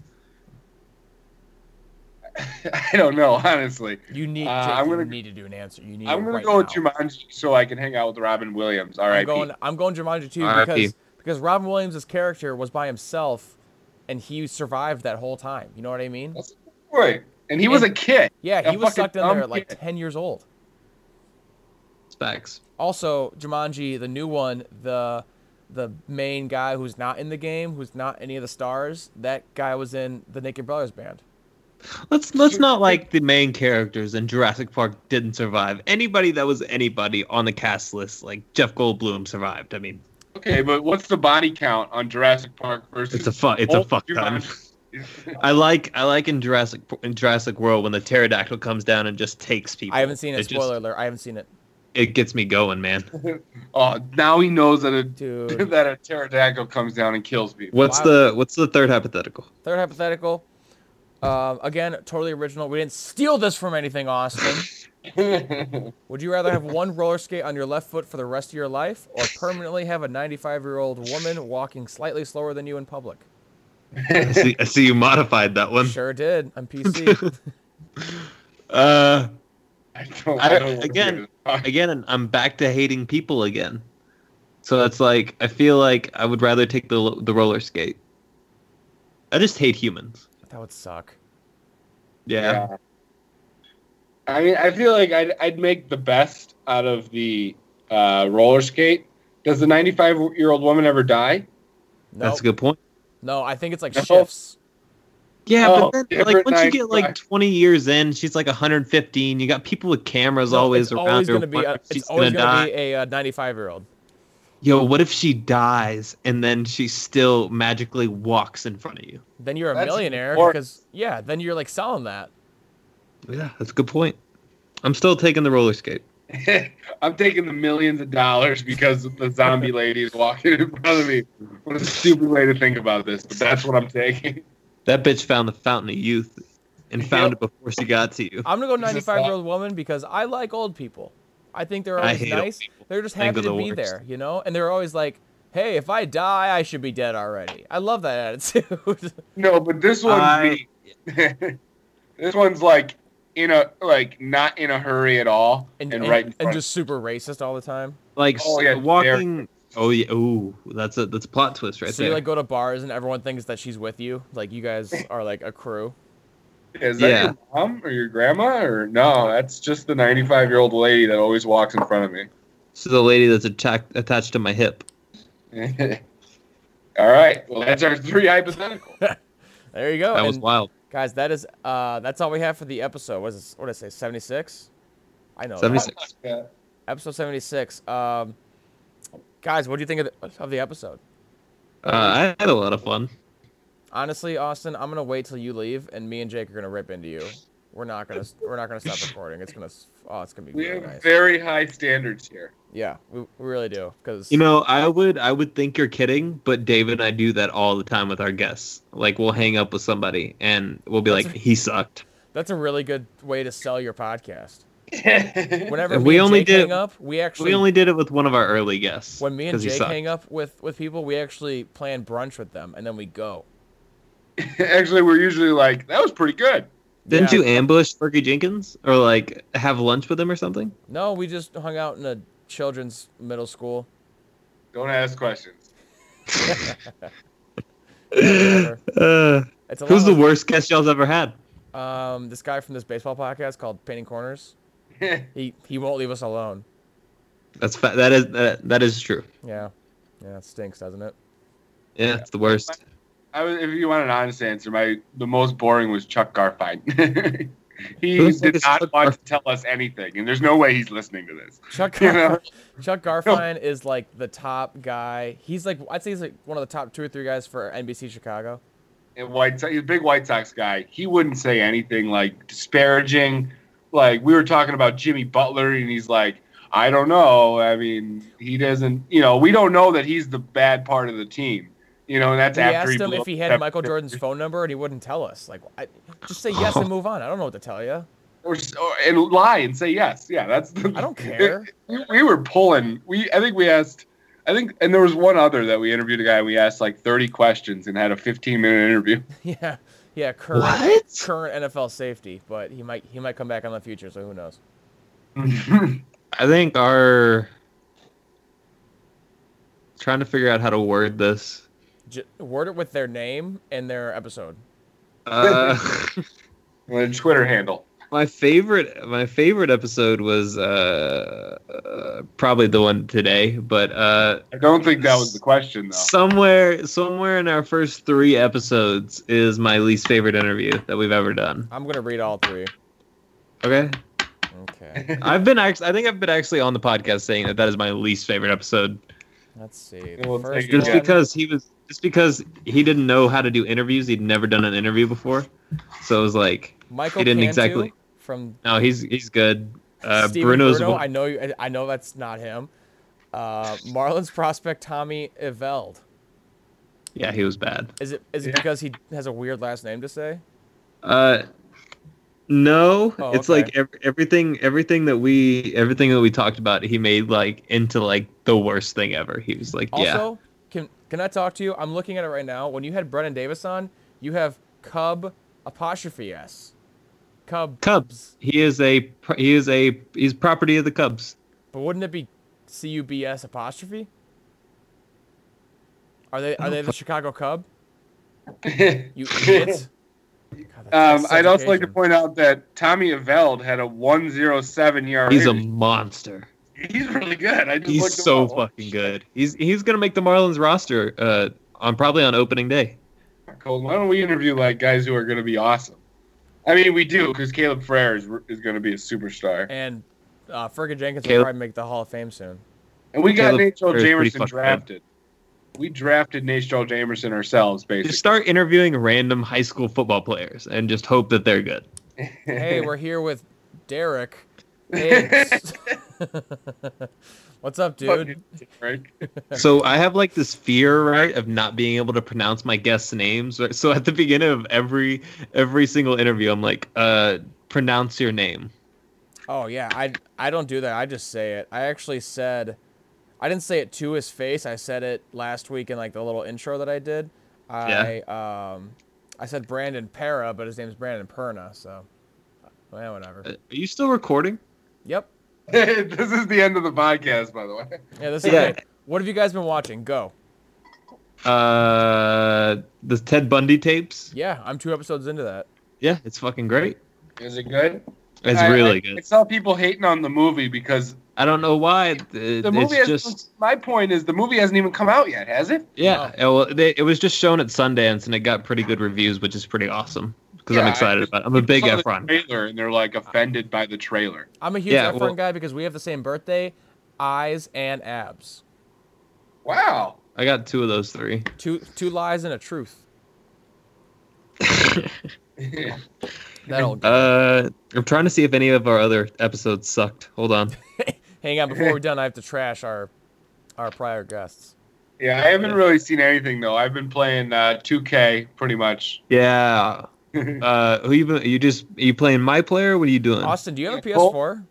[SPEAKER 6] *laughs* I don't know, honestly.
[SPEAKER 4] You need.
[SPEAKER 6] Uh,
[SPEAKER 4] Jake,
[SPEAKER 6] I'm
[SPEAKER 4] you
[SPEAKER 6] gonna-
[SPEAKER 4] need to do an answer. You need.
[SPEAKER 6] I'm
[SPEAKER 4] it
[SPEAKER 6] gonna
[SPEAKER 4] right
[SPEAKER 6] go with
[SPEAKER 4] now.
[SPEAKER 6] Jumanji so I can hang out with Robin Williams. All
[SPEAKER 4] I'm
[SPEAKER 6] right,
[SPEAKER 4] going. I'm going Jumanji too
[SPEAKER 5] R.I.P..
[SPEAKER 4] because because Robin Williams' character was by himself, and he survived that whole time. You know what I mean?
[SPEAKER 6] Right, and he was a kid.
[SPEAKER 4] Yeah, he
[SPEAKER 6] a
[SPEAKER 4] was
[SPEAKER 6] fucking
[SPEAKER 4] sucked in there
[SPEAKER 6] dumb
[SPEAKER 4] at like
[SPEAKER 6] kid.
[SPEAKER 4] ten years old.
[SPEAKER 5] It's facts.
[SPEAKER 4] Also, Jumanji, the new one, the the main guy who's not in the game, who's not any of the stars, that guy was in the Naked Brothers band.
[SPEAKER 5] Let's let's not like the main characters in Jurassic Park didn't survive. Anybody that was anybody on the cast list, like Jeff Goldblum, survived. I mean,
[SPEAKER 6] Okay, but what's the body count on Jurassic Park versus?
[SPEAKER 5] it's a fun,
[SPEAKER 4] Oh,
[SPEAKER 5] it's a
[SPEAKER 6] old
[SPEAKER 5] fuck ton.
[SPEAKER 6] Jumanji?
[SPEAKER 5] I like I like in Jurassic in Jurassic World when the pterodactyl comes down and just takes people.
[SPEAKER 4] I haven't seen it.
[SPEAKER 5] just-
[SPEAKER 4] Spoiler alert. I haven't seen it.
[SPEAKER 5] it gets me going, man.
[SPEAKER 6] oh, now he knows that a
[SPEAKER 4] Dude.
[SPEAKER 6] *laughs* that a pterodactyl comes down and kills people. *laughs*
[SPEAKER 5] What's
[SPEAKER 4] Wow.
[SPEAKER 5] the what's the third hypothetical?
[SPEAKER 4] Third hypothetical. Um, again, totally original. We didn't steal this from anything, Austin. Would you rather have one roller skate on your left foot for the rest of your life or permanently have a 95 year old woman walking slightly slower than you in public?
[SPEAKER 5] I see, I see you modified that one.
[SPEAKER 4] Sure did.
[SPEAKER 5] *laughs*
[SPEAKER 4] I'm PC.
[SPEAKER 5] Uh,
[SPEAKER 6] I don't,
[SPEAKER 5] I-
[SPEAKER 6] don't wanna
[SPEAKER 5] again-
[SPEAKER 6] do this.
[SPEAKER 5] again, I'm back to hating people again. So it's like I feel like I would rather take the the roller skate. I just hate humans.
[SPEAKER 4] that would suck.
[SPEAKER 5] Yeah.
[SPEAKER 6] I mean, I feel like I'd, I'd make the best out of the uh, roller skate. Does the 95 year old woman ever die? *laughs*
[SPEAKER 4] No,
[SPEAKER 5] that's a good point.
[SPEAKER 4] no, I think it's like
[SPEAKER 6] No.
[SPEAKER 4] shifts.
[SPEAKER 5] Yeah,
[SPEAKER 6] Oh,
[SPEAKER 5] but then
[SPEAKER 6] different
[SPEAKER 5] like once you
[SPEAKER 6] night
[SPEAKER 5] get like
[SPEAKER 6] back.
[SPEAKER 5] 20 years in, she's like 115. You got people with cameras
[SPEAKER 4] No,
[SPEAKER 5] always
[SPEAKER 4] it's
[SPEAKER 5] around
[SPEAKER 4] always
[SPEAKER 5] her.
[SPEAKER 4] gonna be
[SPEAKER 5] What
[SPEAKER 4] a,
[SPEAKER 5] if she's
[SPEAKER 4] it's always
[SPEAKER 5] gonna
[SPEAKER 4] gonna
[SPEAKER 5] die?
[SPEAKER 4] be a uh, 95 year old.
[SPEAKER 5] Yo, what if she dies and then she still magically walks in front of you?
[SPEAKER 4] Then you're a
[SPEAKER 6] That's
[SPEAKER 4] millionaire
[SPEAKER 6] important.
[SPEAKER 4] because yeah, then you're like selling that.
[SPEAKER 5] Yeah, that's a good point. I'm still taking the roller skate.
[SPEAKER 6] I'm taking the millions of dollars because the zombie lady is walking in front of me. What a stupid way to think about this, but that's what I'm taking. *laughs*
[SPEAKER 5] That bitch found the fountain of youth and found
[SPEAKER 6] Yep.
[SPEAKER 5] it before she got
[SPEAKER 4] *laughs*
[SPEAKER 5] to you.
[SPEAKER 4] I'm gonna go
[SPEAKER 6] It's just
[SPEAKER 4] 95 year old woman because I like old people. I think they're
[SPEAKER 5] I
[SPEAKER 4] always
[SPEAKER 5] hate old
[SPEAKER 4] nice.
[SPEAKER 5] people.
[SPEAKER 4] They're just
[SPEAKER 5] I think
[SPEAKER 4] happy
[SPEAKER 5] they're
[SPEAKER 4] to
[SPEAKER 5] the
[SPEAKER 4] be
[SPEAKER 5] worst.
[SPEAKER 4] there, you know. And they're always like, "Hey, if I die, I should be dead already." I love that attitude. *laughs*
[SPEAKER 6] No, but this one's
[SPEAKER 5] I-
[SPEAKER 6] the- *laughs* this one's like in a like not in a hurry at all, and, right in
[SPEAKER 4] and
[SPEAKER 6] front.
[SPEAKER 4] just super racist all the time.
[SPEAKER 5] Like
[SPEAKER 6] Oh, yeah,
[SPEAKER 5] walking. Oh yeah. Ooh, that's a that's a plot twist right
[SPEAKER 4] so
[SPEAKER 5] there.
[SPEAKER 4] you like go to bars and everyone thinks that she's with you. Like you
[SPEAKER 5] *laughs*
[SPEAKER 4] guys are like a crew.
[SPEAKER 6] is that
[SPEAKER 5] yeah.
[SPEAKER 6] your mom or your grandma or no? That's just the 95 year old lady that always walks in front of me.
[SPEAKER 5] so the lady that's attacked attached to my hip.
[SPEAKER 6] *laughs* All right. Well, that's our three hypothetical.
[SPEAKER 4] There you go.
[SPEAKER 5] That was
[SPEAKER 4] And
[SPEAKER 5] wild.
[SPEAKER 4] guys, that is uh, that's all we have for the episode. What is what did I say? 76. I know. that.
[SPEAKER 5] 76.
[SPEAKER 6] Yeah.
[SPEAKER 4] Episode 76. Um, guys, what do you think of the, of the episode?
[SPEAKER 5] Uh, I had a lot of fun.
[SPEAKER 4] Honestly, Austin, I'm gonna wait till you leave, and me and Jake are gonna rip into you. We're not gonna we're not gonna stop recording. It's gonna s- oh, it's gonna be
[SPEAKER 6] We
[SPEAKER 4] really
[SPEAKER 6] have
[SPEAKER 4] nice.
[SPEAKER 6] very high standards here.
[SPEAKER 4] Yeah, we, we really do because
[SPEAKER 5] You know, I would I would think you're kidding, but David and I do that all the time with our guests. Like we'll hang up with somebody and we'll be like, he sucked.
[SPEAKER 4] that's a really good way to sell your podcast.
[SPEAKER 6] yeah,
[SPEAKER 4] Whenever
[SPEAKER 5] If
[SPEAKER 4] me
[SPEAKER 5] we
[SPEAKER 4] and
[SPEAKER 5] only
[SPEAKER 4] Jake
[SPEAKER 5] did-
[SPEAKER 4] hang up, we actually
[SPEAKER 5] We only did it with one of our early guests.
[SPEAKER 4] when me and
[SPEAKER 5] 'cause he
[SPEAKER 4] Jake
[SPEAKER 5] sucked.
[SPEAKER 4] hang up with with people, we actually plan brunch with them, and then we go.
[SPEAKER 6] *laughs* actually, we're usually like that was pretty good.
[SPEAKER 5] Didn't
[SPEAKER 4] Yeah.
[SPEAKER 5] you ambush Fergie Jenkins or like have lunch with him or something?
[SPEAKER 4] No, we just hung out in a children's middle
[SPEAKER 5] *clears throat*
[SPEAKER 4] school.
[SPEAKER 6] Don't ask questions. *laughs*
[SPEAKER 4] Whatever.
[SPEAKER 5] *laughs* Uh,
[SPEAKER 4] It's a
[SPEAKER 5] who's
[SPEAKER 4] lot
[SPEAKER 5] the worst guest y'all's ever had?
[SPEAKER 4] of, um this guy from this baseball podcast called Painting Corners. He he won't leave us alone.
[SPEAKER 5] That's fa- that is that, that is true.
[SPEAKER 4] Yeah, yeah, it stinks, doesn't it?
[SPEAKER 5] Yeah, it's the worst.
[SPEAKER 6] I was, if you want an honest answer, my the most boring was Chuck Garfine. *laughs* he
[SPEAKER 5] Who the fuck
[SPEAKER 6] did
[SPEAKER 5] is
[SPEAKER 6] not
[SPEAKER 5] Chuck
[SPEAKER 6] want
[SPEAKER 5] Garf-
[SPEAKER 6] to tell us anything, and there's no way he's listening to this.
[SPEAKER 4] Chuck
[SPEAKER 5] *laughs*
[SPEAKER 6] You know?
[SPEAKER 4] Garfine, Chuck Garfine is like the top guy. He's like I'd say he's like one of the top two or three guys for NBC Chicago.
[SPEAKER 6] And White Sox, he's a big White Sox guy. He wouldn't say anything like disparaging. Like we were talking about Jimmy Butler, and he's like, I don't know. I mean, he doesn't. You know, we don't know that he's the bad part of the team. You know, and that's
[SPEAKER 4] We
[SPEAKER 6] after
[SPEAKER 4] asked him
[SPEAKER 6] blew
[SPEAKER 4] if
[SPEAKER 6] up
[SPEAKER 4] he
[SPEAKER 6] the
[SPEAKER 4] had
[SPEAKER 6] Pep-
[SPEAKER 4] Michael Jordan's phone number and he wouldn't tell us. Like, I, just say yes
[SPEAKER 5] Oh.
[SPEAKER 4] and move on. I don't know what to tell you.
[SPEAKER 6] or, s- or and lie and say yes. Yeah, that's. The,
[SPEAKER 4] I
[SPEAKER 5] *laughs*
[SPEAKER 6] *laughs*
[SPEAKER 4] don't care. *laughs*
[SPEAKER 6] we, we were pulling. We I think we asked. I think and there was one other that we interviewed a guy. We asked like thirty questions and had a fifteen minute interview. *laughs*
[SPEAKER 4] Yeah, yeah. Current
[SPEAKER 5] What?
[SPEAKER 4] current NFL safety, but he might he might come back in the future. So who knows?
[SPEAKER 5] I think our trying to figure out how to word this.
[SPEAKER 4] J- word it with their name and their episode.
[SPEAKER 5] Uh, *laughs*
[SPEAKER 6] With a Twitter handle.
[SPEAKER 5] my favorite my favorite episode was uh, uh probably the one today but uh
[SPEAKER 6] I don't think that was the question though.
[SPEAKER 5] somewhere somewhere in our first three episodes is my least favorite interview that we've ever done
[SPEAKER 4] I'm gonna read all three.
[SPEAKER 5] okay
[SPEAKER 4] Okay.
[SPEAKER 6] *laughs*
[SPEAKER 5] i've been act- i think i've been actually on the podcast saying that that is my least favorite episode
[SPEAKER 4] Let's see. The
[SPEAKER 6] We'll
[SPEAKER 4] first
[SPEAKER 6] take it.
[SPEAKER 5] just
[SPEAKER 4] one-
[SPEAKER 6] Yeah.
[SPEAKER 5] because he was just because he didn't know how to do interviews he'd never done an interview before so it was like
[SPEAKER 4] Michael
[SPEAKER 5] He didn't
[SPEAKER 4] Cantu
[SPEAKER 5] exactly-
[SPEAKER 4] from
[SPEAKER 5] no he's he's good uh
[SPEAKER 4] Steven
[SPEAKER 5] bruno's
[SPEAKER 4] Bruno.
[SPEAKER 5] one-
[SPEAKER 4] I know you. I- I know that's not him. Uh, Marlins prospect Tommy Eveld.
[SPEAKER 5] yeah he was bad
[SPEAKER 4] Is it is it
[SPEAKER 6] Yeah.
[SPEAKER 4] because he has a weird last name to say?
[SPEAKER 5] Uh, no,
[SPEAKER 4] Oh,
[SPEAKER 5] it's
[SPEAKER 4] okay.
[SPEAKER 5] like ev- everything, everything that we, everything that we talked about, he made like into like the worst thing ever. He was like, yeah,
[SPEAKER 4] Also, can can I talk to you? I'm looking at it right now. When you had Brennan Davis on, you have Cub apostrophe S. Cub.
[SPEAKER 5] Cubs. He is a, pr- he is a, he's property of the Cubs.
[SPEAKER 4] But wouldn't it be C U B S apostrophe? Are they are they the Chicago Cub?
[SPEAKER 6] *laughs*
[SPEAKER 4] You idiots. God, that's
[SPEAKER 6] um, I'd also like to
[SPEAKER 4] education.
[SPEAKER 6] point out that Tommy Aveld had a 107 ERA.
[SPEAKER 5] He's a monster.
[SPEAKER 6] E he's really good. I just
[SPEAKER 5] He's
[SPEAKER 6] looked him
[SPEAKER 5] so
[SPEAKER 6] up.
[SPEAKER 5] fucking good. He's he's gonna make the Marlins roster. Uh, on probably on opening day.
[SPEAKER 6] Colton, why don't we interview like guys who are going to be awesome? I mean, we do because Caleb Frere is, is going to be a superstar,
[SPEAKER 4] And uh, Fergus Jenkins will
[SPEAKER 5] Caleb-
[SPEAKER 4] probably make the Hall of Fame
[SPEAKER 6] *laughs*
[SPEAKER 4] soon.
[SPEAKER 6] and we got
[SPEAKER 5] Caleb
[SPEAKER 6] Nate
[SPEAKER 5] Frere is pretty
[SPEAKER 6] Jamerson
[SPEAKER 5] fucking good.
[SPEAKER 6] drafted. We drafted Nate Jamerson ourselves, basically.
[SPEAKER 5] Just start interviewing random high school football players and just hope that they're good.
[SPEAKER 4] Hey, we're here with
[SPEAKER 6] *laughs*
[SPEAKER 4] Derek. Higgs. *laughs* What's up, *laughs* dude?
[SPEAKER 6] Fucking *laughs* right?
[SPEAKER 5] So I have like this fear, right, of not being able to pronounce my guests' names. right? So at the beginning of every every single interview, I'm like, uh, pronounce your name.
[SPEAKER 4] Oh yeah, I I don't do that. I just say it. I actually said, I didn't say it to his face. I said it last week in like the little intro that I did. I um, I said Brandon Para, but his name's Brandon Perna. So, well, whatever.
[SPEAKER 5] Uh, Are you still recording?
[SPEAKER 4] Yep.
[SPEAKER 6] this is the end of the podcast, by the way.
[SPEAKER 4] Yeah, this is
[SPEAKER 5] Yeah.
[SPEAKER 4] great. What have you guys been watching? Go.
[SPEAKER 5] Uh, the Ted Bundy tapes.
[SPEAKER 4] Yeah, I'm two episodes into that.
[SPEAKER 5] Yeah, it's fucking great.
[SPEAKER 6] Is it good?
[SPEAKER 5] It's
[SPEAKER 6] I-
[SPEAKER 5] really
[SPEAKER 6] I- I
[SPEAKER 5] good.
[SPEAKER 6] saw people hating on the movie because
[SPEAKER 5] I don't know why. It, it-
[SPEAKER 6] the movie.
[SPEAKER 5] it's
[SPEAKER 6] Has,
[SPEAKER 5] just
[SPEAKER 6] My point is the movie hasn't even come out yet, has it?
[SPEAKER 5] yeah. it- Well, they, it was just shown at Sundance and it got pretty good reviews, which is pretty awesome because I'm
[SPEAKER 6] Yeah, I
[SPEAKER 5] excited
[SPEAKER 6] just-
[SPEAKER 5] about. it. I'm a big
[SPEAKER 6] Saw the
[SPEAKER 5] Efron.
[SPEAKER 6] trailer, and they're like offended by the trailer.
[SPEAKER 4] I'm a huge
[SPEAKER 5] Yeah,
[SPEAKER 4] Efron
[SPEAKER 5] well-
[SPEAKER 4] guy because we have the same birthday, eyes and abs.
[SPEAKER 5] *laughs*
[SPEAKER 6] Wow.
[SPEAKER 5] I got two of those three.
[SPEAKER 4] Two two lies and a truth. That'll
[SPEAKER 5] Uh, I'm trying to see if any of our other episodes sucked. Hold on.
[SPEAKER 4] hang on. Before we're done, I have to trash our our prior guests.
[SPEAKER 6] Yeah, I haven't really seen anything though. I've been playing uh, 2K pretty much.
[SPEAKER 5] *laughs* Yeah. uh, who you been- you just you playing my player? What are you doing?
[SPEAKER 4] Austin, do you have a
[SPEAKER 6] Yeah, Cole?
[SPEAKER 4] PS4?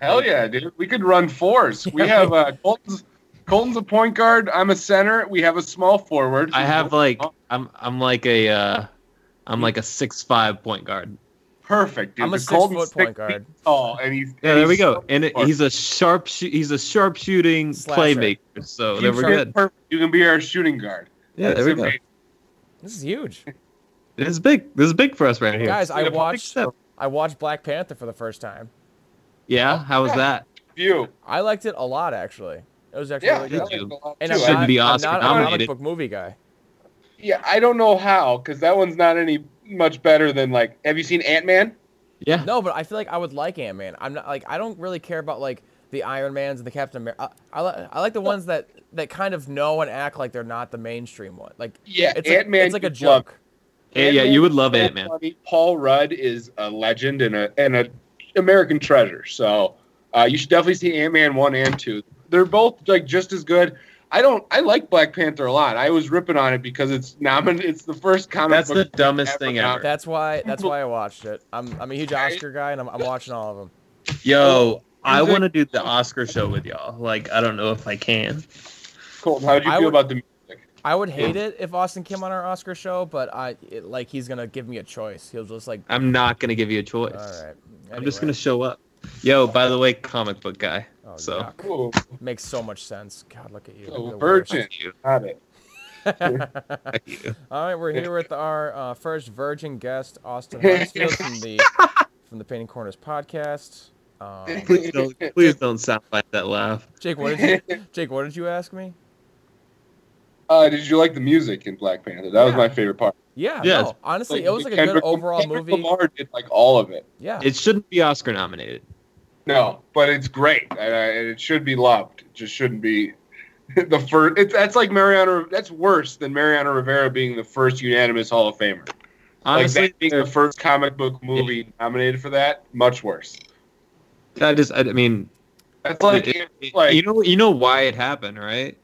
[SPEAKER 6] Hell yeah, dude. We could run fours.
[SPEAKER 5] *laughs*
[SPEAKER 6] We have uh, Colton's. Colton's a point guard. I'm a center. We have a small forward.
[SPEAKER 5] I have like I'm I'm like a uh, I'm like a six five point guard.
[SPEAKER 6] perfect. Dude.
[SPEAKER 4] I'm a
[SPEAKER 6] 'cause
[SPEAKER 4] six
[SPEAKER 6] Colton's
[SPEAKER 4] foot
[SPEAKER 6] six
[SPEAKER 4] point guard.
[SPEAKER 6] feet Tall, and he's
[SPEAKER 5] Yeah,
[SPEAKER 6] and
[SPEAKER 5] there we
[SPEAKER 6] he's
[SPEAKER 5] go. And it,
[SPEAKER 6] smart.
[SPEAKER 5] he's a sharp shoo- he's a sharp shooting
[SPEAKER 4] Slasher.
[SPEAKER 5] playmaker. So there
[SPEAKER 6] You
[SPEAKER 5] we're
[SPEAKER 6] fit
[SPEAKER 5] good.
[SPEAKER 6] perfect. You can be our shooting guard.
[SPEAKER 5] Yeah, there
[SPEAKER 6] That's
[SPEAKER 5] we go.
[SPEAKER 6] amazing.
[SPEAKER 4] This is huge, *laughs*
[SPEAKER 5] This is big. This is big for us right here.
[SPEAKER 4] guys. I
[SPEAKER 5] Big
[SPEAKER 4] watched
[SPEAKER 5] step.
[SPEAKER 4] I watched Black Panther for the first time. Oh,
[SPEAKER 5] Yeah, how was
[SPEAKER 6] Yeah.
[SPEAKER 5] that?
[SPEAKER 6] You.
[SPEAKER 4] I liked it a lot actually. It was actually
[SPEAKER 6] Yeah.
[SPEAKER 4] really
[SPEAKER 5] did
[SPEAKER 4] good.
[SPEAKER 6] that
[SPEAKER 5] you?
[SPEAKER 6] was a lot,
[SPEAKER 4] And
[SPEAKER 6] too.
[SPEAKER 4] I'm
[SPEAKER 5] Shouldn't
[SPEAKER 4] not,
[SPEAKER 5] be
[SPEAKER 4] I'm
[SPEAKER 5] Oscar
[SPEAKER 4] not a comic
[SPEAKER 5] nominated.
[SPEAKER 4] book movie guy.
[SPEAKER 6] Yeah, I don't know how because that one's not any much better than like. Have you seen Ant Man?
[SPEAKER 5] Yeah.
[SPEAKER 4] No, but I feel like I would like Ant Man. I'm not like I don't really care about like the Iron Mans and the Captain America. I, I, li- I like the ones that that kind of know and act like they're not the mainstream one. Like
[SPEAKER 6] Yeah,
[SPEAKER 4] it's like,
[SPEAKER 6] Ant-Man
[SPEAKER 4] it's like a
[SPEAKER 6] you'd love.
[SPEAKER 4] joke.
[SPEAKER 5] Yeah, yeah,
[SPEAKER 6] Ant-Man
[SPEAKER 5] you would
[SPEAKER 6] is
[SPEAKER 5] love
[SPEAKER 6] so
[SPEAKER 5] Ant Man.
[SPEAKER 6] funny. Paul Rudd is a legend and a and a American treasure. So uh, you should definitely see Ant Man one and two. They're both like just as good. I don't. I like Black Panther a lot. I was ripping on it because it's nominated. It's the first comic.
[SPEAKER 5] That's
[SPEAKER 6] book
[SPEAKER 5] the dumbest
[SPEAKER 6] ever
[SPEAKER 5] thing
[SPEAKER 6] got-
[SPEAKER 5] ever.
[SPEAKER 4] That's why that's why I watched it. I'm I'm a huge Oscar guy and I'm, I'm watching all of them.
[SPEAKER 5] Yo, I
[SPEAKER 6] Is it-
[SPEAKER 5] want to do the Oscar show with y'all. Like, I don't know if I can.
[SPEAKER 6] Colton, how did you
[SPEAKER 4] I
[SPEAKER 6] feel
[SPEAKER 4] would-
[SPEAKER 6] about the?
[SPEAKER 4] I would hate it if Austin came on our Oscar show, but I it, like he's gonna give me a choice. He'll just like,
[SPEAKER 5] I'm not gonna give you a choice.
[SPEAKER 4] all right.
[SPEAKER 5] I'm just gonna
[SPEAKER 4] anyway."
[SPEAKER 5] show up. Yo, by the way, comic
[SPEAKER 4] *laughs*
[SPEAKER 5] book guy.
[SPEAKER 4] Oh,
[SPEAKER 5] so
[SPEAKER 4] yuck.
[SPEAKER 6] Oh,
[SPEAKER 4] makes so much sense. God, look at you.
[SPEAKER 6] oh,
[SPEAKER 4] You're the worst.
[SPEAKER 6] virgin. Got it.
[SPEAKER 4] *laughs* All right, we're here with our uh, first virgin guest, Austin Hartsfield from the from the Painting Corners podcast. Um,
[SPEAKER 5] please don't, please don't sound like that laugh.
[SPEAKER 4] Jake, what did you, Jake, what did you ask me?
[SPEAKER 6] Uh, did you like the music in Black Panther? That was
[SPEAKER 4] Yeah.
[SPEAKER 6] my favorite part.
[SPEAKER 4] Yeah,
[SPEAKER 5] Yes.
[SPEAKER 4] no, honestly, it was like a
[SPEAKER 6] Kendrick-
[SPEAKER 4] good overall
[SPEAKER 6] Kendrick
[SPEAKER 4] movie.
[SPEAKER 6] Lamar did like all of it.
[SPEAKER 4] Yeah,
[SPEAKER 5] It shouldn't be Oscar nominated.
[SPEAKER 6] No, but it's great, and, I, and it should be loved. It just shouldn't be *laughs* the first. It's that's like Mariano. That's worse than Mariano Rivera being the first unanimous Hall of Famer.
[SPEAKER 5] Honestly,
[SPEAKER 6] like that being the first comic book movie nominated for that, much worse.
[SPEAKER 5] that is. I mean,
[SPEAKER 6] That's like,
[SPEAKER 5] it- it-
[SPEAKER 6] like
[SPEAKER 5] you know, you know why it happened, right?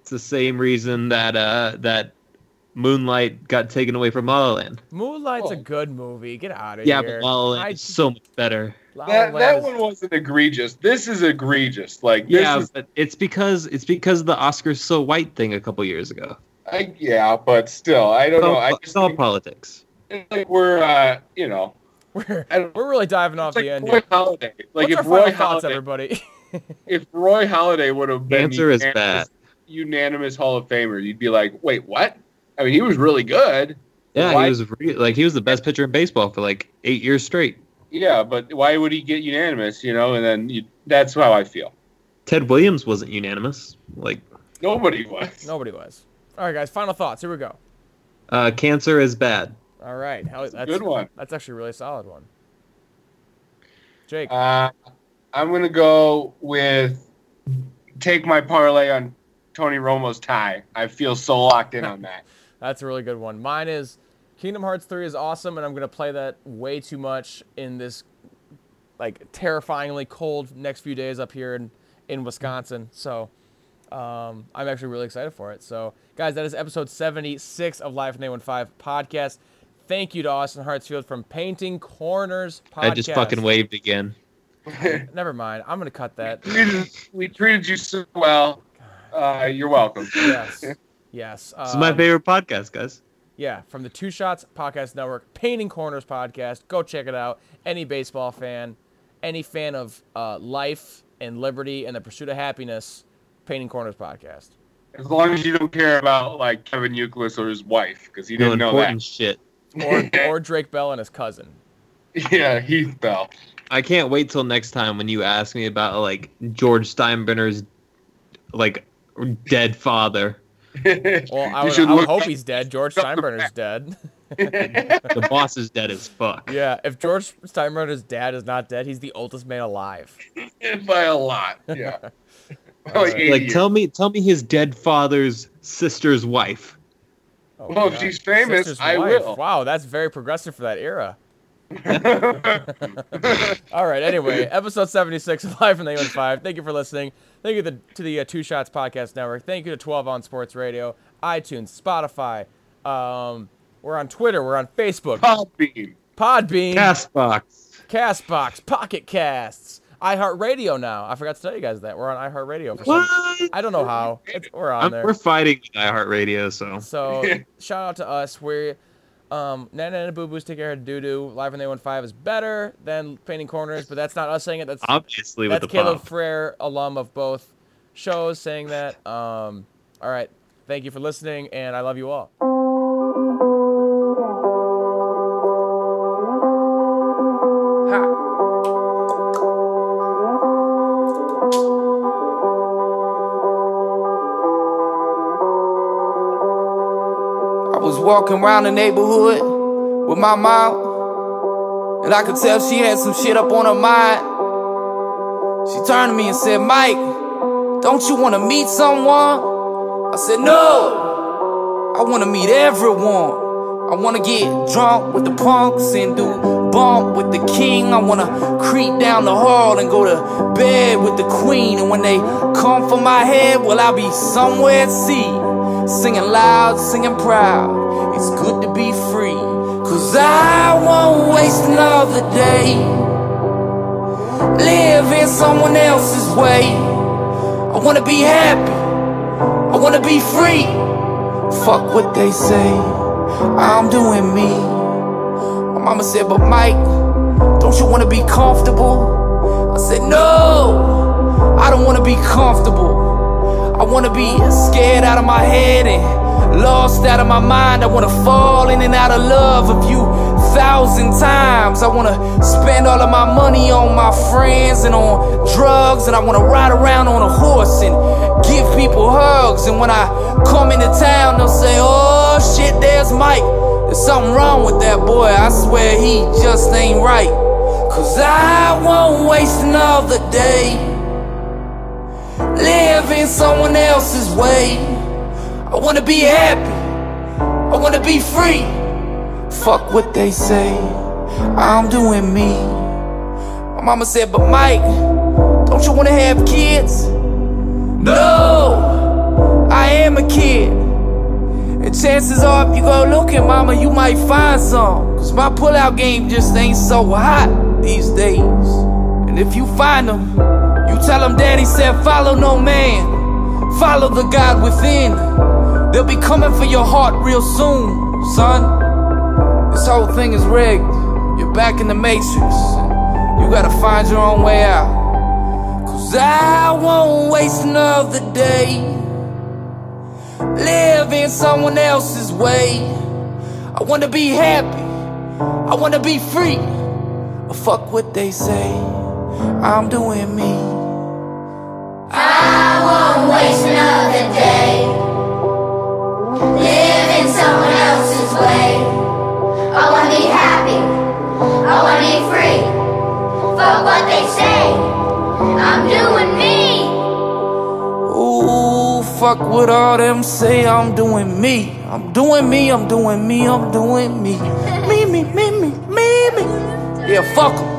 [SPEAKER 5] It's the same reason that uh that Moonlight got taken away from La La Land.
[SPEAKER 4] Moonlight's a
[SPEAKER 6] Oh.
[SPEAKER 4] good movie. Get out of
[SPEAKER 5] Yeah,
[SPEAKER 4] here.
[SPEAKER 5] but La La Land
[SPEAKER 4] I-
[SPEAKER 5] is so much better.
[SPEAKER 4] La La
[SPEAKER 6] that,
[SPEAKER 4] Land
[SPEAKER 6] that
[SPEAKER 4] is-
[SPEAKER 6] one wasn't egregious. This is egregious. Like this
[SPEAKER 5] Yeah,
[SPEAKER 6] is
[SPEAKER 5] but it's because it's because of the Oscars so white thing a couple years ago.
[SPEAKER 6] I, yeah, but still, I don't
[SPEAKER 5] It's
[SPEAKER 6] know.
[SPEAKER 5] all,
[SPEAKER 6] I
[SPEAKER 5] it's
[SPEAKER 6] just
[SPEAKER 5] all
[SPEAKER 6] think,
[SPEAKER 5] politics.
[SPEAKER 6] it's like we're uh, you know,
[SPEAKER 4] *laughs* We're,
[SPEAKER 6] I don't.
[SPEAKER 4] we're really diving off
[SPEAKER 6] It's like
[SPEAKER 4] the end.
[SPEAKER 6] Roy
[SPEAKER 4] here.
[SPEAKER 6] Holiday. Like
[SPEAKER 4] What's our
[SPEAKER 6] if Roy
[SPEAKER 4] final thoughts,
[SPEAKER 6] Holiday,
[SPEAKER 4] everybody? *laughs*
[SPEAKER 6] if Roy Holiday would have been
[SPEAKER 5] Answer is
[SPEAKER 6] unanimous- unanimous Hall of Famer, you'd be like, wait, what? I mean, he was really good.
[SPEAKER 5] Yeah,
[SPEAKER 6] Why-
[SPEAKER 5] he was re- like he was the best pitcher in baseball for like eight years straight.
[SPEAKER 6] Yeah, but why would he get unanimous? You know, and then you, that's how I feel.
[SPEAKER 5] Ted Williams wasn't unanimous. Like
[SPEAKER 6] Nobody was.
[SPEAKER 4] Nobody was. All right, guys, final thoughts. Here we go.
[SPEAKER 5] uh, cancer is bad.
[SPEAKER 4] All right, Hell, that's,
[SPEAKER 6] a good one.
[SPEAKER 4] That's actually a really solid one. Jake,
[SPEAKER 6] Uh, I'm gonna go with take my parlay on Tony Romo's tie. I feel so locked in on that.
[SPEAKER 4] that's a really good one. Mine is Kingdom Hearts 3 is awesome, and I'm gonna play that way too much in this like terrifyingly cold next few days up here in in Wisconsin. So. Um, I'm actually really excited for it. So, guys, that is episode 76 of Live from Day One Five podcast. Thank you to Austin Hartsfield from Painting Corners podcast.
[SPEAKER 5] I just fucking waved again.
[SPEAKER 4] Never mind. I'm gonna cut
[SPEAKER 6] *laughs*
[SPEAKER 4] that.
[SPEAKER 6] we, treated, we treated you so well. Uh, you're welcome.
[SPEAKER 4] Yes. Yes.
[SPEAKER 5] This is my
[SPEAKER 4] um,
[SPEAKER 5] favorite podcast, guys.
[SPEAKER 4] Yeah, from the Two Shots Podcast Network, Painting Corners Podcast. Go check it out. Any baseball fan, any fan of uh, life and liberty and the pursuit of happiness, Painting Corners Podcast.
[SPEAKER 6] As long as you don't care about like Kevin Euclid or his wife, because he
[SPEAKER 5] No
[SPEAKER 6] didn't know
[SPEAKER 5] important
[SPEAKER 6] that.
[SPEAKER 5] shit.
[SPEAKER 6] *laughs*
[SPEAKER 4] Or, or Drake Bell and his cousin.
[SPEAKER 6] yeah, Heath Bell.
[SPEAKER 5] I can't wait till next time when you ask me about like George Steinbrenner's like dead father,
[SPEAKER 4] Well, I
[SPEAKER 6] You
[SPEAKER 4] would,
[SPEAKER 6] should
[SPEAKER 4] I would
[SPEAKER 6] look
[SPEAKER 4] hope
[SPEAKER 6] up-
[SPEAKER 4] he's dead.
[SPEAKER 6] *laughs*
[SPEAKER 4] George
[SPEAKER 6] up the
[SPEAKER 4] Steinbrenner's dead. *laughs*
[SPEAKER 5] the boss is dead as fuck.
[SPEAKER 4] yeah, if George Steinbrenner's dad is not dead, he's the oldest man alive.
[SPEAKER 6] by a lot.
[SPEAKER 4] *laughs*
[SPEAKER 6] Yeah. Oh, By, like,
[SPEAKER 4] Alright.
[SPEAKER 6] 80
[SPEAKER 5] Like
[SPEAKER 6] years.
[SPEAKER 5] tell me, tell me his dead father's sister's wife.
[SPEAKER 4] Oh,
[SPEAKER 6] Well, if
[SPEAKER 4] God.
[SPEAKER 6] she's famous,
[SPEAKER 4] Sister's
[SPEAKER 6] I
[SPEAKER 4] wife.
[SPEAKER 6] will.
[SPEAKER 4] Wow, that's very progressive for that era.
[SPEAKER 6] *laughs*
[SPEAKER 4] All right. Anyway, episode 76 of *laughs* Live from the 815. Thank you for listening. Thank you to the, to the uh, Two Shots Podcast Network. Thank you to 12 on Sports Radio, iTunes, Spotify. Um, we're on Twitter. We're on Facebook,
[SPEAKER 6] Podbean.
[SPEAKER 4] Podbean,
[SPEAKER 5] Castbox.
[SPEAKER 4] Castbox, Pocket Casts, iHeartRadio now. I forgot to tell you guys that. We're on iHeartRadio for some
[SPEAKER 5] What?
[SPEAKER 4] I don't know how. It's, we're on
[SPEAKER 5] I'm,
[SPEAKER 4] there.
[SPEAKER 5] we're fighting with iHeartRadio, so
[SPEAKER 4] So shout out to us. We're um Nana and Boo Boo's Take Care Doo Doo. Live from the 815 is better than Painting Corners, but that's not us saying it. That's
[SPEAKER 5] obviously with
[SPEAKER 4] that's
[SPEAKER 5] the
[SPEAKER 4] Caleb
[SPEAKER 5] pop.
[SPEAKER 4] Frere, alum of both shows, saying that. Um, all right. Thank you for listening, and I love you all.
[SPEAKER 7] I was walking around the neighborhood with my mom, and I could tell she had some shit up on her mind. She turned to me and said, Mike, don't you wanna meet someone? I said, No, I wanna meet everyone. I wanna get drunk with the punks and do bump with the king. I wanna creep down the hall and go to bed with the queen. And when they come for my head, well, I'll be somewhere at sea singing loud, singing proud. It's good to be free, cause I won't waste another day living someone else's way. I wanna be happy, I wanna be free. Fuck what they say, I'm doing me. My mama said, but Mike, don't you wanna be comfortable? I said, no, I don't wanna be comfortable. I wanna be scared out of my head and Lost out of my mind, I wanna fall in and out of love of you thousand times. I wanna spend all of my money on my friends and on drugs, and I wanna ride around on a horse and give people hugs. And when I come into town, they'll say, Oh shit, there's Mike. There's something wrong with that boy, I swear he just ain't right. Cause I won't waste another day living someone else's way. I wanna be happy, I wanna be free. Fuck what they say, I'm doing me. My mama said, but Mike, don't you wanna have kids? No, I am a kid. And chances are, if you go looking, mama, you might find some. Cause my pullout game just ain't so hot these days. And if you find them, you tell them daddy said, follow no man, follow the God within. They'll be coming for your heart real soon, son. This whole thing is rigged. You're back in the matrix. and You gotta find your own way out. Cause I won't waste another day living someone else's way. I wanna be happy, I wanna be free. But fuck what they say, I'm doing me.
[SPEAKER 8] I won't waste another day living someone else's way. I wanna be happy. I wanna be free. Fuck what they say. I'm doing me.
[SPEAKER 7] Ooh, fuck what all them say, I'm doing me. I'm doing me, I'm doing me, I'm doing me. Me, me, me, me, me, me. Yeah, fuck 'em.